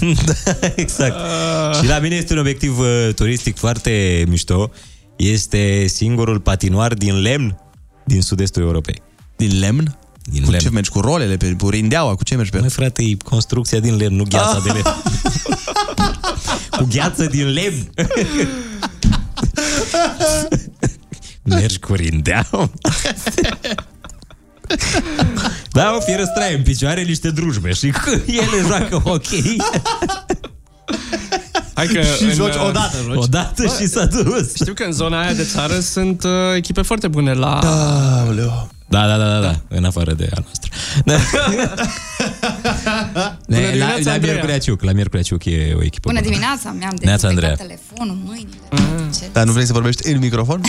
exact.
Ah.
Și la mine este un obiectiv uh, turistic foarte mișto. Este singurul patinoar din lemn din sud-estul Europei.
Din lemn?
Din
Cu
lemn.
ce mergi? Cu rolele? Pe, cu rindeaua? Cu ce mergi pe
Mai frate, e construcția din lemn, nu gheața de lemn. Cu gheață din lemn. Mergi cu rindeau. da, o fierăstraie în picioare, niște drujbe și cu ele joacă hockey.
Hai că uh,
Și joci uh, odată, joci.
Odată și s-a dus.
Știu că în zona aia de țară sunt uh, echipe foarte bune la...
Aoleo.
Da, da, da, da, da, în afară de a noastră. Da.
Bună
la, la,
dimineața,
la
Andreea.
Miercurea Ciuc, la Miercurea Ciuc e o echipă.
Bună
bună.
dimineața, mi-am
Neața, Andreea.
dezinfectat telefonul, mâinile.
Ah.
Ce-
Dar nu vrei să vorbești în microfon?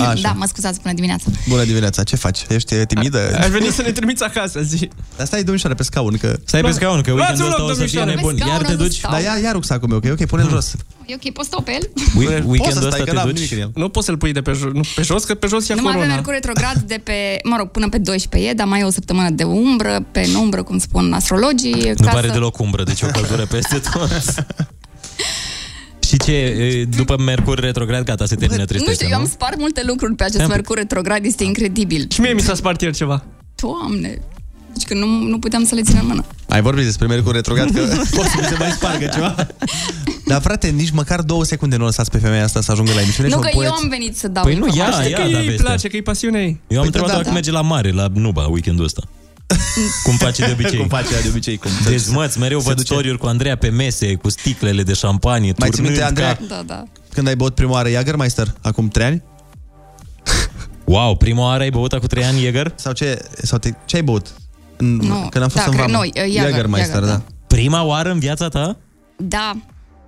Așa.
Da, mă scuzați, bună dimineața.
Bună dimineața, ce faci? Ești uh, timidă?
Ai venit să ne trimiți acasă, zi.
Dar stai domnișoară pe scaun, că...
Stai pe scaun, că
Luați-o loc,
weekendul ăsta o să fie
domnișoare.
nebun.
Pe scaun
Iar te
o să
duci,
stau.
Dar ia, ia rucsacul meu, că e ok, pune-l jos.
E ok, poți să o pe el?
we-
Poți să
weekendul
stai,
ăsta
că
te
n-am
duci.
nimic în el.
Nu poți să-l pui de pe jos, nu, pe jos, că pe jos ia
Nu mai avem
corona.
Mercur retrograd de pe, mă rog, până pe 12 e, dar mai e o săptămână de umbră, pe în umbră, cum spun astrologii.
Nu pare deloc umbră, deci o căldură peste tot. Și ce, e, după Mercur retrograd, gata, se termină
Nu știu,
tristețea,
eu am
nu?
spart multe lucruri pe acest
Am-
Mercur retrograd, este incredibil.
Și mie mi s-a spart ieri ceva.
Doamne, deci că nu, nu puteam să le țin în mână.
Ai vorbit despre Mercur retrograd, că poți să mi se mai spargă ceva. Dar frate, nici măcar două secunde nu lăsați pe femeia asta să ajungă la emisiune
nu
și
că
o
eu
puneți...
am venit să dau
Păi nu,
informații.
ia,
Știi că
ia, da,
îi
vestea.
place, că e pasiunea ei.
Eu am
Păi
întrebat
da,
dacă
da.
merge la mare, la Nuba, weekendul ăsta. Cum face de obicei.
Cum face ea de obicei, cum
Deci, măți, mereu
se
văd
duce.
story cu Andreea pe mese, cu sticlele de șampanie,
Mai ții
turnând
minte, Andreea?
ca...
Da, da.
Când ai băut prima oară Jagermeister, acum trei ani?
Wow, prima oară ai băut cu trei ani Jäger?
Sau ce, sau te, ce ai băut? În,
Nu,
când am fost
da,
în
cred-
vamă.
noi, Jäger, da.
Jägermeister,
Jäger, da.
da.
Prima oară în viața ta?
Da,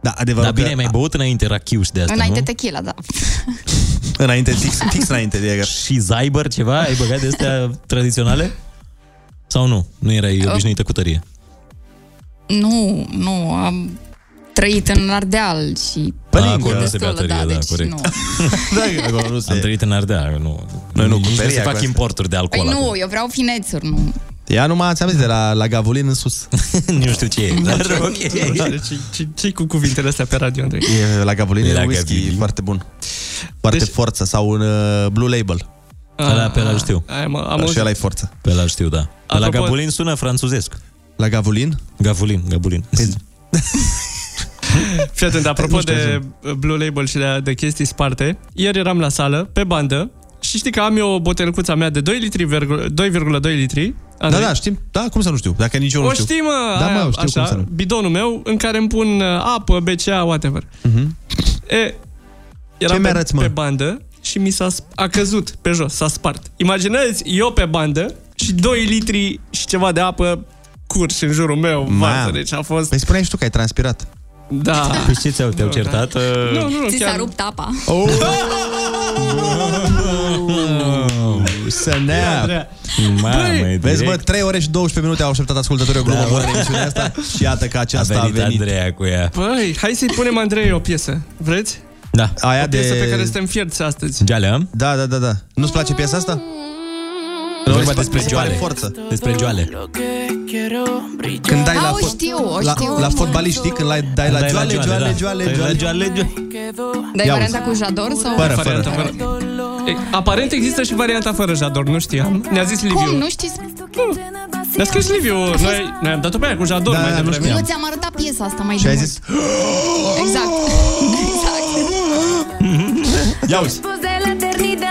Da, adevărul
Dar bine, ai mai băut înainte rachiu și de asta,
Înainte
nu?
tequila, da.
Înainte, fix, fix înainte de
Și Zyber ceva? Ai băgat de astea tradiționale? Sau nu? Nu erai
Uh.
obișnuită cu tărie?
Nu, nu, am trăit în Ardeal și...
Pe acolo nu se bea
Destulă,
tărie, da,
da, deci
corect.
nu.
da, acolo nu se...
Am trăit în Ardea, nu.
Noi nu, cu
nici nu
tăria,
se
cu
fac
astea.
importuri de
Păi
alcool. acum.
nu, eu vreau finețuri, nu.
Ea numai, ți-am zis, de la, la Gavulin în sus.
nu știu ce e,
dar Da, ok.
Ce cu cuvintele astea pe radio, Andrei?
E la Gavulin, e
La
un whisky foarte bun. Foarte deci... forță, sau un uh, Blue Label.
Ăla pe ăla îl știu.
Aia, Ah, mă, am
Dar și
auzit.
ăla e forță.
Pe ăla îl știu, da. La
Apropo-
Gabulin sună franțuzesc.
La Gavulin? Păi
Gavulin, Gabulin.
Fii atent, apropo
Nu știu,
de Blue Label și de, de chestii sparte, ieri eram la sală, pe bandă, și știi că am eu o botelcuța mea de 2 litri, vergu- 2,2 litri.
Da, da, știm. Da, cum să nu știu? Dacă nici eu
o
nu știu.
știi, mă,
Da,
aia,
mă, știu
așa,
cum să nu.
bidonul meu în care îmi pun uh, apă, BCA, whatever. E, eram
Ce
pe,
Mhm. mi-arăți, mă?
pe bandă și mi s-a sp- a căzut pe jos, s-a spart. Imaginează eu pe bandă și 2 litri și ceva de apă curs în jurul meu. Varză, deci a fost...
Păi spuneai și tu că ai transpirat.
Da.
Păi ce ți-au, te-au
Nu, da.
certat? uh,
Nu, nu, nu,
Ți s-a
chiar...
rupt apa.
Oh! Să ne
Mamă,
Vezi, mă,
direct. Da.
3 ore și 12 minute au așteptat ascultătorii o glumă bună în emisiunea asta și iată că aceasta a
A venit
venit.
Andreea cu ea.
Păi, hai să-i punem Andrei o piesă. Vreți?
Da.
Aia
O piesă
de...
pe care suntem fierți astăzi.
Gealea?
Da, da, da, da. Nu-ți place piesa asta?
E
Mi se
vorba
pare- mi
despre
se pare
joale.
forță.
Despre joale.
Când dai
Ah,
la,
o
fo-
știu, o
la,
știu.
la fotbalist, știi? Când dai, dai la
Dai la
joale,
joale,
joale,
da.
joale,
Dai la
joale.
joale, joale.
Dai
Ia
varianta cu Jador sau...
Fără, fără.
Varianta fără. E, aparent există și varianta fără Jador, nu știam. Ne-a zis Liviu.
Cum, nu știți?
Ne-a scris Liviu, noi, noi am dat-o pe aia cu Jador
Da,
mai
da, nu
devreme.
știam.
Eu ți-am arătat piesa asta mai
Și ai
devreme.
zis,
Exact. exact.
ia uzi.
Después de la eternidad.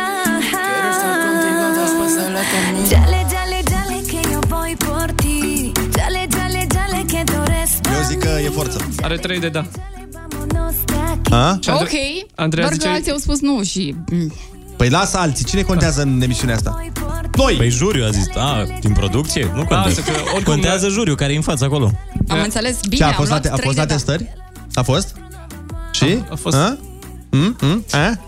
Chale, chale, chale, que yo voy por ti. Chale, chale, chale, que tú eres
Eu zic că e forță.
Are trei de da.
A?
Și Andre-
Ok,
Andreea
doar
zice-
că alții au spus nu și... mm,
Păi lasă alții. Cine contează în emisiunea asta? Da, Noi!
Păi juriu a zis, a, din producție? Nu contează.
Lasă că oricum-
Contează juriu care e în față acolo.
Am înțeles bine,
Ce, a
am
fost la,
luat
te- a
trei
fost la
de da.
testări? A fost? Și?
A fost-
A? Mm? Mm? A?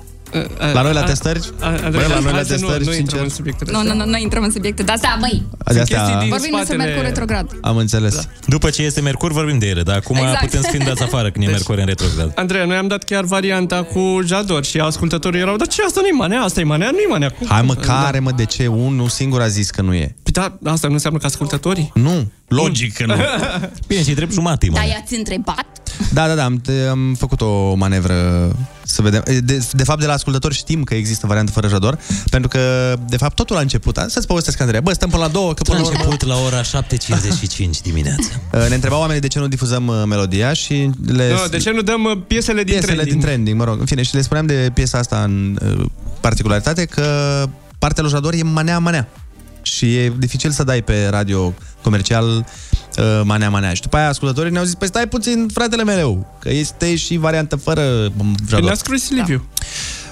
La noi la testări?
A- Andrei,
Băi, la noi la
hai să nu-
testări,
nu intrăm
sincer.
în subiectele
Nu,
astea.
nu, nu, nu intrăm în subiecte de astea, băi.
De
chestii
asta
din-
Vorbim despre
spatele-
Mercur retrograd.
am înțeles.
Da.
După ce este Mercur, vorbim de ele, dar acum
Exact.
putem să fim dați afară
Deci-
când e Mercur în retrograd.
Andreea, noi am dat chiar varianta cu Jador și ascultătorii erau, dar ce, asta nu-i manea, asta e manea, nu-i manea. Cum?
Hai mă, care mă, de ce? Unul singur a zis că nu e.
Păi Da, asta nu înseamnă că ascultătorii?
Nu, logic că nu.
Bine, și trebuie jumate,
Dar
mă.
i-ați întrebat?
Da, da, da, am, te- am făcut o manevră să vedem. De, de fapt, de la ascultători știm că există variantă fără jador, pentru că, de fapt, totul a început. A, Să-ți povestesc, Andreea. Bă, stăm până la două, că
La
până la urmă...
început la ora 7.55 dimineața.
Ne întrebau oamenii de ce nu difuzăm uh, melodia și le...
Nu, de ce nu dăm uh, piesele din
piesele
trending?
din trending, mă rog. În fine, și le spuneam de piesa asta în uh, particularitate că partea lui Jador e manea, manea. Și e dificil să dai pe radio comercial uh, manea, manea. Și după aia ascultătorii ne-au zis, păi stai puțin, fratele meu, că este și variantă fără mm,
Păi
Jador.
ne-a scris Liviu.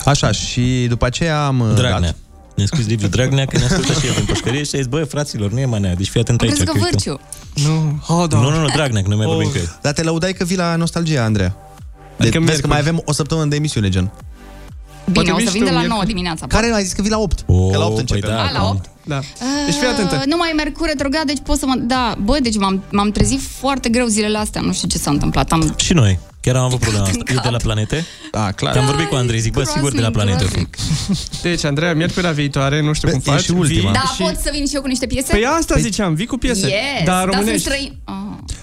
Așa, și după aceea am... uh,
Dragnea.
dat-
Ne-a scris Liviu Dragnea că ne ascultă și el din pușcărie și a zis, băi, fraților, nu e manea, deci fii
Păi,
atent
Am
aici.
crezut că
că uite-o."
Vârciu.
Nu, oh, da.
Nu, nu, nu, Dragnea, că nu mai vorbim
Oh.
cu el.
Dar te lăudai că vii la nostalgia, Andreea. De,
Adică
adică vezi
miercuri.
că mai avem o săptămână de emisiune, gen.
Poate
Bine, o
vii
să
și
vin
tu
de la
miercuri.
9 dimineața.
Care ai zis că vii la 8?
Oh,
că la 8
păi
începe.
da.
A, la 8?
Da. Deci fii atentă.
Uh, Nu mai e Mercur retrograd, deci pot să mă... Da, bă, deci m-am, m-am trezit foarte greu zilele astea. Nu știu ce s-a întâmplat. Am...
Și noi. Chiar am avut problema asta.
în
Eu de la
cap.
planete?
Da, clar.
Am vorbit cu Andrei, zic, bă, sigur de la planete. o fi.
Deci, Andreea, miercurea viitoare, nu știu
Bă,
cum
e
faci.
și
vii
ultima.
Da,
și-
pot să vin și eu cu niște piese?
Păi asta ziceam, vii cu piese. dar
Yes, dar sunt
românești.
străini. Ah.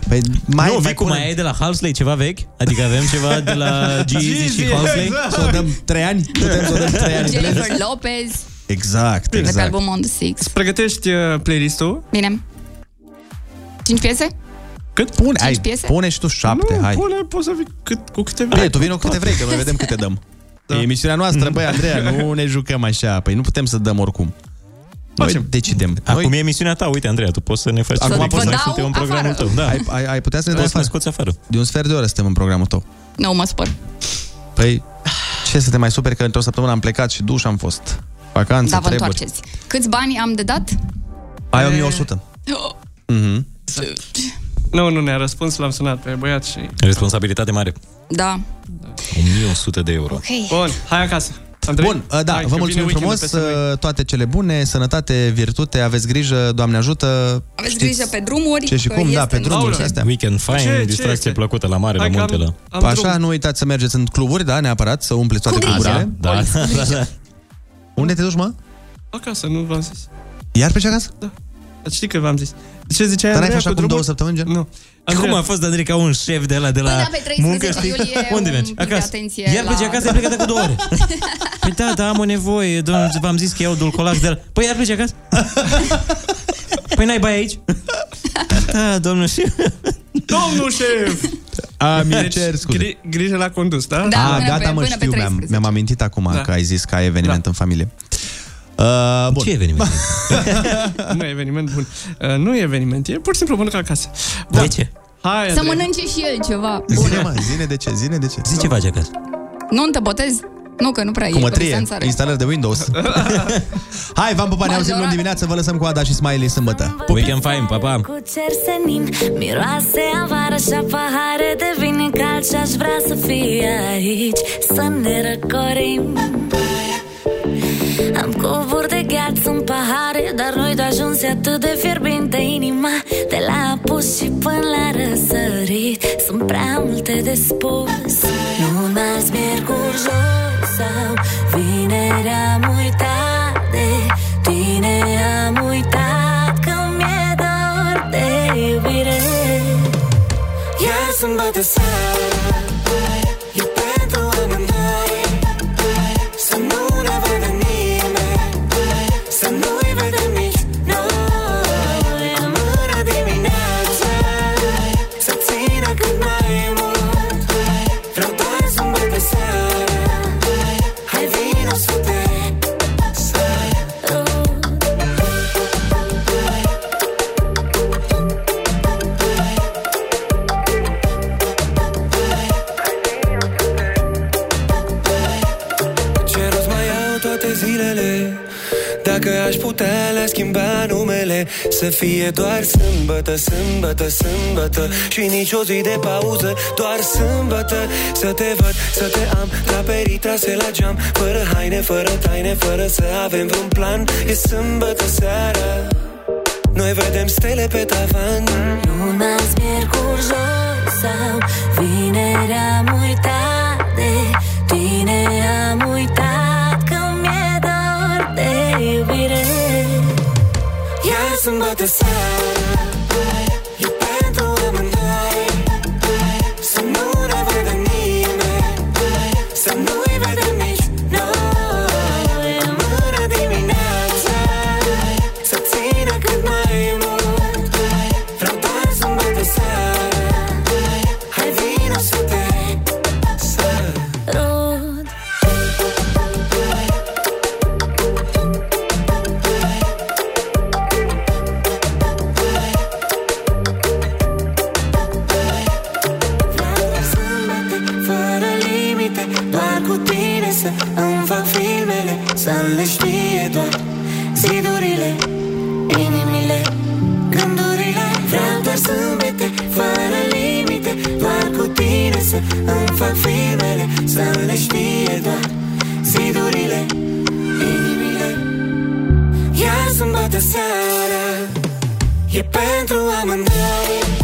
Păi, mai,
Nu, vii
mai
cum mai ai de la Halsley ceva vechi? Adică avem ceva de la Jeezy și Halsley?
Exact.
Să o dăm 3 ani? Putem să o dăm 3 ani.
Jennifer Lopez,
Exact,
de pe
exact.
albumul On The Six.
Pregătești uh, playlist-ul.
Bine. Cinci piese?
Pune,
Cinci
ai,
piese?
pune și tu șapte,
nu,
hai.
pune, poți să vii cât, cu câte vrei.
Bine, tu vină câte vrei, că noi vedem câte dăm.
Da.
E emisiunea
Mhm.
noastră, băi, Andreea, nu ne jucăm așa. Păi nu putem să dăm oricum. Noi
Facem.
decidem.
Acum
Noi,
e emisiunea ta, uite, Andreea, tu poți să ne faci
Acum
Acum
pot
poți
să
noi
dau
suntem în programul
afară.
tău. Da,
ai, ai, ai putea să ne dai
o să ne
afară.
scoți afară.
De un sfert de oră suntem în programul tău.
Nu, mă supăr.
Păi, ce să te mai superi că într-o săptămână am plecat și duș am fost. Vacanță,
Da, vă
treburi.
întoarceți. Câți bani am de dat?
Ai 1100.
Mhm.
Nu, nu ne-a răspuns, l-am sunat pe băiat și...
Responsabilitate mare.
Da.
1100 de euro.
Ok.
Bun, hai acasă. Andrei?
Bun, uh, da,
Hai,
Hai,
că
vă
vine
mulțumim
weekendul
frumos,
peste noi.
uh, toate cele bune, sănătate, virtute, aveți grijă, Doamne ajută.
Aveți grijă pe drumuri.
ce și
că
cum, da,
este
pe drumuri
niște-
și astea.
Weekend fain, Ce- ce distracție este? plăcută la mare, la Hai că munte, am- la- am
Așa,
drum.
nu uitați să mergeți în cluburi, da, neapărat, să umpleți toate
Cu grijă.
cluburile.
Da, da, Cu grijă. da, da.
Unde te duci, mă?
Acasă, nu v-am zis.
Iar pe acasă?
Da. Dar știi că v-am zis. Ce ziceai,
Dar n-ai
Andreea,
fost
cu
acum două
drumul?
săptămâni, gen?
Nu.
Cum a fost, Andrei, ca un șef de la, de la
Păi da, pe 13
muncă? știi?
iulie,
Unde
un
mergi?
pic de
Acasă.
atenție
Iar
la-
pleci acasă, ai plecat cu două ore. Păi da, da, am o nevoie, domnul, v-am zis că iau dulcolac de la... Păi iar pleci acasă? Păi n-ai bai aici? Da, domnul șef.
Domnul șef!
Am
Deci, gri- grijă la condus, da?
Da, A, gata, mă, știu, mi-am, mi-am amintit acum
Da.
da. că ai zis că ai eveniment da. în familie. Uh, bun.
Ce
eveniment?
nu e eveniment bun. Uh, nu e eveniment, e pur și simplu mănânc acasă. Da. De
ce?
Hai,
Să
Andrei.
mănânce și el ceva.
Zine, mă, zine de ce, zine de ce.
Zi ce faci acasă.
Nu te botez? Nu, că nu prea
Cu
Păi, e.
mătrie,
Constanța
instalări de Windows. Hai, v-am pupat, ne auzim luni dimineață, vă lăsăm cu Ada și Smiley sâmbătă.
Weekend fain, pa, pa.
cu cer senin Miroase a vară și a pahare de vin în cald Și aș vrea să fii aici Să ne răcorim Am cuburi de gheață în pahare Dar noi de ajuns e atât de fierbinte inima De la apus și până la răsărit Sunt prea multe de spus Nu marți, miercuri, joi sau vineri Am uitat de tine Am uitat că mi-e dor de iubire Iar sâmbătă seara E pentru amândoi Să nu ne vadă nimeni Să nu-i vedem nici noi În mână dimineața Să țină cât mai mult Vreau doar sâmbătă seara Hai vino să te
Ce rost mai au toate zilele Dacă aș putea le schimba numele Să fie doar sâmbătă, sâmbătă, sâmbătă Și nici o zi de pauză Doar sâmbătă Să te văd, să te am Draperii trase la geam Fără haine, fără taine Fără să avem vreun plan E sâmbătă seara Noi vedem stele pe tavan
Luna, miercuri, joi sau vineri am uitat de tine Am uitat că mi-e dor de iubire Iar sâmbătă seara e pentru amândoi Să nu ne vadă nimeni, să nu-i vedem nici noi În mână dimineața, să țină cât mai mult Vreau doar sâmbătă seara Hai vino să te rog
Vreau sâmbătă, fără limite Doar cu tine să îmi fac filmele Să le știe doar zidurile
Inimile, gândurile Vreau doar sâmbete, fără limite Doar cu tine să îmi fac filmele Să le știe doar zidurile Inimile Iar sâmbătă seara E pentru amândoi